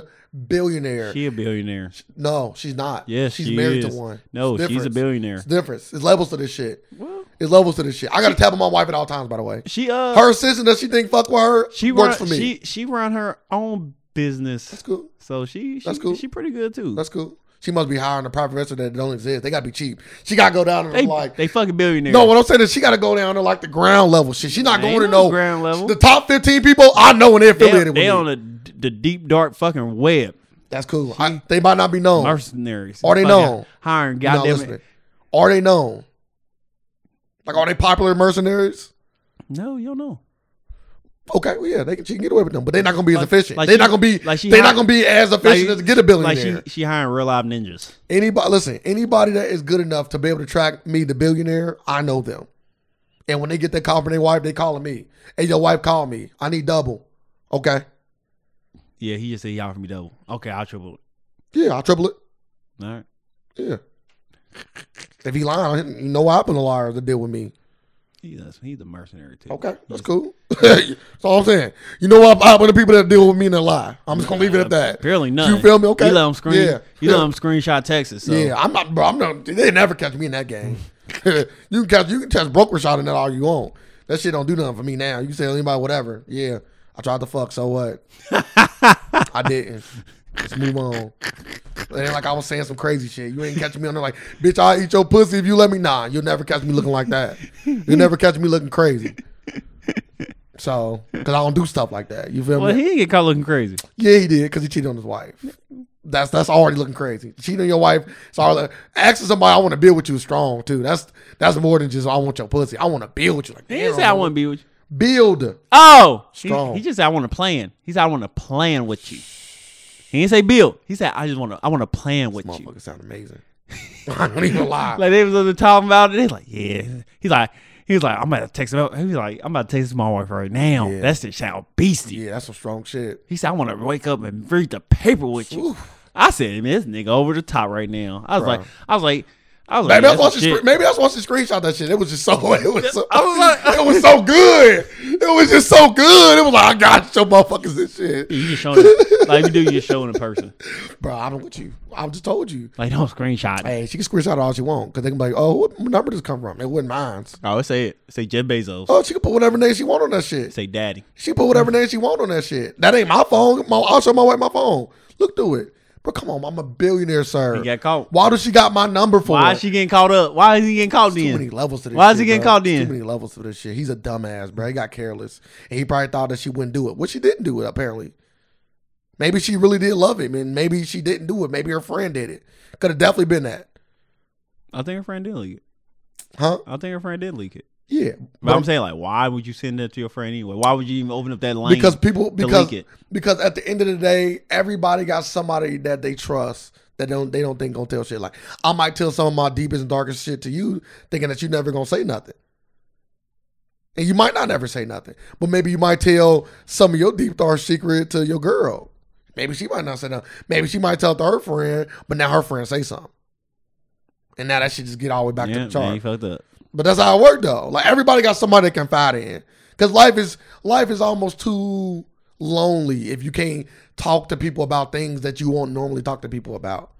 Speaker 2: billionaire.
Speaker 1: She a billionaire.
Speaker 2: no, she's not.
Speaker 1: Yes,
Speaker 2: she's
Speaker 1: she
Speaker 2: married
Speaker 1: is.
Speaker 2: to one.
Speaker 1: No,
Speaker 2: It's
Speaker 1: she's a
Speaker 2: difference.
Speaker 1: billionaire.
Speaker 2: It's difference. It's levels to this shit.
Speaker 1: Well,
Speaker 2: It's levels to this shit. I gotta tap on my wife at all times, by the way.
Speaker 1: she uh
Speaker 2: Her assistant that she think fuck with her
Speaker 1: she run,
Speaker 2: works for me.
Speaker 1: she she run her own
Speaker 2: that's
Speaker 1: business.
Speaker 2: cool.
Speaker 1: So she, she
Speaker 2: That's cool.
Speaker 1: she pretty good too.
Speaker 2: That's cool. She must be hiring a private investor that don't exist. They gotta be cheap. She gotta go down and
Speaker 1: they
Speaker 2: like
Speaker 1: they fucking billionaire.
Speaker 2: no. What I'm saying is she gotta go down to like the ground level shit. She's not
Speaker 1: Ain't
Speaker 2: going to
Speaker 1: no
Speaker 2: know
Speaker 1: ground level.
Speaker 2: The top 15 people I know and they're
Speaker 1: they,
Speaker 2: affiliated with.
Speaker 1: they
Speaker 2: me.
Speaker 1: on the the deep dark fucking web.
Speaker 2: That's cool. I, they might not be known.
Speaker 1: Mercenaries.
Speaker 2: Are they
Speaker 1: Fucking
Speaker 2: known?
Speaker 1: Hiring
Speaker 2: no,
Speaker 1: goddamn
Speaker 2: listen. Are they known? Like are they popular mercenaries?
Speaker 1: No, you don't know.
Speaker 2: Okay, well, yeah, they can, she can get away with them, but they're not gonna be
Speaker 1: Like-
Speaker 2: as efficient.
Speaker 1: like
Speaker 2: they're
Speaker 1: she-
Speaker 2: not gonna be.
Speaker 1: like she
Speaker 2: they're
Speaker 1: hi-
Speaker 2: not gonna be as efficient
Speaker 1: like-
Speaker 2: as get a
Speaker 1: Like
Speaker 2: billionaire.
Speaker 1: she she hiring real live ninjas.
Speaker 2: Anybody, listen, anybody that is good enough to be able to track me, the billionaire, I know them. And when they get that call from their wife, they calling me. Hey, your wife called me. I need double. Okay.
Speaker 1: Yeah, he just said he offered me double. Okay, I'll triple it.
Speaker 2: Yeah, I'll triple it.
Speaker 1: All right.
Speaker 2: Yeah. If he lying, you know I'm a liar to deal with me.
Speaker 1: He's a, he's a mercenary too.
Speaker 2: Okay, that's cool. that's all I'm saying. You know what? I'm with the people that deal with me and they lie. I'm just gonna leave it at that.
Speaker 1: Uh, Apparently nothing.
Speaker 2: You feel me? Okay.
Speaker 1: You let him screen.
Speaker 2: Yeah.
Speaker 1: You let him screenshot Texas. So.
Speaker 2: Yeah, I'm not, bro. I'm not. They never catch me in that game. you can catch you can catch broker shot in that all you want. That shit don't do nothing for me now. You can tell anybody whatever. Yeah, I tried to fuck. So what? I didn't. Let's move on. It ain't like I was saying some crazy shit. You ain't catching me on there like, bitch, I'll eat your pussy if you let me. Nah, you'll never catch me looking like that. You'll never catch me looking crazy. So, because I don't do stuff like that. You feel
Speaker 1: Well,
Speaker 2: me?
Speaker 1: he didn't get caught looking crazy.
Speaker 2: yeah, he did because he cheated on his wife. That's that's already looking crazy. Cheating on your wife. It's already, asking somebody I want to build with you is strong too. That's that's more than just I want your pussy. I want to build with you. Like,
Speaker 1: He
Speaker 2: damn,
Speaker 1: didn't say I want to be with you.
Speaker 2: build.
Speaker 1: Oh, he-
Speaker 2: Strong.
Speaker 1: He, just said I want to plan. He said I want to plan with you. He didn't say build. He said I just want to. I want to plan with you.
Speaker 2: Motherfucker sound amazing. I don't even lie.
Speaker 1: Like they was over there talking about it. They like, yeah. He's like, he was like, I'm about to text him. out." He was like, I'm about to text my wife right now.
Speaker 2: Yeah.
Speaker 1: That shit sound beastie.
Speaker 2: yeah, that's some strong shit.
Speaker 1: He said, I want to wake up and read the paper with you. I said, man, this nigga over the top right now. I was like, I was like, I was like,
Speaker 2: Maybe that's, why
Speaker 1: that's
Speaker 2: she,
Speaker 1: the shit.
Speaker 2: scre- maybe that's why she screenshot that shit. It was just so it was so,
Speaker 1: I was like-
Speaker 2: it was so good. It was just so good. It was like I got your motherfuckers and shit,
Speaker 1: You just showing it. like you do, you just showing in person.
Speaker 2: bro. I'm with you. I just told you.
Speaker 1: Like don't screenshot.
Speaker 2: Hey, she can screenshot all she want because they can be like, oh, what number does it come from? It wasn't mine.
Speaker 1: I would say it. Say Jeff Bezos.
Speaker 2: Oh, she can put whatever name she want on that shit.
Speaker 1: Say daddy.
Speaker 2: She put whatever name she want on that shit. That ain't my phone. My, I'll show my wife my phone. Look through it. But come on, I'm a billionaire, sir.
Speaker 1: He got caught.
Speaker 2: Why does she got my number for?
Speaker 1: Why
Speaker 2: it?
Speaker 1: is she getting caught up? Why is he getting caught
Speaker 2: Too many
Speaker 1: then?
Speaker 2: levels to this.
Speaker 1: Why is
Speaker 2: shit,
Speaker 1: he getting
Speaker 2: bro.
Speaker 1: called
Speaker 2: It's
Speaker 1: in?
Speaker 2: Too many levels to this shit. He's a dumbass, bro. He got careless, and he probably thought that she wouldn't do it, which she didn't do it. Apparently, maybe she really did love him, and maybe she didn't do it. Maybe her friend did it. Could have definitely been that,
Speaker 1: I think her friend did leak it.
Speaker 2: huh?
Speaker 1: I think her friend did leak it.
Speaker 2: Yeah,
Speaker 1: But I'm saying, like, why would you send that to your friend anyway? Why would you even open up that lane?
Speaker 2: because people because
Speaker 1: leak it.
Speaker 2: because at the end of the day, everybody got somebody that they trust that don't they don't think gonna tell shit. Like I might tell some of my deepest and darkest shit to you, thinking that you never gonna say nothing. And you might not ever say nothing, but maybe you might tell some of your deep dark secret to your girl. Maybe she might not say nothing. Maybe she might tell it to her friend, but now her friend say something. And now that shit just get all the way back
Speaker 1: yeah,
Speaker 2: to the
Speaker 1: man,
Speaker 2: chart.
Speaker 1: he fucked up.
Speaker 2: But that's how it worked though. Like everybody got somebody to confide in. Cause life is life is almost too lonely if you can't talk to people about things that you won't normally talk to people about.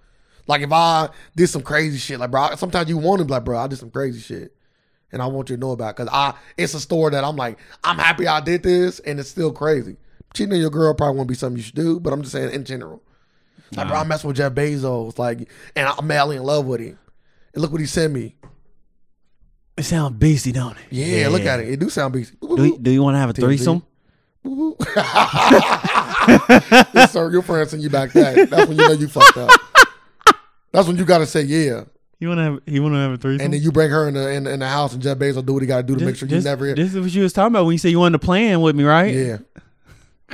Speaker 2: Like if I did some crazy shit, like bro, sometimes you want to be like, bro, I did some crazy shit. And I want you to know about because I it's a story that I'm like, I'm happy I did this and it's still crazy. Cheating on your girl probably won't be something you should do, but I'm just saying in general. Like, bro, I messed with Jeff Bezos, like, and I'm madly in love with him. And look what he sent me.
Speaker 1: It sounds beastie, don't it?
Speaker 2: Yeah, look at it. It do sound beastie. Boop,
Speaker 1: Do you,
Speaker 2: boop,
Speaker 1: do you want to have a threesome?
Speaker 2: boop, boop. yes, sir. Your friend send you back that. That's when you know you fucked up. That's when you gotta say yeah,
Speaker 1: You want to have? You want to have a threesome?
Speaker 2: and then you bring her in the in, in the house, and Jeff Bezos do what he gotta do to make sure you
Speaker 1: this,
Speaker 2: never.
Speaker 1: This is what you was talking about when you said you wanted to plan with me, right?
Speaker 2: yeah.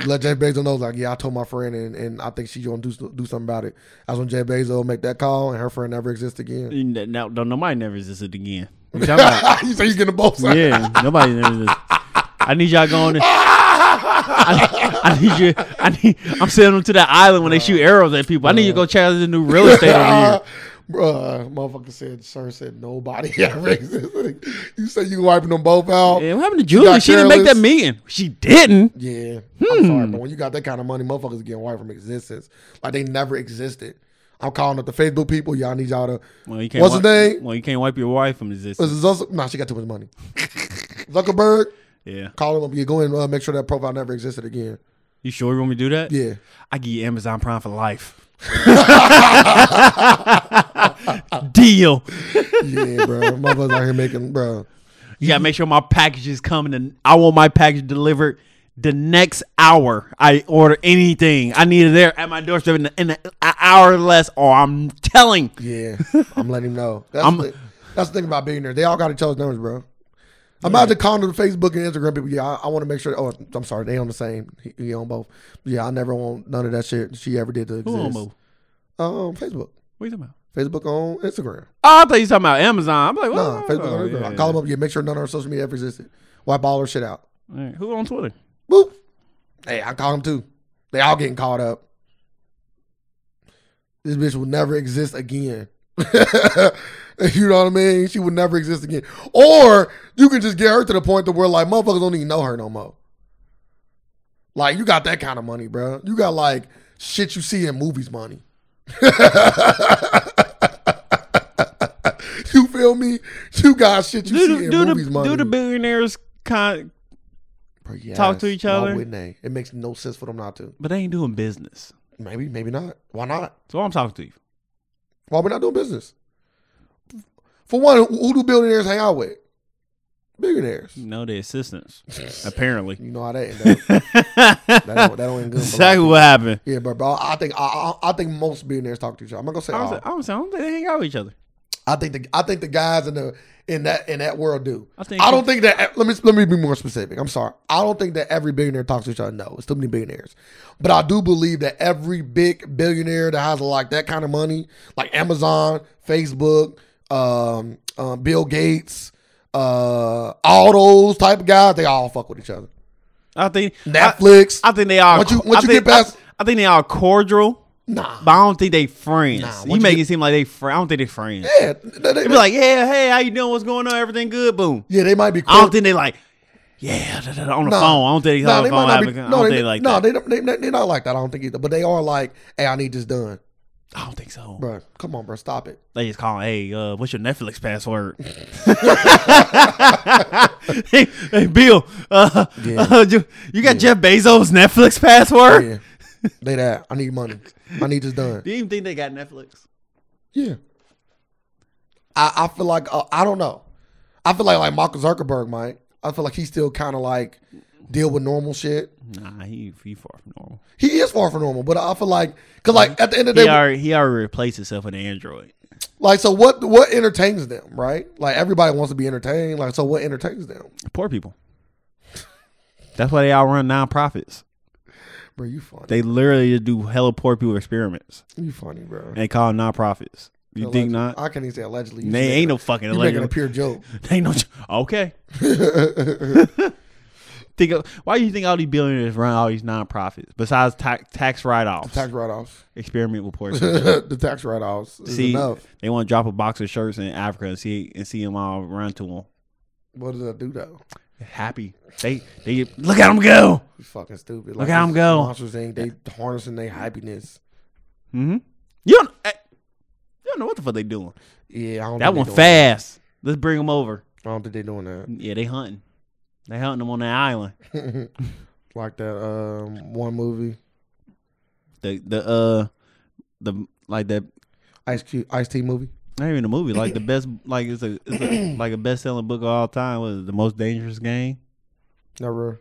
Speaker 2: Let Jeff Bezos know, like, yeah, I told my friend, and, and I think she gonna do do something about it. That's when Jeff Bezos make that call, and her friend never exists again.
Speaker 1: And that- Now, don't nobody never existed again. You talking about-
Speaker 2: you say you getting both sides.
Speaker 1: yeah, nobody never existed. I need y'all going. To, I, I need you. I need. I'm sending them to that island when they shoot arrows at people. I need you to go check out the new real estate over here.
Speaker 2: Bruh, motherfucker said, sir said nobody ever existed. you say you wiping them both out.
Speaker 1: Yeah, what happened to Julie?
Speaker 2: got
Speaker 1: She didn't make that
Speaker 2: careless.
Speaker 1: meeting. She didn't.
Speaker 2: Yeah. I'm
Speaker 1: Hmm.
Speaker 2: sorry, but when you got that kind of money, motherfuckers getting wiped from existence. Like they never existed. I'm calling up the Facebook people. Y'all need y'all to.
Speaker 1: Well, you can't.
Speaker 2: What's his
Speaker 1: wipe,
Speaker 2: name?
Speaker 1: Well, you can't wipe your wife from existence.
Speaker 2: This is also, nah, she got too much money. Zuckerberg,
Speaker 1: Yeah.
Speaker 2: call him up. You go and uh, make sure that profile never existed again.
Speaker 1: You sure you want me to do that?
Speaker 2: Yeah.
Speaker 1: I give you Amazon Prime for life. Deal.
Speaker 2: Yeah, bro. motherfuckers out here making, bro.
Speaker 1: You gotta make sure my package is coming, and I want my package delivered the next hour. I order anything. I need it there at my doorstep in, the, in the, an hour or less, or I'm telling.
Speaker 2: Yeah, I'm letting him know. That's,
Speaker 1: I'm-
Speaker 2: the, that's the thing about billionaires. They all got each other's numbers, bro. I'm about to call the Facebook and Instagram people. Yeah, I, I want to make sure. Oh, I'm sorry, they on the same. He, he on both. Yeah, I never want none of that shit she ever did to
Speaker 1: Who
Speaker 2: exist.
Speaker 1: on move?
Speaker 2: Um, Facebook,
Speaker 1: What you talking about?
Speaker 2: Facebook on Instagram.
Speaker 1: Oh, I thought you were talking about Amazon. I'm like, what?
Speaker 2: Nah, Facebook
Speaker 1: Oh,
Speaker 2: on Instagram. I call them up. Yeah, make sure none of our social media ever existed. Wipe all her shit out.
Speaker 1: All right, Who on Twitter?
Speaker 2: Boop. Hey, I call them too. They all getting caught up. This bitch will never exist again. you know what I mean? She would never exist again. Or you can just get her to the point to where like motherfuckers don't even know her no more. Like you got that kind of money, bro. You got like shit you see in movies money. you feel feel me? You guys, shit, you
Speaker 1: do
Speaker 2: see
Speaker 1: the,
Speaker 2: in
Speaker 1: do,
Speaker 2: movies,
Speaker 1: the,
Speaker 2: money.
Speaker 1: do the billionaires con,
Speaker 2: Bro,
Speaker 1: talk to
Speaker 2: yes.
Speaker 1: each
Speaker 2: Why
Speaker 1: other?
Speaker 2: wouldn't they? It makes no sense for them not to.
Speaker 1: but they ain't doing business.
Speaker 2: Maybe, maybe not. Why not?
Speaker 1: So I'm talking to you.
Speaker 2: Why we not doing business? For one, who, who do billionaires hang out with? Billionaires.
Speaker 1: No, the assistants apparently.
Speaker 2: You know how that ended.
Speaker 1: That's
Speaker 2: That don't, that don't end good. for a lot of
Speaker 1: exactly what happened.
Speaker 2: Yeah, but bro, I think I, I I think most billionaires talk to each other. I'm not gonna say
Speaker 1: I was,
Speaker 2: all.
Speaker 1: like, I was, like, I don't think they hang out with each other.
Speaker 2: I think the I think the guys in the in that in that world do.
Speaker 1: I think
Speaker 2: I don't think that. eh, Let me let me be more specific. I'm sorry. I don't think that every billionaire talks to each other. No, it's too many billionaires. But I do believe that every big billionaire that has like that kind of money, like Amazon, Facebook, um, um, Bill Gates, uh, all those type of guys, they all fuck with each other.
Speaker 1: I think I,
Speaker 2: Netflix,
Speaker 1: I think they all.
Speaker 2: Once you-
Speaker 1: co-
Speaker 2: once
Speaker 1: I
Speaker 2: you
Speaker 1: think,
Speaker 2: get past-
Speaker 1: I, I think they all cordial,
Speaker 2: nah,
Speaker 1: but I don't think they friends.
Speaker 2: Nah, once
Speaker 1: you
Speaker 2: you
Speaker 1: make
Speaker 2: get-
Speaker 1: it seem like they. Fr- I don't think they friends.
Speaker 2: yeah, they, they-
Speaker 1: They be like, yeah, hey, how you doing? What's going on? Everything good? Boom.
Speaker 2: yeah, they might be.
Speaker 1: I don't think they like, yeah, da, da, da, on the
Speaker 2: Nah.
Speaker 1: phone. I don't think they
Speaker 2: Nah,
Speaker 1: on the
Speaker 2: they might
Speaker 1: phone.
Speaker 2: not
Speaker 1: having-
Speaker 2: be-
Speaker 1: I don't
Speaker 2: no,
Speaker 1: think
Speaker 2: they-
Speaker 1: they like
Speaker 2: no,
Speaker 1: that.
Speaker 2: they don't. They, they, they're not like that. I don't think either. But they are like, hey, I need this done,
Speaker 1: I don't think so.
Speaker 2: bro. Come on, bro, stop it.
Speaker 1: They just call, hey, uh, what's your Netflix password? hey, hey, Bill, uh,
Speaker 2: Yeah.
Speaker 1: uh, you, you got Jeff Bezos' Netflix password?
Speaker 2: Yeah, they that. I need money. I need this done.
Speaker 1: Do you even think they got Netflix?
Speaker 2: Yeah. I, I feel like uh, I don't know. I feel like like Mark Zuckerberg might. I feel like he still kind of like deal with normal shit.
Speaker 1: Nah, he he far from normal.
Speaker 2: He is far from normal, but I feel like because like at the end of the
Speaker 1: He
Speaker 2: day,
Speaker 1: already he already replaced himself with an Android.
Speaker 2: like so what what entertains them, right? Like everybody wants to be entertained. Like so, what entertains them?
Speaker 1: Poor people. That's why they all run nonprofits.
Speaker 2: Bro, you funny.
Speaker 1: They literally just do hella poor people experiments.
Speaker 2: you funny, bro.
Speaker 1: And they call them nonprofits. You think
Speaker 2: Alleged-
Speaker 1: not?
Speaker 2: I can't even say allegedly. You
Speaker 1: They
Speaker 2: just
Speaker 1: ain't
Speaker 2: making
Speaker 1: no fucking
Speaker 2: a- you making a
Speaker 1: allegedly.
Speaker 2: pure joke.
Speaker 1: They ain't no. ch- Okay. think of, why do you think all these billionaires run all these nonprofits besides ta- tax write offs?
Speaker 2: Tax write offs.
Speaker 1: Experiment with poor people.
Speaker 2: the tax write offs is
Speaker 1: see,
Speaker 2: enough.
Speaker 1: they want to drop a box of shirts in Africa and see and see them all run to them.
Speaker 2: What does that do though?
Speaker 1: Happy. They they look at them go.
Speaker 2: It's fucking stupid.
Speaker 1: Look at 'em
Speaker 2: these
Speaker 1: go.
Speaker 2: Monsters ain't they harnessing their happiness.
Speaker 1: Mm-hmm. You don't. eh, You don't know what the fuck they doing.
Speaker 2: Yeah, I don't
Speaker 1: That
Speaker 2: think they
Speaker 1: one
Speaker 2: doing
Speaker 1: fast. Let's bring them over.
Speaker 2: I don't think they're doing that.
Speaker 1: Yeah, they hunting. They hunting them on that island.
Speaker 2: like that um one movie,
Speaker 1: The the uh the like that.
Speaker 2: Ice Cube, Ice T movie.
Speaker 1: Not even a movie. Like the best. Like it's a, it's a like a best selling book of all time. Was the most dangerous game.
Speaker 2: Never.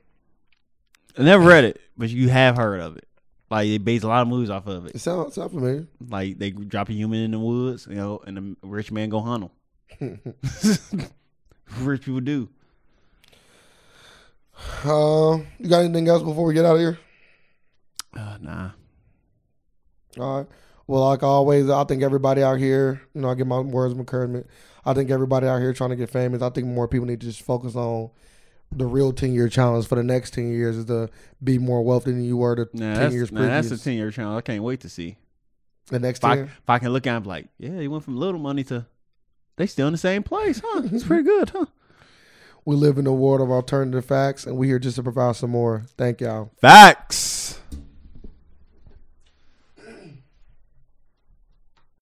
Speaker 1: I never read it, but you have heard of it. Like they based a lot of movies off of it.
Speaker 2: It sounds sound familiar.
Speaker 1: Like they drop a human in the woods, you know, and the rich man go hunt him. rich people do.
Speaker 2: Um, you got anything else before we get out of here?
Speaker 1: Uh, nah.
Speaker 2: All right. Well, like always, I think everybody out here, you know, I get my words of encouragement. I think everybody out here trying to get famous. I think more people need to just focus on the real ten year challenge for the next ten years is to be more wealthy than you were the
Speaker 1: Nah,
Speaker 2: ten
Speaker 1: that's,
Speaker 2: years
Speaker 1: nah,
Speaker 2: previous.
Speaker 1: that's a 10 year challenge. I can't wait to see.
Speaker 2: the next
Speaker 1: If, I,
Speaker 2: ten.
Speaker 1: if I can look at him like, yeah, he went from little money to they still in the same place, huh? It's pretty good, huh?
Speaker 2: We live in a world of alternative facts, and we're here just to provide some more. Thank y'all.
Speaker 1: Facts.